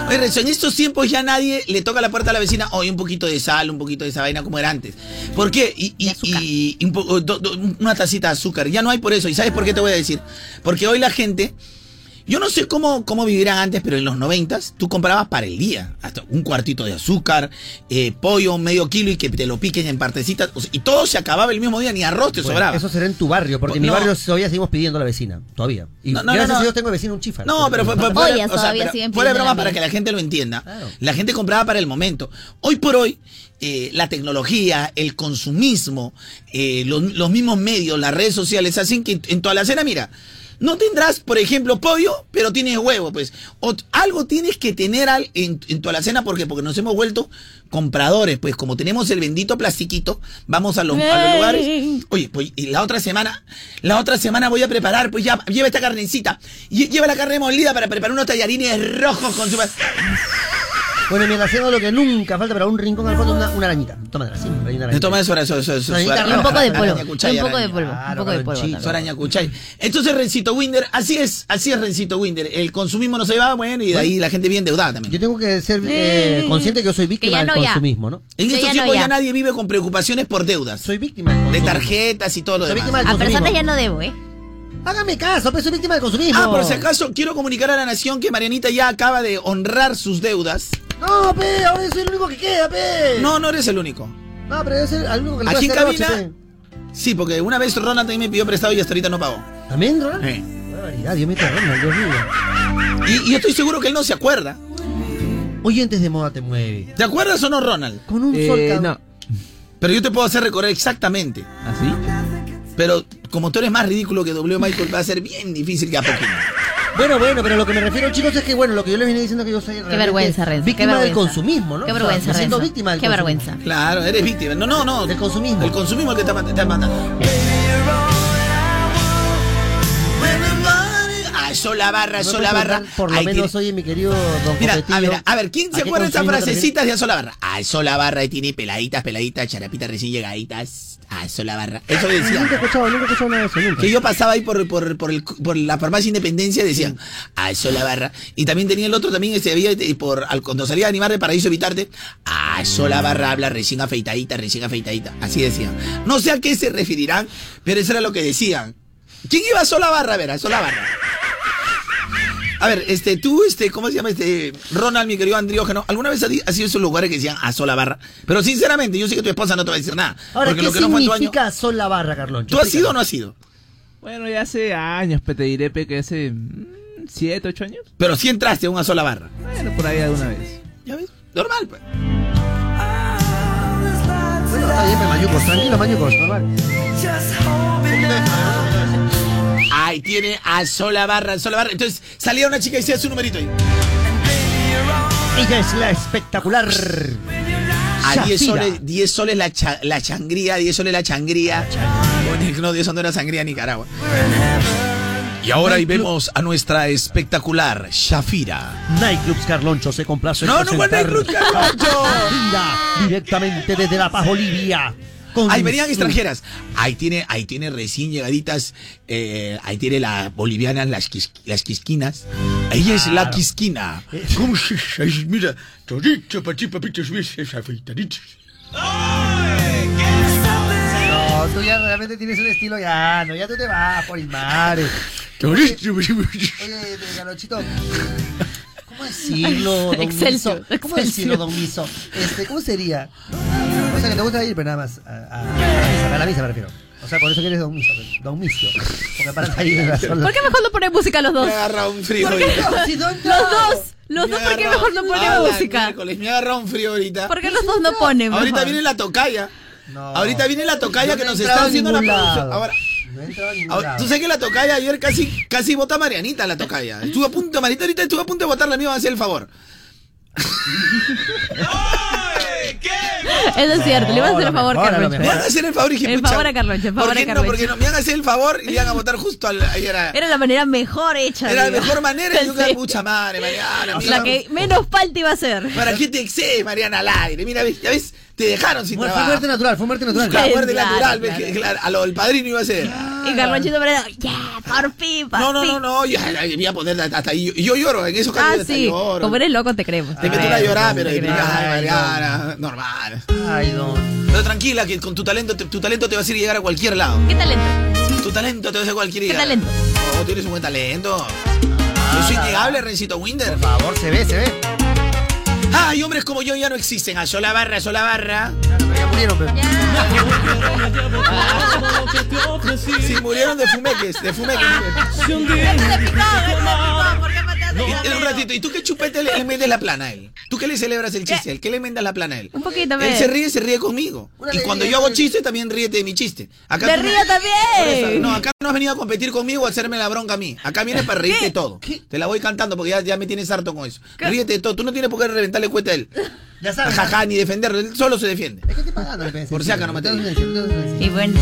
Oye, Renzo, en estos tiempos ya nadie le toca la puerta a la vecina. Oye, un poquito de sal, un poquito de esa vaina como era antes. ¿Por qué? Y, y- y- y un po- oh, do- do- una tacita de azúcar. Ya no hay por eso. ¿Y sabes por qué te voy a decir? Porque hoy la gente. Yo no sé cómo, cómo vivirán antes, pero en los noventas tú comprabas para el día. Hasta un cuartito de azúcar, eh, pollo, medio kilo y que te lo piquen en partecitas. O sea, y todo se acababa el mismo día, ni arroz te
Bueno,
sobraba.
Eso será en tu barrio, porque en
No.
mi barrio todavía seguimos pidiendo a la vecina. Todavía. Y
No, no,
gracias
no, no.
a Dios tengo de vecino un chifa.
No, pero fue, fue-
Oye,
fuera- o sea,
todavía
pero
siguen
fuera de
pidiendo
broma
la
para
mía.
que la gente lo entienda. La gente compraba para el momento. Hoy por hoy, eh, la tecnología, el consumismo, eh, los, los mismos medios, las redes sociales hacen que en toda la cena, mira, no tendrás, por ejemplo, pollo, pero tienes huevo, pues. O t- algo tienes que tener al- en, en toda la cena porque, porque nos hemos vuelto compradores, pues como tenemos el bendito plastiquito, vamos a los, a los
Ey.
lugares. Oye, pues y la otra semana, la otra semana voy a preparar, pues ya, lleva esta carnecita. Lle- Lleva la carne molida para preparar unos tallarines rojos con su...
Bueno, mientras haciendo lo que nunca falta para un rincón al fondo, una, una arañita. Toma siempre. Hay una
Me
arañita.
toma eso, eso, eso, eso,
Arañita
eso,
roja.
araña,
Un poco de
araña,
polvo,
araña, cuchay,
un poco de
araña.
polvo, un
Claro,
poco de
araña,
polvo
cuchay,
también.
araña, cuchay. Entonces, Rencito Winder, así es, así es Rencito Winder. El consumismo no se va, bueno, y de ahí la gente bien endeudada también.
Yo tengo que ser eh, consciente que yo soy víctima del consumismo, ¿no?
En
Que
estos
ya no
tiempos ya.
ya.
nadie vive con preocupaciones por deudas.
Soy víctima
De tarjetas y todo lo
Soy
demás.
Ah,
víctima del
A personas ya no debo, ¿eh?
Hágame caso, pues soy víctima de consumismo.
Ah, por si acaso, quiero comunicar a la nación que Marianita ya acaba de honrar sus deudas.
No, pe, ahora yo soy el único que queda, pe.
No, no eres el único.
No, pero yo soy el único que le
Aquí en
Eh. puede hacer
cabina.
roche, pe.
Sí, porque una vez Ronald también me pidió prestado y hasta ahorita no pagó.
¿También, Ronald?
Sí.
Barbaridad, Dios mío, Ronald, Dios mío.
Y, y yo estoy seguro que él no se acuerda.
Oyentes de moda te mueve.
¿Te acuerdas o no, Ronald?
Con un
Eh, sol cada- no.
Pero yo te puedo hacer recorrer exactamente.
¿Ah,
¿Así?
Pero como tú eres más ridículo que W. Michael, va a ser bien difícil que a poquito.
Bueno, bueno, pero lo que me refiero, chicos, es que bueno, lo que yo les venía diciendo que yo soy realmente
vergüenza, Renzo, qué
víctima
vergüenza.
del consumismo, ¿no?
Qué
O sea,
vergüenza,
me siento
Renzo.
víctima del
Qué
consumismo.
vergüenza.
Claro, eres víctima. No, no, no. El consumismo. El consumismo el que te, ma- te mata. Ah, eso la barra,
Me
eso
voy a
la barra.
presentar, Por lo
Ahí
menos,
tiene-
oye, mi querido don
Mira,
Copetillo.
a ver, a ver, ¿quién se
qué
acuerda de esas
consumismo te
frasecitas de a sola barra? A sola barra ahí tiene peladitas, peladitas, charapitas recién llegaditas. A sola barra. Eso
refieres?
decía.
Nunca he escuchado, nunca he escuchado nada de eso, nunca.
Que yo pasaba ahí por, por, por, el- por la farmacia Independencia y decían, a eso la barra. Y también tenía el otro, también se había, eh, por, al, cuando salía a animar de Paraíso Evitarte, a eso la barra habla recién afeitadita, recién afeitadita. Así decían. No sé a qué se referirán, pero eso era lo que decían. ¿Quién iba a sola barra? A ver, a sola barra. A ver, este, tú, este, ¿cómo se llama este? Ronald, mi querido Andriógeno, ¿alguna vez has di- has ido a esos lugares que decían a sola barra? Pero sinceramente, yo sé que tu esposa no te va a decir nada.
Ahora,
porque
¿qué
lo que no fue en tu año.
significa sol la barra, Carlón?
¿Tú has ido o no has ido?
Bueno, ya hace años, pe, te diré pe, que hace mm, siete, ocho años.
Pero sí entraste a una sola barra.
Bueno, por ahí alguna vez.
¿Ya ves? Normal, pues.
Bueno, está bien, pe, Mañucos, tranquilo, Mañucos, normal.
Ahí tiene a sola barra, a sola barra. Entonces salía una chica y decía su numerito ahí.
Ella es la espectacular.
A 10
Shakira.
soles, 10 soles la, cha- la changría, 10 soles la changría. Bueno, No, 10 soles no era sangría en Nicaragua. Y ahora ahí vemos a nuestra espectacular Shafira.
Nightclubs Carloncho se complace. en
No, no fue
presentar
Nightclubs Carloncho.
a Shakira, directamente desde La Paz, Bolivia. con
Ahí venían
su-
extranjeras. Ahí tiene, ahí tiene recién llegaditas. eh, ahí tiene las bolivianas, las, quis- las quisquinas. Ella es la
Claro.
quisquina.
Eh.
¿Cómo se- ay, Mira, todito para ti, papitos, ves, es afeitadito.
No, tú ya realmente tienes un estilo ya, no, ya tú te vas por el mar.
Todito,
Oye, Carlonchito, ¿cómo decirlo, don
Excelsior,
Miso?
Excelsior.
¿Cómo decirlo, don Miso? Este, ¿Cómo sería? O sea, que te gusta ir, pero nada más. A, a- a la misa, a la misa me refiero. O sea, por eso que eres don Miso, pues, don Micio. Porque para ir a la sola.
¿Por qué mejor no poner música los dos?
Me agarra un frío
¿Por qué?
ahorita.
Si
Los
son
dos. Los dos, ¿por qué
agarra-
mejor no
Ah,
ponen
la
música?
miércoles, me agarra un frío ahorita.
¿Por qué los dos no ponen?
Ahorita
mejor?
viene la tocaya. Ahorita viene la tocaya
Yo
que
no he
nos
entrado
está
a
haciendo la
ningún
producción.
lado.
Ahora,
No he entrado a ningún
ahora,
lado.
tú sabes que la tocaya ayer casi, casi vota a Marianita la tocaya. Estuvo a punto, Marita, ahorita estuvo a punto de votarla, a mí me va a hacer el favor.
Eso es cierto, le vas a hacer el favor, Carloncho.
Me van a hacer el favor y dije,
El
pucha,
favor a Carloncho, el
¿por
favor a
qué no?
Carloncho.
Porque no, me van a hacer el favor y le van a votar justo al, ayer a-
Era la manera mejor hecha.
Era la
digo.
mejor manera y yo quedé,
Sí.
pucha madre, Mariana. mira,
La que menos falta iba a ser.
¿Para qué te excedes, Mariana, al aire? Mira, ¿ves? ya ves, te dejaron sin
Fue
trabajo.
muerte natural, fue muerte natural.
Claro, muerte
Claro,
natural, ves
claro.
que, claro, a lo el padrino iba a ser.
Y Carlonchito Parada, ya, por fin, por
No, no,
fin.
no, no, ya, ya, voy a poner hasta ahí. Yo, yo lloro, en esos
Ah,
casos
sí,
lloro.
como eres loco te creemos. Ah.
Te meto una
Ay,
llorada,
no,
pero
te
ay,
creemos.
Mariana, normal.
Ay, no.
Pero tranquila, que con tu talento, te- tu talento te va a hacer llegar a cualquier lado.
¿Qué talento?
Tu talento te va a hacer cualquier
¿Qué
llegar.
talento?
Oh, tienes un buen talento. Eso
Ah,
es innegable, Rencito Winder. Por
favor, se ve, se ve.
Ay, hombres como yo ya no existen. A sola barra, a sola barra.
Ya murieron, pero.
Sí, murieron de fumeques, de fumeques. Y- Un ratito, ¿y tú qué chupete le, le metes la plana a él? ¿Tú qué le celebras el chiste a él? ¿Qué le mendas la plana a él?
Un poquito,
Él
ve.
se ríe, se ríe conmigo. Y cuando yo hago chiste, también ríete de mi chiste.
Me
tú no-
río también.
Por eso, No, acá no has venido a competir conmigo o a hacerme la bronca a mí. Acá vienes para reírte de todo. Te la voy cantando porque ya, ya me tienes harto con eso. Ríete de todo. Tú no tienes por qué reventarle cuenta a él.
Ya sabes.
Jaja, ni defenderlo. Él solo se defiende. Por si acá no me
Y bueno.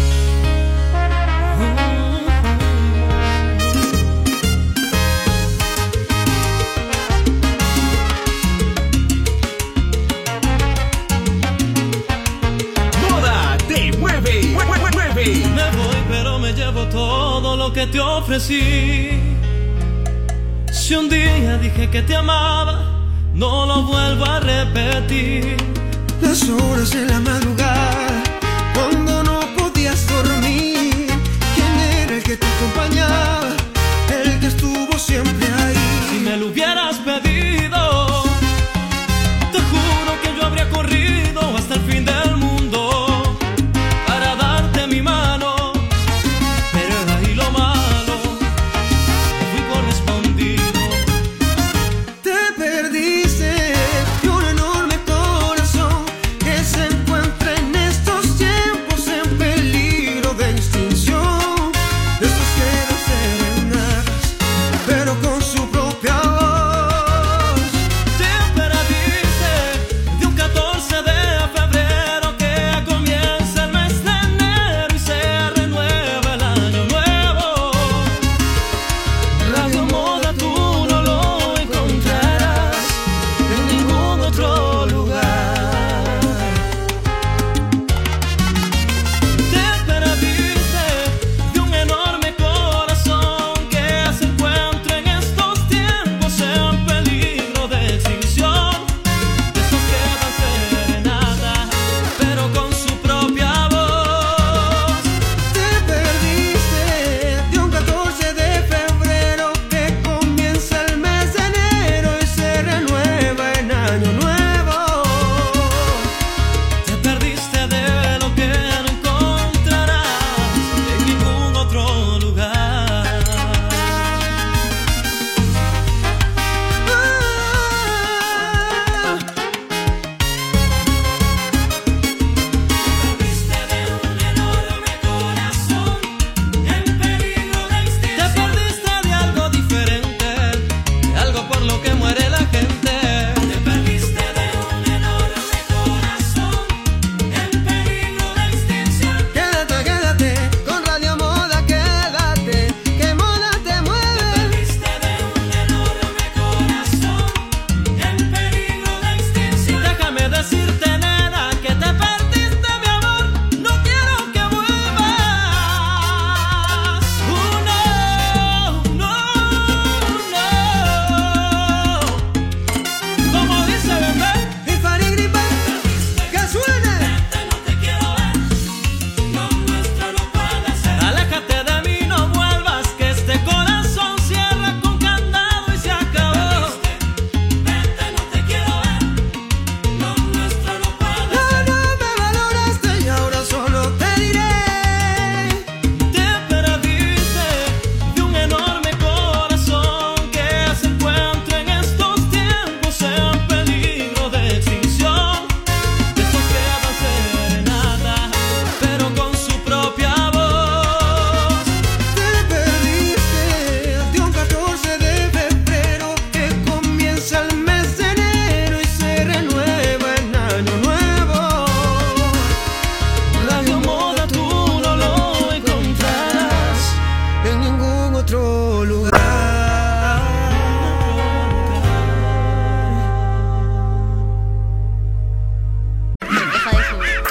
Moda te mueve, mueve, mueve.
Me voy, pero me llevo todo lo que te ofrecí. Si un día dije que te amaba, no lo vuelvo a repetir.
Las horas de la madrugada, cuando no podías dormir, ¿quién era el que
que te acompañaba, el que estuvo siempre ahí. Si me lo hubieras pedido, te juro que yo habría corrido hasta el fin del mundo para darte mi mano. Pero era ahí lo malo, fui correspondido. Te perdiste de un enorme corazón que se encuentra en estos tiempos en peligro de extinción. De estos quiero serenadas, pero con su propia voz. Te perdiste de un 14 de febrero que comienza el mes de enero y se renueva el año nuevo. La moda tú no lo encontrarás en ningún otro lugar. Te perdiste de un enorme corazón que se encuentra en estos tiempos en peligro de extinción. De esos que van serenata, pero con su propia voz. Te perdiste de un 14 de febrero que comienza el mes de enero y se renueva en año nuevo. Te perdiste de lo que no encontrarás en ningún otro lugar. Te perdiste de algo diferente, de algo por lo que muere la gente. Te perdiste de un enorme corazón en peligro de extinción. Quédate, quédate, con Radio Moda quédate, que moda te mueve. Te perdiste de un enorme corazón en peligro de extinción. Déjame decirte, nena, que te perdiste, mi amor, no quiero que vuelvas. Oh, no, no, no. Como dice bebé, infari gripe, que suene. no te quiero ver, no nuestro no puede ser. Aléjate de mí, no vuelvas, que este corazón cierra con candado y se acabó. Vete, no te quiero ver, no nuestro no puede ser. No, no me valoraste y ahora solo te diré. Te perdiste de un enorme corazón que se encuentra en estos tiempos en peligro de extinción. De estos que van serenata, pero con su propia voz. Te perdiste de un 14 de febrero que comienza el mes de enero y se renueva en año nuevo. La moda tú no lo encontrarás en ningún otro lugar.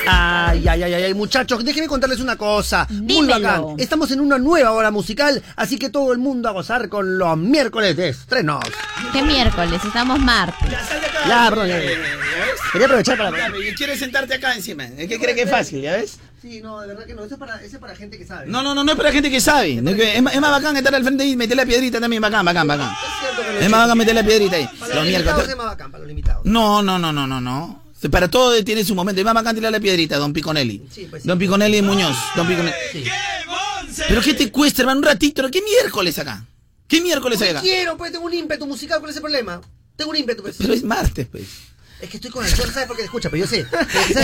Ay, ay, ay, ay, ay, muchachos, déjenme contarles una cosa. Muy
Dímelo.
bacán. Estamos en una nueva hora musical, así que todo el mundo a gozar con los miércoles de estrenos.
¿Qué miércoles? Estamos martes.
Ya, perdón, ya, ya. Quería aprovechar para.
Y quieres sentarte acá encima. ¿Qué cree que es fácil, ya ves?
Sí, no, de verdad que no. Eso es para, eso es para gente que sabe.
No, no, no, no es para gente que sabe. No, que es, más, es más bacán estar al frente y meter la piedrita también. Bacán, bacán, bacán. Es más bacán meter la piedrita ahí. Los miércoles. No, no, no, no, no, no. Para todo tiene su momento. Es más bacán tirar la piedrita, don Piconelli. Don Piconelli y Muñoz. Don Piconelli. Pero ¿qué te cuesta, hermano? Un ratito. ¿no? ¿Qué miércoles acá? ¿Qué miércoles hay
Porque
acá?
quiero, pues tengo un ímpetu musical, ¿cuál es el problema? Tengo un ímpetu, pues.
Pero es martes, pues.
Es que estoy con el sol, ¿sabes por qué? Escucha, pero yo sé.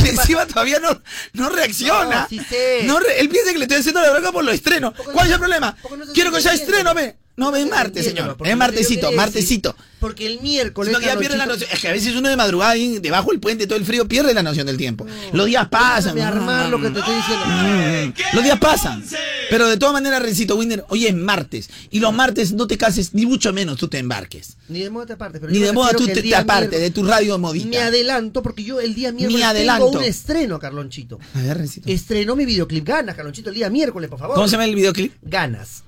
Y encima todavía no, no reacciona.
No, sí sé.
No re- él piensa que le estoy haciendo la bronca por los estrenos. ¿Cuál es el problema? Quiero que ya estreno, ve. No, ve es martes, señor.
porque
Es
no sé lo
martesito,
que es,
martesito.
Porque el miércoles.
Sino que ya
Carlos,
pierde la
chicos,
noción. Es que a veces uno de madrugada, ahí debajo del puente, todo el frío, pierde la noción del tiempo. Los días pasan.
déjame armar lo que te estoy diciendo.
Mm, Los días pasan. Pero de todas maneras, Rencito Winder, hoy es martes. Y los martes no te cases, ni mucho menos tú te embarques.
Ni de moda te aparte. Pero
Ni
yo
de moda
prefiero
tú
que
te,
el
te
día
aparte de tu radio modita.
Me adelanto porque yo el día miércoles
adelanto.
tengo un estreno, Carlonchito.
A ver, Rencito.
Estrenó mi videoclip Ganas, Carlonchito, el día miércoles, por favor.
¿Cómo se llama el videoclip?
Ganas.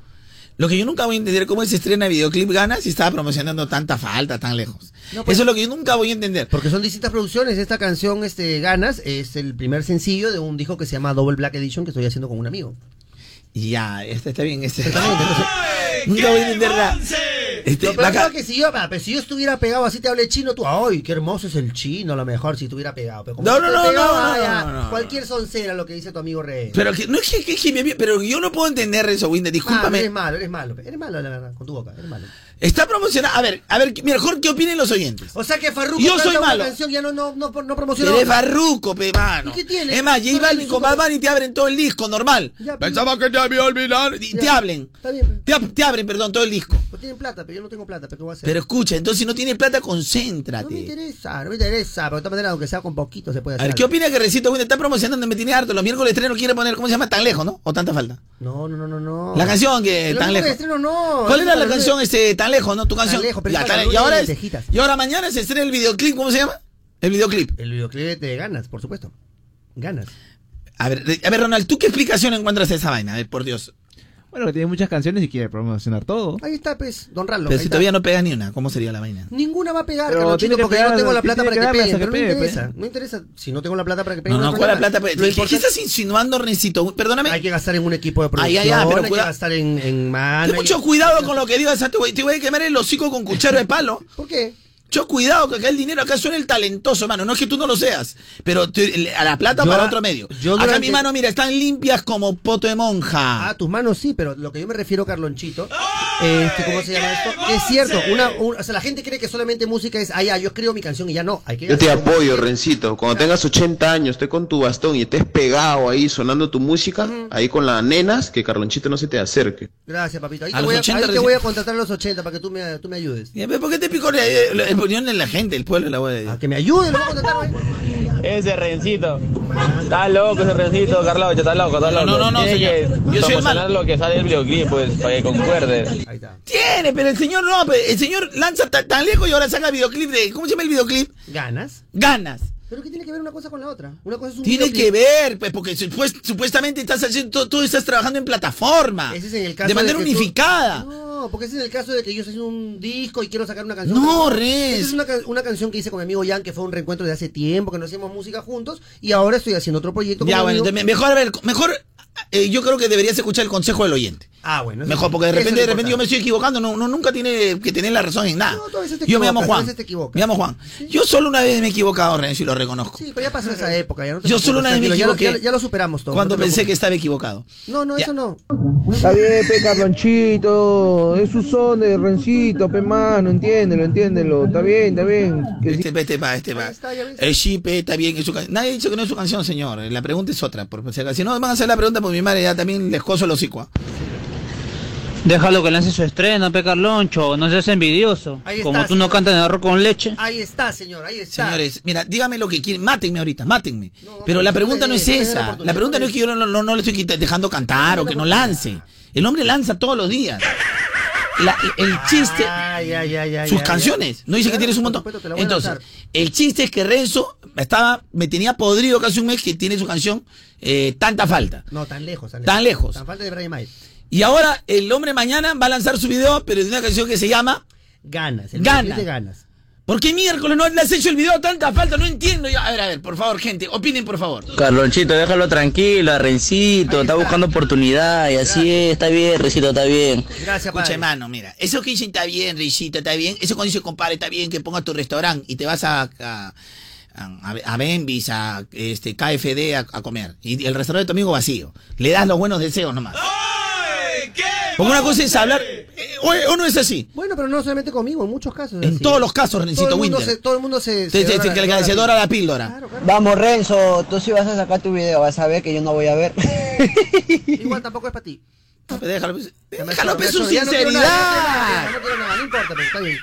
Lo que yo nunca voy a entender cómo se estrena el videoclip Ganas y estaba promocionando tanta falta tan lejos.
No, pues-
Eso es lo que yo nunca voy a entender.
Porque son distintas producciones. Esta canción, este, Ganas, es el primer sencillo de un disco que se llama Double Black Edition que estoy haciendo con un amigo.
Ya, este está bien, este. Nunca voy a entenderla. Este,
Lo peor
vaca-
es que si yo, pero si yo estuviera pegado así te hablé chino, tú, ay, qué hermoso es el chino, a lo mejor si estuviera pegado. Pero como
No,
yo
no,
estoy
no,
pegado,
no,
ah,
no,
ya,
no, no, no.
Cualquier soncera lo que dice tu amigo Rey.
Pero que, no es que, que- que me- pero yo no puedo entender eso, Winter,
Malo,
discúlpame.
Ah, eres malo, eres malo, eres malo la verdad, con tu boca, eres malo.
Está promocionado. A ver, a ver, mejor qué opinen los oyentes.
O sea que Farruko
Yo
canta
soy
una
malo.
canción ya no, no, no, no promociona
Eres
otra.
barruco, pe mano.
¿Y qué tiene?
Es más, J
No,
Balvin
no,
con Bad Bunny te abren todo el disco, normal.
Ya,
Pensaba que te había olvidado. Y te
Ya.
hablen.
Está bien, pero-
Te, ab- te abren, perdón, todo el disco.
pero tienen plata, pero yo no tengo plata, pero ¿qué voy a hacer?
Pero escucha, entonces si no tienes plata,
no me
concéntrate.
interesa, no me interesa, pero de todas maneras, aunque sea con poquito se puede
A
hacer.
ver, ¿qué
algo.
opina que Recito Winter está promocionando? Me tiene harto. Los miércoles estreno quiere poner, ¿cómo se llama? Tan lejos, ¿no? ¿O tanta falta?
No, no, no, no, no.
La canción que
Pero
tan
no,
lejos.
de estreno no.
¿Cuál era
Eso
la
para
canción este tan lejos, no? Tu
Tan
canción.
Lejos, pero
Ya,
esa
tan-
canción
y ahora
de
es-
Tejitas.
y ahora mañana se estrena el videoclip, ¿cómo se llama? El videoclip.
El videoclip de ganas, por supuesto. Ganas.
A ver, re- a ver, Ronald, ¿tú qué explicación encuentras de esa vaina? A ver, por Dios.
Bueno, que tiene muchas canciones y quiere promocionar todo.
Ahí está, pues, Don Rallo.
Pero
ahí
si
está.
todavía no pega ni una, ¿cómo sería la vaina?
Ninguna va a pegar,
Pero
Carlos
tiene
Chino,
que
porque yo
pegar,
no tengo la plata
tiene
para
que
que
darle hasta
peguen.
que
Pero no me
pegue, pues.
interesa, no interesa. Si no tengo la plata para que
No,
peguen,
no,
tengo
¿cuál la plata?
Lo
¿Qué, qué
importante-
estás insinuando, Rencito? Perdóname.
Hay que gastar en un equipo de
Ay,
producción,
ay, ay, pero
hay que
cuida-
gastar en, en
Ten
mano.
mucho cuidado con lo que digas a tu güey. Te voy a quemar el hocico con cuchara de palo.
¿Por qué?
Yo cuidado, que acá el dinero, acá suena el talentoso, mano. No es que tú no lo seas, pero te- le- a la plata
Yo
para
a-
otro medio.
yo
Acá
durante-
mi mano, mira, están limpias como poto de monja.
A Ah, tus manos sí, pero lo que yo me refiero, Carlonchito, este, ¿cómo se llama esto? Es cierto, una, un- o sea, la gente cree que solamente música es, ah, ya, yo escribo mi canción y ya no, hay que
Yo te apoyo, Rencito. Cuando tengas 80 años, esté con tu bastón y estés pegado ahí sonando tu música, ahí con las nenas, que Carlonchito no se te acerque.
Gracias, papito. Ahí,
A
te
los
voy, a-
80
ahí te
recién.
voy a contratar a los 80 para que tú me, tú me ayudes.
Ya, pero ¿Por qué te picorea eh, la- el opinión de la gente, el pueblo, la wea? A
que me ayude, lo voy a contratar. ¿eh?
Ese rencito. Está loco ese rencito, Carlos, está loco, está loco.
No, no, no,
Tiene
señor.
que
Yo soy el
promocionar lo que sale del videoclip, pues, para que concuerde.
Tiene, pero el señor no, pe- el señor lanza ta- tan lejos y ahora saca videoclip de. ¿Cómo se llama el videoclip?
Ganas.
Ganas.
Pero ¿qué tiene que ver una cosa con la otra? Una cosa es un
Tiene
videoclip.
que ver, pues, porque supuest- supuestamente estás haciendo, tú, tú estás trabajando en plataforma.
Ese es en el caso
de manera
que tú-
unificada.
No, porque ese es el caso de que yo estoy haciendo un disco y quiero sacar una canción.
No,
Esa
Res.
Es una, ca- una canción que hice con mi amigo Jan, que fue un reencuentro de hace tiempo, que no hacíamos música juntos, y ahora estoy haciendo otro proyecto. con
Ya,
mi
bueno,
amigo.
entonces, mejor, a ver, mejor, eh, yo creo que deberías escuchar el consejo del oyente.
Ah, bueno. eso
Mejor,
sí.
porque de
Eso es
repente,
lo
de repente yo me estoy equivocando, no, no nunca tiene que tener la razón en nada.
No, tú a veces te
yo me llamo
equivocas, a
Juan.
veces te equivocas.
Me llamo Juan. Yo solo una vez me he equivocado, Renzo, y lo reconozco.
Sí, pero ya pasó esa época. Ya no te
Yo solo
preocupes,
una vez me
tranquilo, ya lo-
equivoqué.
Ya, ya lo superamos todo.
Cuando
no te
pensé que
preocupes.
estaba equivocado.
No, no, eso no.
Está bien, pe Carlonchito, es su son de Rencito, pe mano, entiéndelo, entiéndelo, está bien, está bien.
Este va, este va, este va. El chip está bien. es su can- Nadie ha dicho que no es su canción, señor. La pregunta es otra. Por, si acaso. Si no, van a hacer la pregunta por mi madre, ya también les coso el hocico. ¿ah?
Déjalo que lance su estreno, pe Carloncho, no seas envidioso.
Ahí
Como
está,
tú no
señor.
cantas en arroz con leche.
Ahí está, señor, ahí está.
Señores, mira, dígame lo que quieren. Mátenme ahorita, mátenme. Pero la pregunta no es
dale, dale la
esa.
oportunidad, pues.
La pregunta no es que yo no, no- no le estoy quita- dejando cantar o que no lance. El hombre lanza todos los días. La- el chiste,
Ay, ay, ay, ay,
sus
ay,
canciones.
ay.
No dice que
Claro,
tienes un
por
montón.
supuesto, te la voy a
Entonces,
lanzar.
el chiste es que Renzo estaba, me tenía podrido casi un mes que tiene su canción eh, Tanta Falta.
No, tan lejos, tan lejos.
Tan lejos.
Tan falta de Brian May.
Y ahora el hombre mañana va a lanzar su video, pero de una canción que se llama
Ganas. el
Ganas.
videoclip de ganas.
¿Por qué miércoles no le has hecho el video tanta falta? No entiendo. yo. A ver, a ver, por favor, gente, opinen, por favor.
Carlonchito, déjalo tranquilo, a Rencito, está buscando oportunidad y así es, está bien, Rencito, está bien.
Gracias,
Escucha, hermano, mira. Eso que dicen está bien, Richita, está bien. Eso cuando dice compadre, está bien que pongas tu restaurante y te vas a, a, a, a Bembis, a este, KFD a, a comer. Y el restaurante de tu amigo vacío. Le das los buenos deseos nomás. Porque una cosa es hablar. eh, O, o no es así.
Bueno, pero no solamente conmigo, en muchos casos.
En todos los casos,
necesito
Rencito Winter.
todo el mundo se.
Te- te- te- que el agradecedor a la píldora.
Vamos, Renzo, tú sí vas a sacar tu video, vas a ver que yo no voy a ver.
Igual tampoco es para ti.
No, pues, Déjalo, pues, déjalo,
Déjalo,
pues,
déjalo,
su
ya no quiero nada,
sinceridad.
ya no quiero nada, No importa, pero está bien.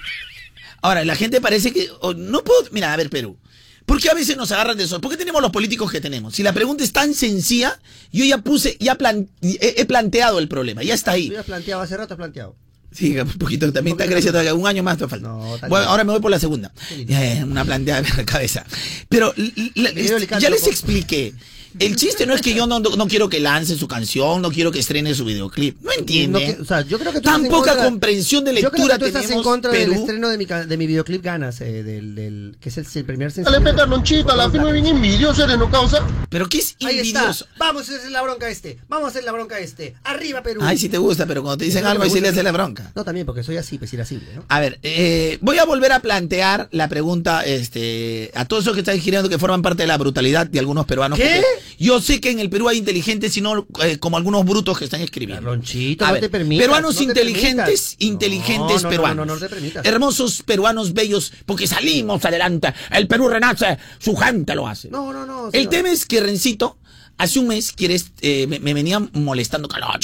Ahora, la gente parece que. o no puedo. Mira, a ver, Perú. ¿Por qué a veces nos agarran de eso? ¿Por qué tenemos los políticos que tenemos? Si la pregunta es tan sencilla, yo ya puse, ya plan- he, he planteado el problema, ya está
Tú
ahí.
ya has planteado, hace rato has planteado.
Sí, un poquito. También está creciendo todavía. Un año más te falta. bueno, ahora me voy por la segunda. Ya, ya, una planteada en la cabeza. Pero l- l- ya les expliqué. El chiste no es que yo no, no- no quiero que lance su canción, no quiero que estrene su videoclip. No
No
entiende.
que- o sea, yo creo que tú
Tan
estás en
poca
contra-
comprensión de
Yo creo
lectura
que tú estás en
tenemos,
contra del
Perú.
estreno de mi, ca- de mi videoclip Ganas, eh, del, del- que es el, el primer sencillo.
Dale, pe, Carlonchito, a la firma bien envidioso eres, ¿no causa?
Pero ¿qué es
Ahí está.
envidioso?
Vamos a hacer la bronca este. Vamos a hacer la bronca este. Arriba Perú.
Ay, sí te gusta, pero cuando te dicen
Eso
algo,
me
ahí sí
gusta.
le haces la bronca.
No, también, porque soy así, pues irascible, ¿no?
A ver, eh, voy a volver a plantear la pregunta este, a todos esos que están girando que forman parte de la brutalidad de algunos peruanos.
¿Qué?
porque Yo sé que en el Perú hay inteligentes, sino eh, como algunos brutos que están escribiendo.
Ronchito,
A
no
ver,
te permitas,
peruanos
no te
inteligentes,
permitas.
inteligentes
No, no, no,
peruanos.
no, no, no te permitas.
Hermosos peruanos bellos, porque salimos adelante. El Perú renace, su gente lo hace.
No, no, no.
El
señor.
tema es que Rencito, hace un mes quieres, eh, me, me venía molestando que los, los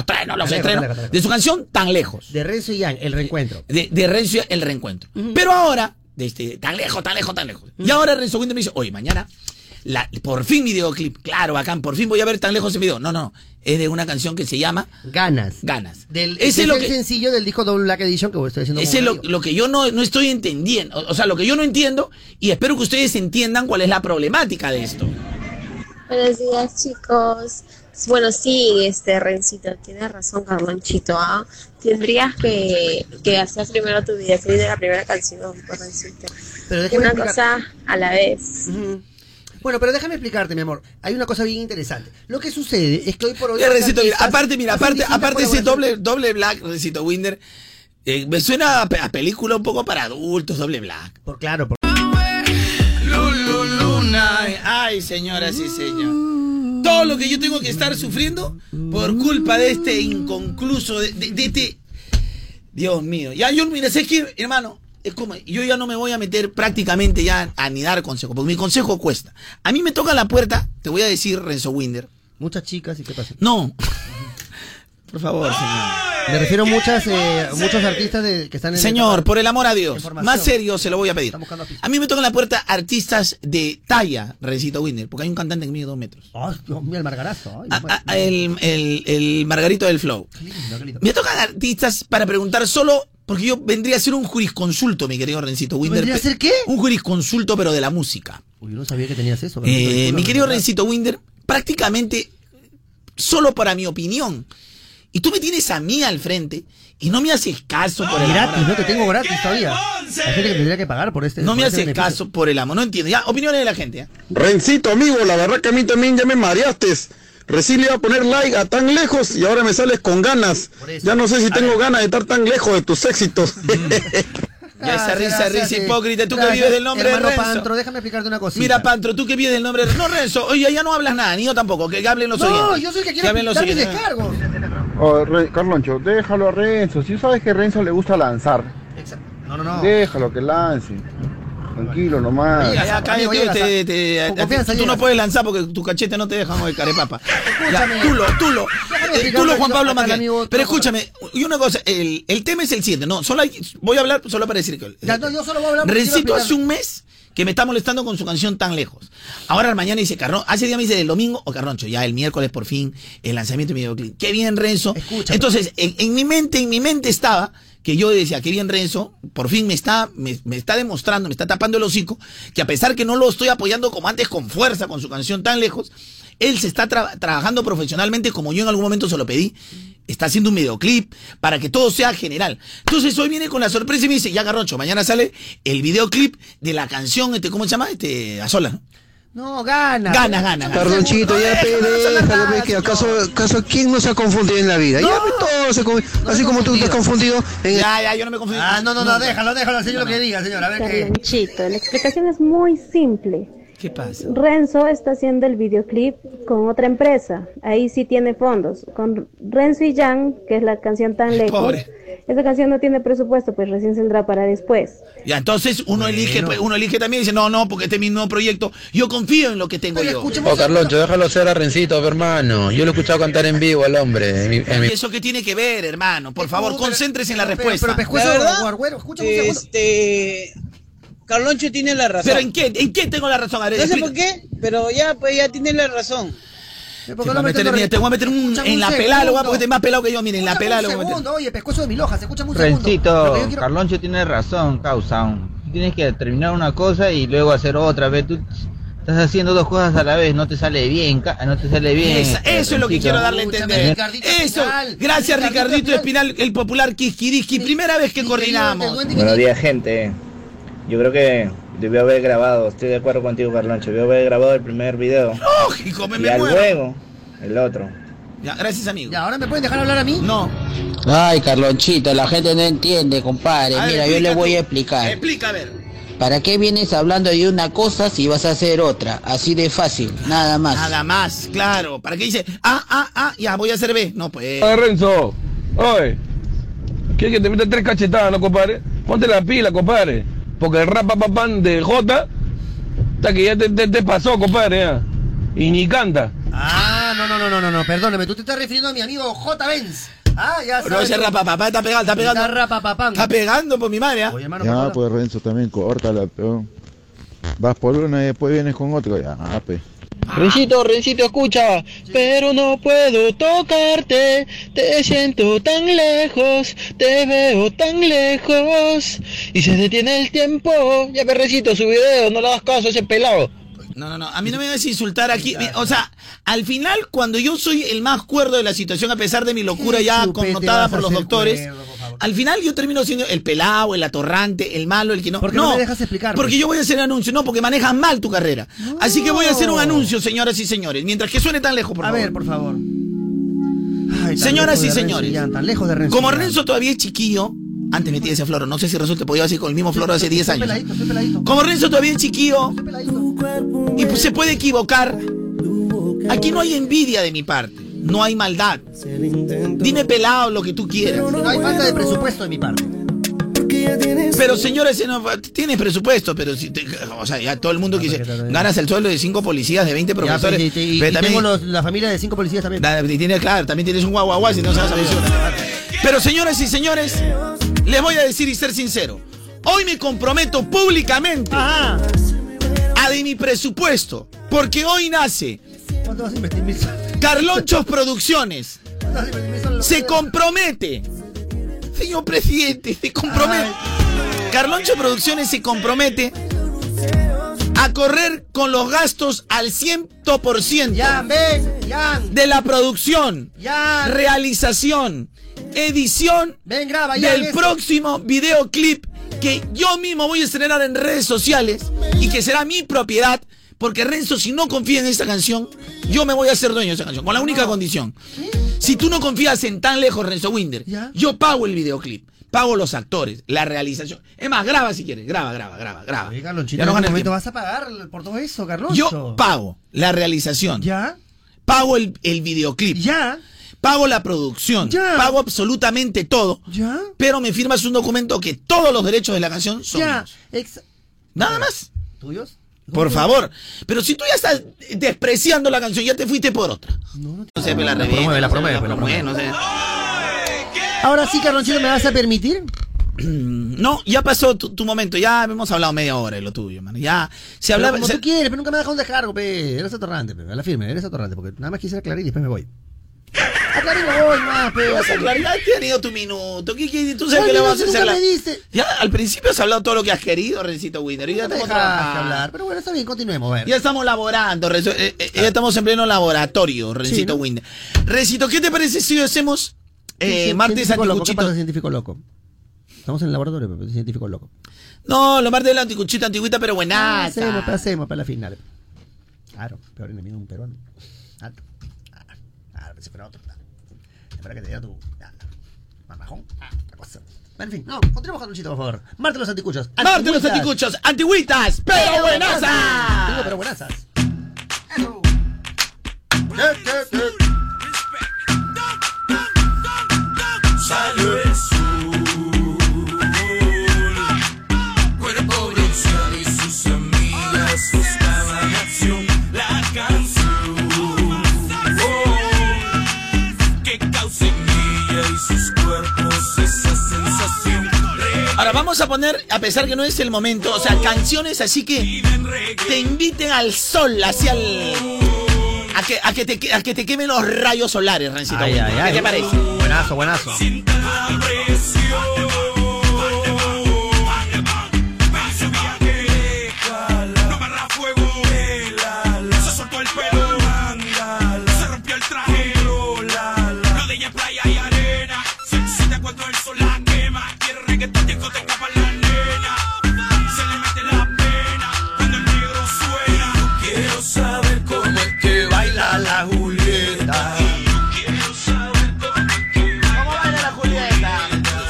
estrenos, los
Dale,
estrenos
dale, dale.
de su canción tan lejos.
De Renzo y Yang, el reencuentro.
De, de Renzo el reencuentro. Pero ahora, desde, tan lejos, tan lejos, tan lejos. Y ahora Renzo Winter me dice, oye, mañana, la, por fin mi videoclip, claro, bacán, por fin voy a ver tan lejos ese video. No, no, es de una canción que se llama
Ganas.
Ganas.
Del,
Ese
ese
es
es
lo
el
que-
sencillo del disco Double Black Edition que estoy haciendo.
Ese es lo, lo que yo no, no estoy entendiendo. O, o sea, lo que yo no entiendo, y espero que ustedes entiendan cuál es la problemática de esto.
Buenos días, chicos. Bueno, sí, este Rencito, tienes razón, Carlonchito. ¿ah? Tendrías que, que hacer primero tu videoclip de la primera canción, por Rencito.
Pero déjame
Una
explicar-
cosa a la vez.
Bueno, pero déjame explicarte, mi amor. Hay una cosa bien interesante. Lo que sucede es que hoy por hoy.
Mira,
los
Rencito, Eh, mira,
artistas
aparte, mira,
hacen
aparte,
distintas
aparte ese
colaboraciones.
doble, doble black, Rencito Winder, eh, me suena a, pe- a película un poco para adultos, doble black.
Por claro, por...
Lulu Luna, ay señoras y señor. Todo lo que yo tengo que estar sufriendo por culpa de este inconcluso, de, de- de este... Dios mío. Ya yo, mira, sé que, hermano, es como, yo ya no me voy a meter prácticamente ya a ni dar consejo, porque mi consejo cuesta. A mí me toca la puerta, te voy a decir, Renzo Winder.
Muchas chicas, ¿y qué pasa?
No. Por favor, señor.
Me refiero a muchas, eh, muchos artistas de- que están en.
Señor, por el amor a Dios,
Información.
más serio se lo voy a pedir. A mí me tocan la puerta artistas de talla, Rencito Winder, porque hay un cantante que mide dos metros.
Ay, Dios mío, el margarazo. ay,
Ah, ah, el, el- el Margarito del Flow. Me tocan artistas para preguntar solo, porque yo vendría a ser un jurisconsulto, mi querido Rencito Winder.
¿Vendría a ser
qué? Un jurisconsulto, pero de la música.
Uy, yo no sabía que tenías eso.
Eh,
pero-
mi querido Rencito Winder, prácticamente solo para mi opinión. Y tú me tienes a mí al frente y no me haces caso por el amor
Gratis,
a-
no te tengo gratis todavía. Hay gente que tendría que pagar por este.
No
por
me
este
haces
beneficio.
caso por el amo, no entiendo. Ya, opiniones de la gente. ¿eh?
Rencito, amigo, la verdad que a mí también ya me mareaste. Recién le iba a poner like a tan lejos y ahora me sales con ganas. Ya no sé si tengo ganas de estar tan lejos de tus éxitos.
Ya esa risa,
Gracias,
risa
eh,
hipócrita, tú que
gracias,
vives del nombre de
hermano
Renzo.
Pantro, déjame explicarte una cosita.
Mira, Pantro, tú que vives del nombre de No, Renzo, oye, ya no hablas nada, ni yo tampoco, que hablen los oyentes.
no, yo soy el que quiero
hablen los
quitar mis
oyentes.
descargos.
Oh, Re- Carloncho, déjalo a Renzo. Si sabes que a Renzo le gusta lanzar,
Exacto. No, no, no.
déjalo que lance. Tranquilo nomás.
Ya, ya, cállate,
Amigo, llegas a-
te- te-
con
a- a-
confianza
tú no
llegas.
puedes lanzar porque tu cachete no te deja mover carepapa. Ya,
Escúchame.
Tú lo, tú lo,
Déjame
eh, tú lo,
explicarle
Juan
yo acá
Pablo
al
Mangel.
amigo-
Pero escúchame, y una cosa, el, el tema es el siguiente, no, solo hay- voy a hablar solo para decir que...
Ya, no, yo solo voy a hablar. porque
Rencito
quiero
hace
explicar.
un mes que me está molestando con su canción tan lejos. Ahora mañana dice Carrón, hace día me dice el domingo o Carroncho, ya el miércoles por fin el lanzamiento de mi videoclip. Qué bien Renzo. Entonces, en, en mi mente, en mi mente estaba que yo decía, qué bien Renzo, por fin me está, me, me está demostrando, me está tapando el hocico, que a pesar que no lo estoy apoyando como antes con fuerza con su canción tan lejos, él se está tra- trabajando profesionalmente como yo en algún momento se lo pedí. Está haciendo un videoclip para que todo sea general. Entonces hoy viene con la sorpresa y me dice, ya Garrocho, mañana sale el videoclip de la canción, este, ¿cómo se llama? Este, a solas, ¿no?
No, gana.
Gana, gana.
Carlonchito, ya pe, déjalo, pe, que acaso, acaso quién no se ha confundido en la vida. Ya pe, todos se conf- así como tú te has confundido en
Ya, ya, yo no me confundí.
Ah, no, no, no,
Nunca.
déjalo, déjalo al señor lo que diga, señor. A ver qué.
Carlonchito, la explicación es muy simple.
¿Qué pasa?
Renzo está haciendo el videoclip con otra empresa. Ahí sí tiene fondos. Con Renzo y Jan, que es la canción tan lejos.
Pobre.
Esa canción no tiene presupuesto, pues recién saldrá para después.
Ya, entonces uno elige, pues, uno elige también y dice, no, no, porque este es mi nuevo proyecto. Yo confío en lo que tengo yo.
Oh, Carloncho, déjalo ser a Rencito, pe, hermano. Yo lo he escuchado cantar en vivo al hombre. en mi- en mi-
¿Y Eh, eso qué tiene que ver, hermano? Por favor, concéntrese en la respuesta.
La verdad,
un segundo.
este, Carloncho tiene la razón.
¿Pero en qué, en qué tengo la razón? A ver,
no sé
explica.
por qué, pero ya, pues ya tiene la razón.
Te
voy a meter, mira, te voy a meter un- en la pelada, lo voy a- porque te más pelado que yo, miren, en la pelada lo voy a meter.
segundo, oye, pescuezo de mil hojas, escucha un segundo.
Rencito,
Lo que yo quiero-
Carloncho tiene razón, causa. Tienes que terminar una cosa y luego hacer otra. Ve, tú estás haciendo dos cosas a la vez, no te sale bien, ca- no te sale bien.
Esa- eso es lo que
Rencito.
quiero darle a entender.
Ricardito
Eso. Gracias, Ricardito Espinal, el popular Quisquirisqui. Primera vez que coordinamos.
Buenos días, gente. Yo creo que debió haber grabado, estoy de acuerdo contigo, Carloncho, debió haber grabado el primer video.
Lógico, me,
Y
me
al
muero.
luego, el otro.
Ya, gracias, amigo.
Ya, ahora me pueden dejar hablar a mí?
No.
Ay, Carlonchito, la gente no entiende, compadre.
A ver,
Mira, yo
explica
le voy
tú.
a explicar.
Explica, a ver.
¿Para qué vienes hablando de una cosa si vas a hacer otra? Así de fácil, nada más.
Nada más, claro. ¿Para qué dice? Ah, ah, ah, ya, voy a hacer B. No, pues.
Oye, Renzo, oye, ¿quieres que te meta tres cachetadas, no, compadre? Ponte la pila, compadre, porque el rap pa, pan de J, hasta que ya te, te- te pasó, compadre, ya. y ni canta.
Ah, no, no, no, no, no, no, perdóname, tú te estás refiriendo a mi amigo J. Benz. Ah, ya sabes.
No, ese rapa, papá, está pegando, está pegando.
Está rapapapán.
Está pegando por mi madre, ¿ah?
Ya, pues Renzo también, córtala, peón. Vas por una y después vienes con otra. Ya, pues.
Ah,
Rencito, Rencito, escucha, pero no puedo tocarte, te siento tan lejos, te veo tan lejos, y se detiene el tiempo, ya ve Rencito, su video, no le das caso a ese pelado.
No, no, no. A mí no me vas a insultar aquí. O sea, al final, cuando yo soy el más cuerdo de la situación, a pesar de mi locura
¿Qué
ya
chupete
connotada
vas a
por los
hacer
doctores,
cuerdo,
al final yo termino siendo el pelado, el atorrante, el malo, el que no.
Porque no me dejas explicarme.
Porque yo voy a hacer anuncio. No, porque manejas mal tu carrera. Así que voy a hacer un anuncio, señoras y señores. Mientras que suene tan lejos, por
A
favor.
ver, por favor. Ay, tan
Señoras
lejos
y
de Renzo
señores.
Llán, tan lejos de Renzo
Como
Llán.
Renzo todavía es chiquillo, antes metí ese floro, no sé si Renzo te podía decir con el mismo floro hace 10
Soy
años.
peladito, soy peladito.
Como Renzo todavía es chiquillo y pues se puede equivocar, aquí no hay envidia de mi parte, no hay maldad. Dime pelado lo que tú quieras.
No hay falta de presupuesto de mi parte.
Pero señores, si no- tienes presupuesto, pero si te- o sea, ya todo el
Ah,
mundo quise, ganas el sueldo de 5 policías, de 20
Ya,
profesores,
pues, y- y- y
pero también-
tengo los- la familia de cinco policías también.
Da- y tiene- claro, también tienes un guau guau guau, si no se vas a solucionar. Pero señoras y señores, les voy a decir y ser sincero. Hoy me comprometo públicamente a de mi presupuesto, porque hoy nace
¿Cuánto vas a invertir mis-
Carlonchos Producciones. Se compromete. Señor presidente, se compromete. Carloncho Producciones se compromete a correr con los gastos al 100% de la producción,
Ya.
realización, edición
Ven, graba ya.
del
Ernesto.
próximo videoclip que yo mismo voy a estrenar en redes sociales y que será mi propiedad. Porque Renzo, si no confía en esta canción, yo me voy a hacer dueño de esa canción. Con la única condición. Si tú no confías en tan lejos, Renzo Winder, yo pago el videoclip, pago los actores, la realización. Es más, graba si quieres, graba, graba, graba, graba.
Chito,
Ya no
en
gana
algún
el
momento
tiempo.
vas a pagar por todo eso, Carloncho.
Yo pago la realización. Ya. Pago el, el videoclip. Ya. Pago la producción. Pago absolutamente todo. Ya. Pero me firmas un documento que todos los derechos de la canción son.
Ya.
míos.
ex-
Nada más.
¿Tuyos?
Por favor. Pero si tú ya estás despreciando la canción, ya te fuiste por otra. No, sé, me la revienta,
promueve,
no
la
sé,
promueve,
me
la
promueve, no sé.
Ahora sí, Carlonchito, ¿me vas a permitir?
No, ya pasó tu, tu momento. Ya hemos hablado media hora de lo tuyo, mano. Ya se
Pero
hablaba.
Como
se-
tú quieres, pero nunca me dejas un descargo, pe. Eres atorrante, pe. A la firme, eres atorrante, porque nada más quisiera aclarar y después me voy. A Clarín me voy, más, pe.
Vas a aclarar, ya te han ido tu minuto. ¿Qué, qué- tú sabes
Ay,
que le
pues. no,
vas
si
a
nunca
hacer la-
me diste.
Ya al principio has hablado todo lo que has querido, Rencito Winner. Y ya
No me
estamos
dejaste
trabajando.
hablar, pero bueno, está bien, continuemos, a ver.
Ya estamos laborando, Renzo. Eh, eh, ya estamos en pleno laboratorio, Rencito Winder. Rencito, ¿qué te parece si hacemos eh,
Cien-
martes
científico loco, ¿Qué
anticuchito?
pasa, científico loco? Estamos en el laboratorio, pero científico loco.
No, los martes de la anticuchita antigüita, pero
Ah,
buena.
Hacemos, pe, hacemos para la final. Claro, peor enemigo de un peruano. Claro, claro,
Ah,
claro, si fuera otro. claro. Espera que te diga tu. ah, Mamajón. Ah, otra cosa. En fin, no, continuemos con Luchito, por favor. Marte los anticuchos.
Martes Ah, los anticuchos, antigüitas, pero buenazas.
Digo, pero buenazas.
Salió el sol, cuerpo bronceado y sus amigas buscaban acción. La canción oh, que causa en ella y sus cuerpos esa sensación.
Ahora vamos a poner, a pesar que no es el momento, o sea, canciones así que te inviten al sol, hacia el. A que, a que, te, que- a que te quemen los rayos solares, Rencito.
Ay, ay,
¿Qué
ay.
te parece?
Buenazo, buenazo.
Quiero saber cómo es que baila la Julieta.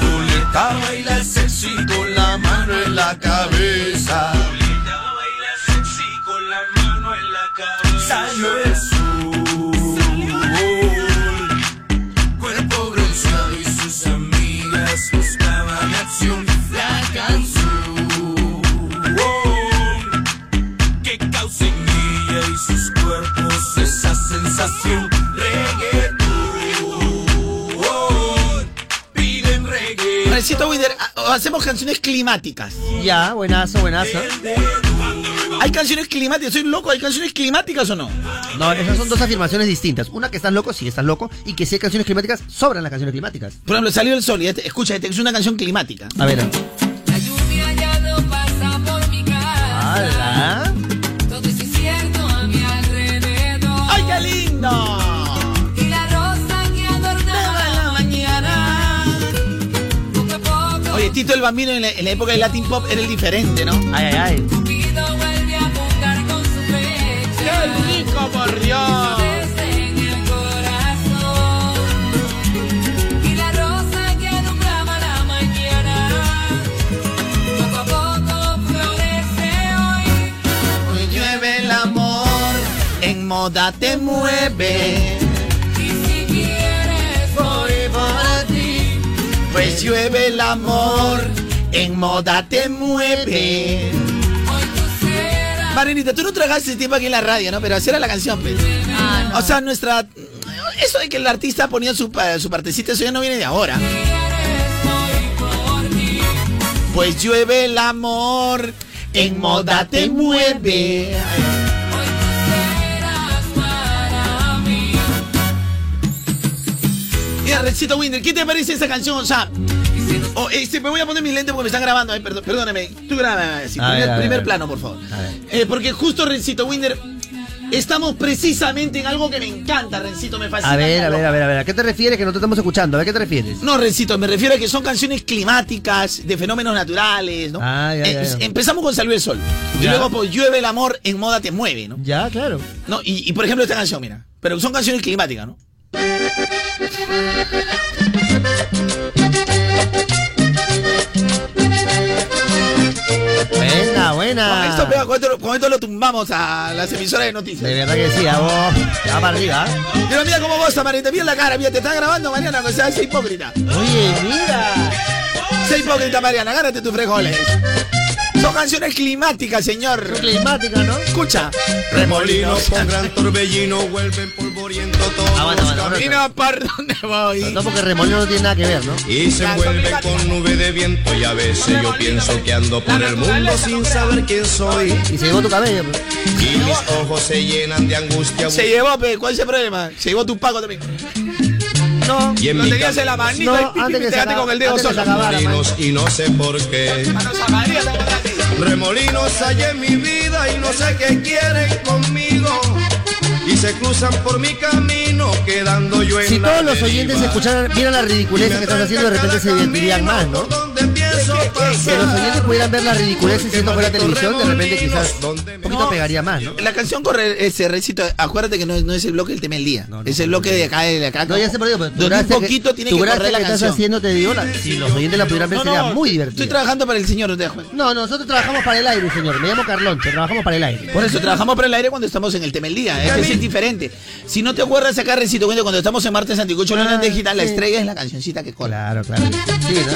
Julieta baila el sexy con la mano en la cabeza. Salió el sol. Cuerpo bronceado y sus amigas buscaban acción. La canción que causa en ella y sus cuerpos esa sensación. Reggaetón. Piden reggaetón.
Rencito Winder, ha- ah, hacemos canciones climáticas.
Ya, buenazo, buenazo.
¿Hay canciones climáticas? Soy loco, ¿hay canciones climáticas o no?
No,
esas son dos afirmaciones distintas. Una que estás loco, sí, estás loco. Y que si hay canciones climáticas, sobran las canciones climáticas.
Por ejemplo, salió el sol y este- escucha, este es una canción climática.
A ver.
ya no pasa por mi casa. Todo es incierto a mi alrededor. ¡Ay, qué lindo! Y la rosa que adornaba la mañana. Poco a poco,
Oye, Tito el Bambino en la, en la época del Latin Pop era el diferente, ¿no?
Ay, ay, ay.
Cupido vuelve a apuntar con su flecha. ¡Qué rico, por Dios! en el corazón. Y la rosa que alumbraba la mañana. Poco a poco florece hoy.
Hoy llueve el amor, en moda te mueve.
Y si quieres, voy para ti.
Pues llueve el amor, en moda te mueve. Marinita, tú no tragaste ese tiempo aquí en la radio, ¿no? Pero así era la canción, pues. O sea, nuestra... Eso de que el artista ponía su, pa- su partecita, eso ya no viene de ahora. Pues llueve el amor, en moda te mueve. Mira, Recito Winder, ¿qué te parece esa canción? O sea, oh, este, me voy a poner mis lentes porque me están grabando. Ay, perdón, perdóname, tú graba así,
A ver,
primer,
a ver,
primer
a ver.
plano, por favor. Eh, porque justo, Rencito Winder, estamos precisamente en algo que me encanta, Rencito, me fascina.
A ver, a
Carlos.
ver, a ver, a ver. ¿A qué te refieres que no te estamos escuchando? ¿A ver, qué te refieres?
No, Rencito, me refiero a que son canciones climáticas, de fenómenos naturales, ¿no?
Ah, ya, ya,
Eh,
ya.
Empezamos con Salió el Sol. Y
Ya.
luego pues, llueve el amor, en moda te mueve, ¿no?
Ya, claro.
no y, y, por ejemplo esta canción, mira. Pero son canciones climáticas, ¿no?
Buena, buena.
Con esto, pega- con esto- con esto lo tumbamos a las emisoras de noticias.
De verdad que sí, a vos. Ya para arriba. ¿eh?
Pero mira cómo goza, Mariana. Mira la cara, mira, te está grabando, Mariana, que sea, sea hipócrita.
Oye, mira.
Sea hipócrita, Mariana, agárrate tus frijoles. Son canciones climáticas, señor. Son
climáticas, ¿no?
Escucha.
Remolinos con gran torbellino vuelven polvoriento todos
Camina por donde voy.
No, porque remolino no tiene nada que ver, ¿no?
Y se envuelve con nube de viento y a veces yo pienso que ando por el mundo sin saber quién soy.
Y se llevó tu cabello. pues.
Y mis ojos se llenan de angustia.
Se llevó, pe, ¿cuál es el problema? Se llevó tu pago también. No,
Y en
no
mi
tenías
cam-
el abanico
No,
y-
antes
y
que
te
se
dejaste
acaba-
con el dedo
antes que
solo.
se acabara, Remolinos y no sé por qué. Remolinos hay en mi vida y no sé qué quieren conmigo. Y se cruzan por mi camino quedando yo en
Si
la
todos los
deriva.
oyentes escucharan, vieran la ridiculez que estás haciendo, de repente se divertirían más, ¿no? Si los oyentes pudieran ver la ridiculez que hicieron fuera de la televisión, de repente quizás un poquito pegaría más, ¿no?
La canción corre ese recito, acuérdate que no, no es el bloque del tema del día, es el bloque de acá de acá.
No, ya se perdió, pero tu
donde un
gracia que-
poquito tiene
tu
que
gracia
correr la
que estás
canción.
haciendo te dio la- si los oyentes la pudieran ver, sería muy divertido.
Estoy trabajando para el señor, no te das cuenta.
No, nosotros trabajamos para el aire, señor. Me llamo Carloncho, trabajamos para el aire.
Por eso trabajamos para el aire cuando estamos en el tema del día, ¿eh? Ese es diferente. Si no te acuerdas acá recito Winder, cuando estamos en martes anticucho lunes digital, la
Ah, sí.
estrella es la cancioncita que cola.
Claro, claro.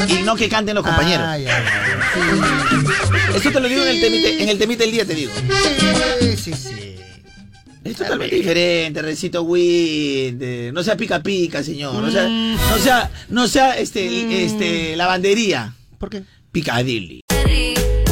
Y no que canten los compañeros.
Ay, ay,
Eso te lo digo en el temite, en el temite del día te digo.
Sí, sí, sí.
Es totalmente diferente, Recito Wind. eh, No sea pica pica, señor. No sea, no sea, no sea este, este, lavandería.
Mm. ¿Por qué?
Picadilly.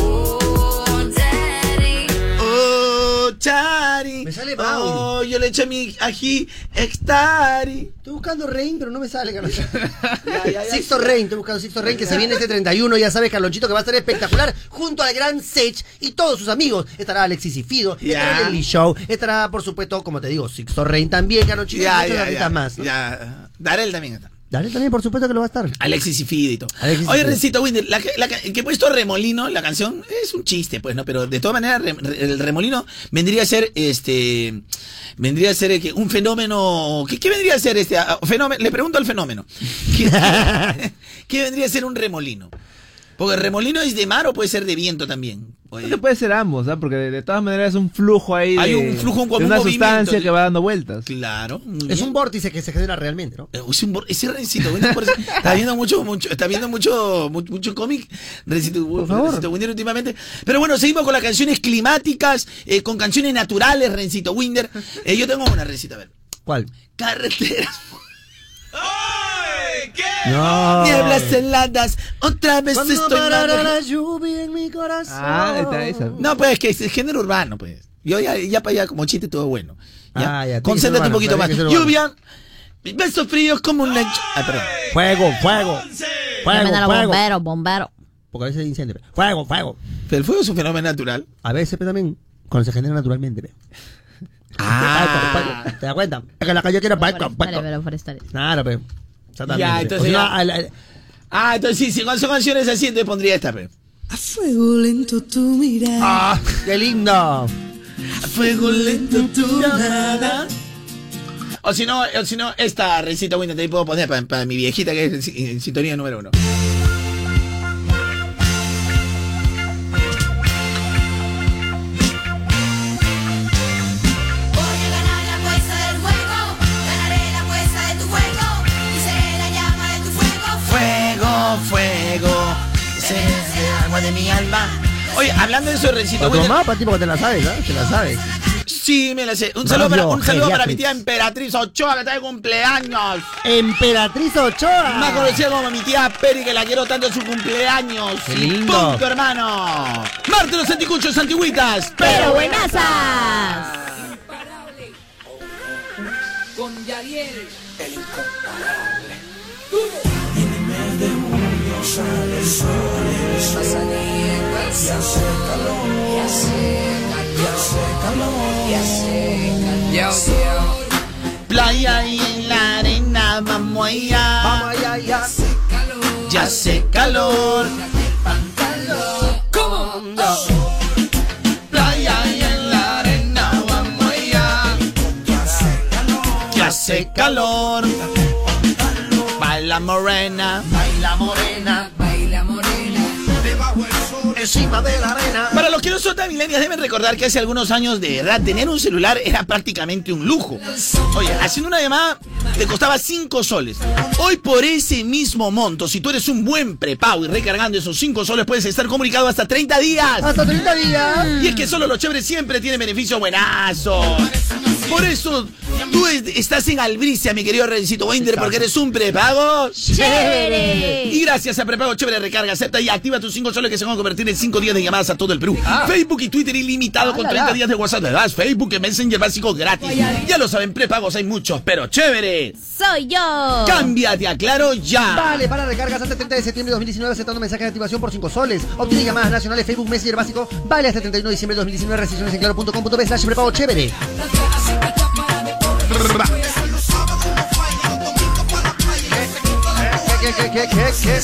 Oh, daddy.
Oh, chari. Me
sale
Oh,
Baudi.
yo le eché mi ají extari.
Estoy buscando Rain, pero no me sale, Carlos.
ya.
Sixto Rain, estoy buscando Sixto Rain, que se viene este 31. Ya sabes, Carlonchito, que va a estar espectacular junto al gran Sech y todos sus amigos. Estará Alexis y Fido, estará
Ya.
el Lily Show, estará, por supuesto, como te digo, Sixto Rain también, Carlonchito, y muchas artistas más.
ya. Darel también está.
Daré también, por supuesto, que lo va a estar.
Alexis y Fido y todo.
Alexis y
Oye,
Fido.
Rencito Winder, la, que- la que que he puesto Remolino, la canción, es un chiste, pues, ¿no? Pero de todas maneras, Re- Re- el Remolino vendría a ser, este, vendría a ser eh, que un fenómeno, ¿qué, qué vendría a ser este? ah, fenómeno, le pregunto al fenómeno. ¿Qué, qué- qué vendría a ser un remolino? Porque el remolino es de mar o puede ser de viento también. Oye,
Puede ser ambos, ¿ah? Porque de, de todas maneras es un flujo ahí.
Hay
de-
un flujo, un-
de
un
una
movimiento,
sustancia
sí.
que va dando vueltas.
Claro.
Es un vórtice que se genera realmente, ¿no?
Es Eh, un, bor- ese Rencito Winder, por eso- está viendo mucho, mucho, está viendo mucho, mu- mucho cómic, Rencito, uh, Rencito Winder últimamente. Pero bueno, seguimos con las canciones climáticas, eh, con canciones naturales, Rencito Winder. Eh, yo tengo una, Rencito, a ver.
¿Cuál?
Carreteras.
No.
Nieblas heladas, otra vez
Ah. Cuando
estoy
parará
manejando.
la lluvia en mi corazón.
Ah, está esa.
No, pues es que es el género urbano, pues. Yo ya, ya para allá, como chiste, todo bueno. ¿ya?
Ah, ya, tiene que ser
Concéntrate un
urbano,
poquito más.
tiene que ser urbano.
Lluvia, mis besos fríos como un lecho. Ah, perdón.
Fuego, fuego. Fuego,
Llamen a los
fuego.
bomberos, bomberos.
Porque a veces hay incendio. pero Fuego, fuego.
Pero el fuego es un fenómeno natural.
A veces pero también, cuando se genera naturalmente. pero. Ah. ¿Te das cuenta? Es que la calle quiere palco,
Forestales,
palco.
pero forestales.
Claro, pero. Exactamente.
Ya, entonces
O sea,
ya-
al- al-
Ah, entonces sí, sí, con son canciones así, entonces pondría esta, pues. pe.
A fuego lento tu mirar.
¡Ah! ¡Qué lindo!
A fuego lento tu nada. O si no, o si no, esta recita buena te puedo poner para mi viejita que es en si- en sintonía número uno.
La fuerza del fuego, ganaré la fuerza de tu fuego y seré la llama de tu fuego.
Fuego, fuego, es el agua de mi alma. Oye, hablando de eso, recito
Otro
buena.
mapa, tipo, que te la sabes, ¿no? Te la sabes.
Sí, me la sé. Un
Radio
saludo, para, un saludo para mi
Geriatriz.
tía Emperatriz Ochoa que está de cumpleaños.
Emperatriz Ochoa.
Más conocida como mi tía Peri, que la quiero tanto en su cumpleaños.
Qué lindo.
Punto, hermano. Marte los anticuchos, antigüitas. Pero buenasas.
Con Yadiel, el
Sale el sol en esta salida y hace calor, y hace calor, y hace calor, y hace calor.
Playa y en la arena, vamos allá. Vamos allá, ya hace calor. Ya hace calor. Como Playa y en la arena, vamos allá. Ya hace calor. Baila morena. Baila morena.
Baila morena, debajo del sol, encima de la arena.
Para los que no son tan milenias deben recordar que hace algunos años de edad tener un celular era prácticamente un lujo. Oye, haciendo una llamada te costaba 5 soles. Hoy por ese mismo monto, si tú eres un buen prepago y recargando esos 5 soles puedes estar comunicado hasta 30 días.
Hasta 30 días.
Y es que solo los chéveres siempre tienen beneficios buenazos. Por eso tú es- estás en albricia, mi querido Rencito Winder, porque eres un prepago
Chévere.
Y gracias a prepago chévere recarga, acepta y activa tus 5 soles que se van a convertir en 5 días de llamadas a todo el Perú. Facebook y Twitter ilimitado con
la,
30
la.
días de WhatsApp. Además, Facebook y Messenger básico gratis. Ya lo saben, prepagos hay muchos, pero chévere.
Soy yo.
Oh. Cámbiate a Claro ya.
Vale, para recargas hasta el 30 de septiembre de 2019 aceptando mensajes de activación por 5 soles. Obtiene llamadas nacionales, Facebook, Messenger básico. Vale hasta el 31 de diciembre de 2019. Restricciones en claro.com.p slash prepago chévere. ¿Qué, qué, qué, qué, qué?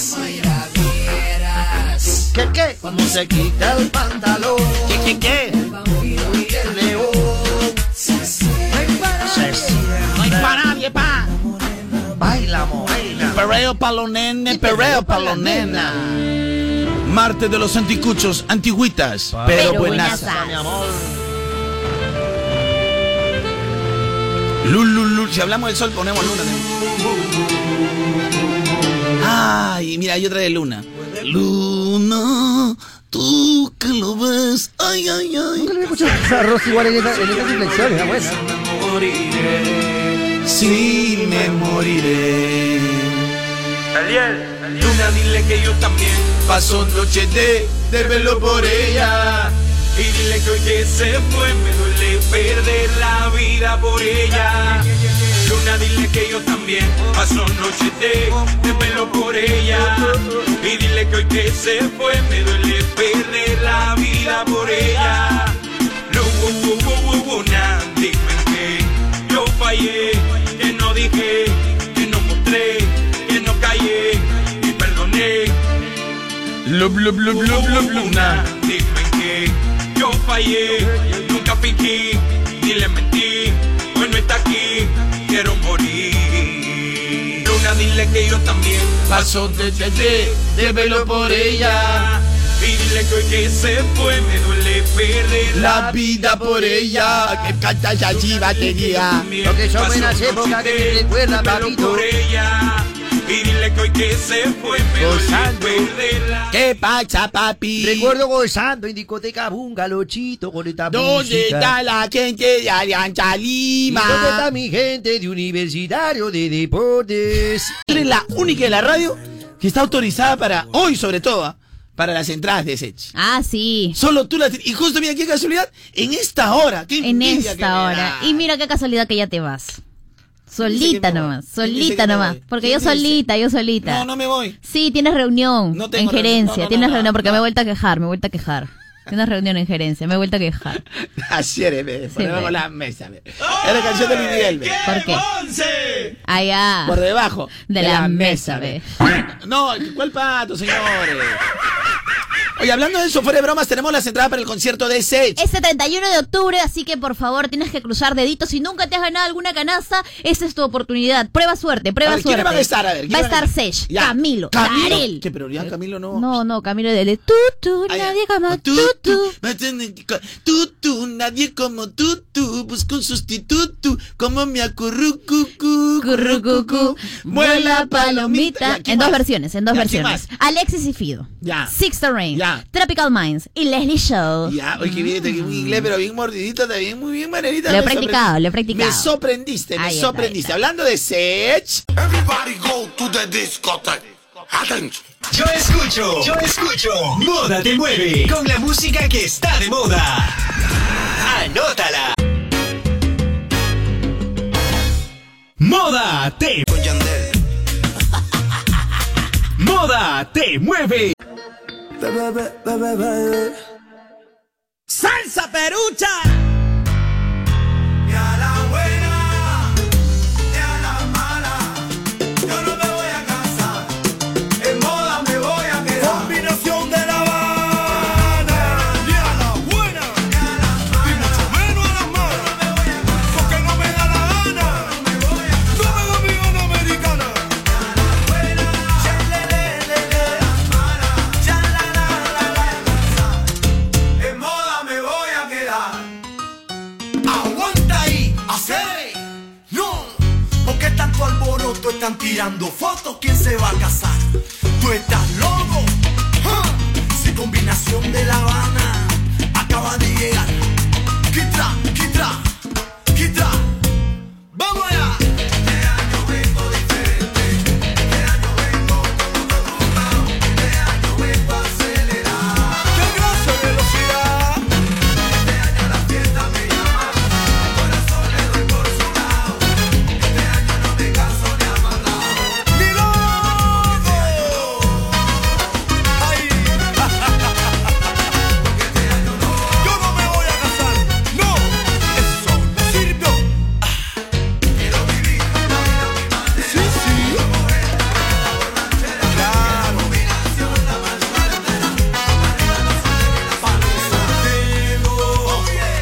¿Qué, qué? Cuando se quita el pantalón. ¿Qué, qué, qué? El vampiro y el león.
No hay para nadie, pa.
Baila, morena.
Perreo pa' los nenes, perreo pa' los nenas. Martes de los anticuchos, antigüitas, pero, buenas.
mi amor.
Lul, lul, lul. Si hablamos del sol, ponemos luna. Ay, mira, hay otra de luna. Luna, tú que lo ves. Ay, ay, ay. Nunca
le había escuchado esa Rosy igual en esa- en esas inflexiones, ¿no?
pues.
Pues. Bueno.
Moriré, sí me moriré. Aliel, Luna, dile que yo también paso noche de, de velo por ella.
Y dile que hoy que se fue me duele perder la vida por ella Luna dile que yo también paso noche de, de pelo por ella Y dile que hoy que se fue me duele perder la vida por ella Luna, dime que yo fallé, que no dije, que no mostré, que no callé y perdoné
Lub, lub, lub, lub, lub, luna.
Dime que yo fallé, nunca fingí, ni le mentí. Hoy no está aquí, quiero morir. Luna, dile que yo también paso de, de, de, de velo por ella. Y dile que hoy que se fue me duele perder
La vida por ella, que canta ya chiva tenía.
Lo que yo me nací, época que me recuerda, papito.
Y dile que hoy que se fue me duele perder la
¿Qué pasa, papi?
Recuerdo gozando en discoteca Bungalochito con esta
¿Dónde
música.
está la gente de Alianza
¿Y ¿Dónde
Lima?
está mi gente de Universitario de Deportes?
Eres la única de la radio que está autorizada para, hoy sobre todo, ¿ah? para las entradas de Sech.
Ah, sí.
Solo tú las Y justo, mira, qué casualidad, en esta hora. Qué
En
envidia que me
esta hora.
da.
Y mira qué casualidad que ya te vas. Solita
me voy?
nomás,
¿Quién dice que
solita
me
nomás.
voy?
Porque
¿Quién
yo
dice?
solita, yo solita.
No, no me voy.
Sí, tienes reunión en
tengo reunión.
gerencia,
No, no,
tienes
no,
reunión porque
no.
me he vuelto a quejar, me he vuelto a quejar. Tienes reunión en gerencia, me he vuelto a quejar.
Así eres, ve, eh, ponemos
ve.
la mesa. ve. Es la canción de Luis Miguel. ve.
¿Por qué? Allá.
Por debajo.
De la mesa, ve.
No, ¿cuál pato, señores? Oye, hablando de eso, fuera de bromas, tenemos las entradas para el concierto de Sech.
Este 31 de octubre, así que por favor tienes que cruzar deditos. Si nunca te has ganado alguna canasta, esa es tu oportunidad. Prueba suerte, prueba
A ver,
suerte.
¿quiénes van a estar? A ver, ¿quiénes
va a
van a
estar Sesh, Camilo,
Camilo.
Darel.
Que pero ya Camilo no.
No, no, Camilo de Le. Tú, tú, nadie como tú, tú.
Tú, tú, nadie como tú, tú. Busco un sustituto. Como mi acurrucucu. Currucucu.
Vuela palomita. En dos versiones, en dos
Ya, ¿quién
versiones. Alexis y Fido.
Ya.
Sixth Rain. Tropical Minds. Y Leslie Show.
Ya, oye, que bien, un inglés, pero bien mordidito también, muy bien manerita.
Lo he
Me sorpre-
practicado, lo he practicado.
Me sorprendiste, me
Ahí está,
sorprendiste. Hablando de Sech. Everybody go to the discotheque.
Yo escucho, yo escucho. Moda te mueve con la música que está de moda. Anótala. Moda te Moda te mueve.
¡Salsa perucha!
En moda me voy a quedar. Combinación de La Habana. Ni a la buena. Ni mucho menos a la mala. Porque no me da la gana. No me da mi gana americana. En moda me voy a quedar. Aguanta ahí. Hacer. No. Porque tanto alboroto están tirando fotos. ¿Quién se va a casar? Tú estás loco. ¡Ah! Si combinación de La Habana acaba de llegar. Quitra, quitra, quitra. Vamos allá.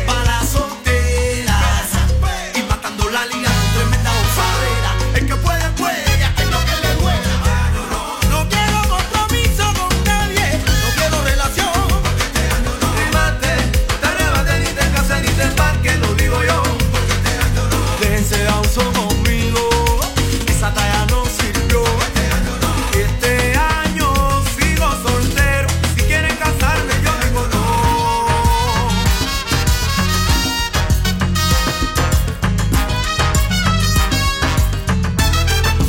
Para las solteras y matando la liga con tremenda bofadera. El que puede, puede, y aquel no que le duela. No quiero compromiso con nadie, no quiero relación. Porque este año no. Rímate, te arrebate, ni te cases, ni te embarques, lo digo yo. Porque este año no. Déjense de abuso conmigo, esa talla no sirvió. Porque este año sigo soltero, si quieren casarme yo digo no.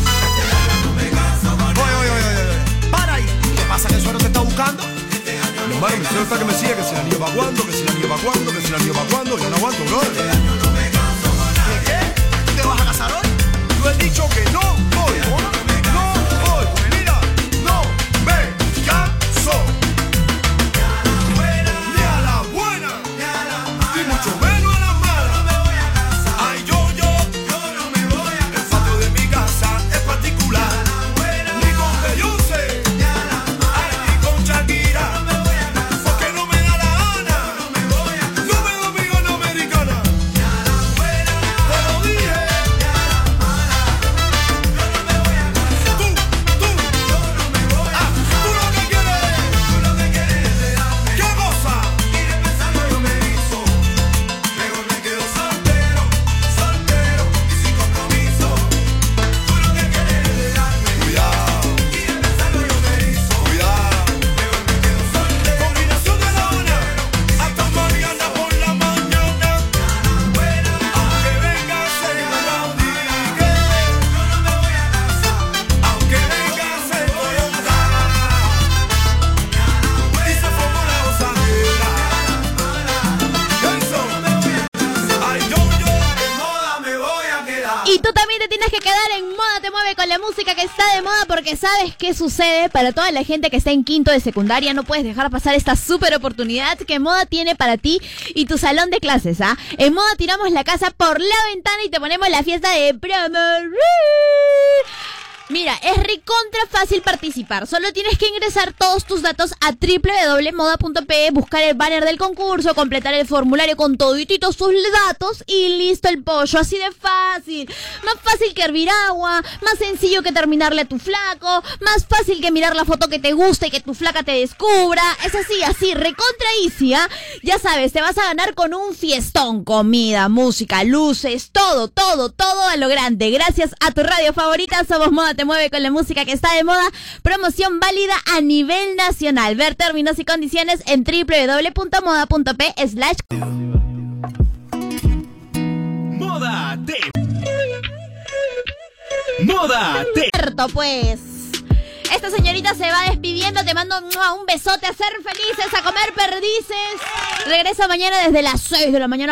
Oye, oye, oye, oye, oye. Para ahí. ¿Qué pasa que el suero te está buscando? Mi hermano, mi suero está que me sigue, que si el anillo va guando, que si el anillo pa' cuándo, que si la lío pa' cuándo, yo no aguanto, bro. Este año no me caso con nadie. ¿Qué? ¿Te vas a casar hoy? Yo he dicho que no voy. No voy. Mira, no me caso. Ni a la buena, ni mucho menos a la mala. Ay, yo, yo, yo no me voy a casar. El patio de mi casa es particular. Ni con Beyoncé, ay, ni con Shakira. Porque no me da la gana. No me domingo no americana. Te lo dije. Tú, tú. Ah, tú lo que quieres. ¿Qué cosa? Luego me hizo. Luego me quedo soltero, soltero y sin compromiso. Tú lo que quieres es darme. Cuidado. Luego me hizo. Cuidado. Luego me quedo soltero. Combinación de la hora. Hasta mañana por la mañana. Aunque venga sembrado, dije. Yo no me voy a casar. Aunque venga sembrado. Y se formó la gozadera. Eso. Ay, yo, yo, en moda me voy a quedar.
Mm. Y tú también te tienes que quedar en moda, te mueve con la música que está de moda porque sabes qué sucede para toda la gente que está en quinto de secundaria. No puedes dejar pasar esta súper oportunidad que moda tiene para ti y tu salón de clases. ¿ah? En moda tiramos la casa por la ventana y te ponemos la fiesta de promo. Mira, es recontra fácil participar. Solo tienes que ingresar todos tus datos a www.moda.pe, buscar el banner del concurso, completar el formulario con todititos tus datos y listo el pollo. Así de fácil. Más fácil que hervir agua, más sencillo que terminarle a tu flaco, más fácil que mirar la foto que te gusta y que tu flaca te descubra. Es así, así, recontra easy, ¿ah? Ya sabes, te vas a ganar con un fiestón, comida, música, luces, todo, todo, todo a lo grande. Gracias a tu radio favorita, Somos Moda Te Mueve con la música que está de moda. Promoción válida a nivel nacional. Ver términos y condiciones en www.moda.p slash
Moda te. Moda te.
Cierto, pues. Esta señorita se va despidiendo, te mando ¡mua! un besote a ser felices, a comer perdices. Regresa mañana desde las 6 de la mañana.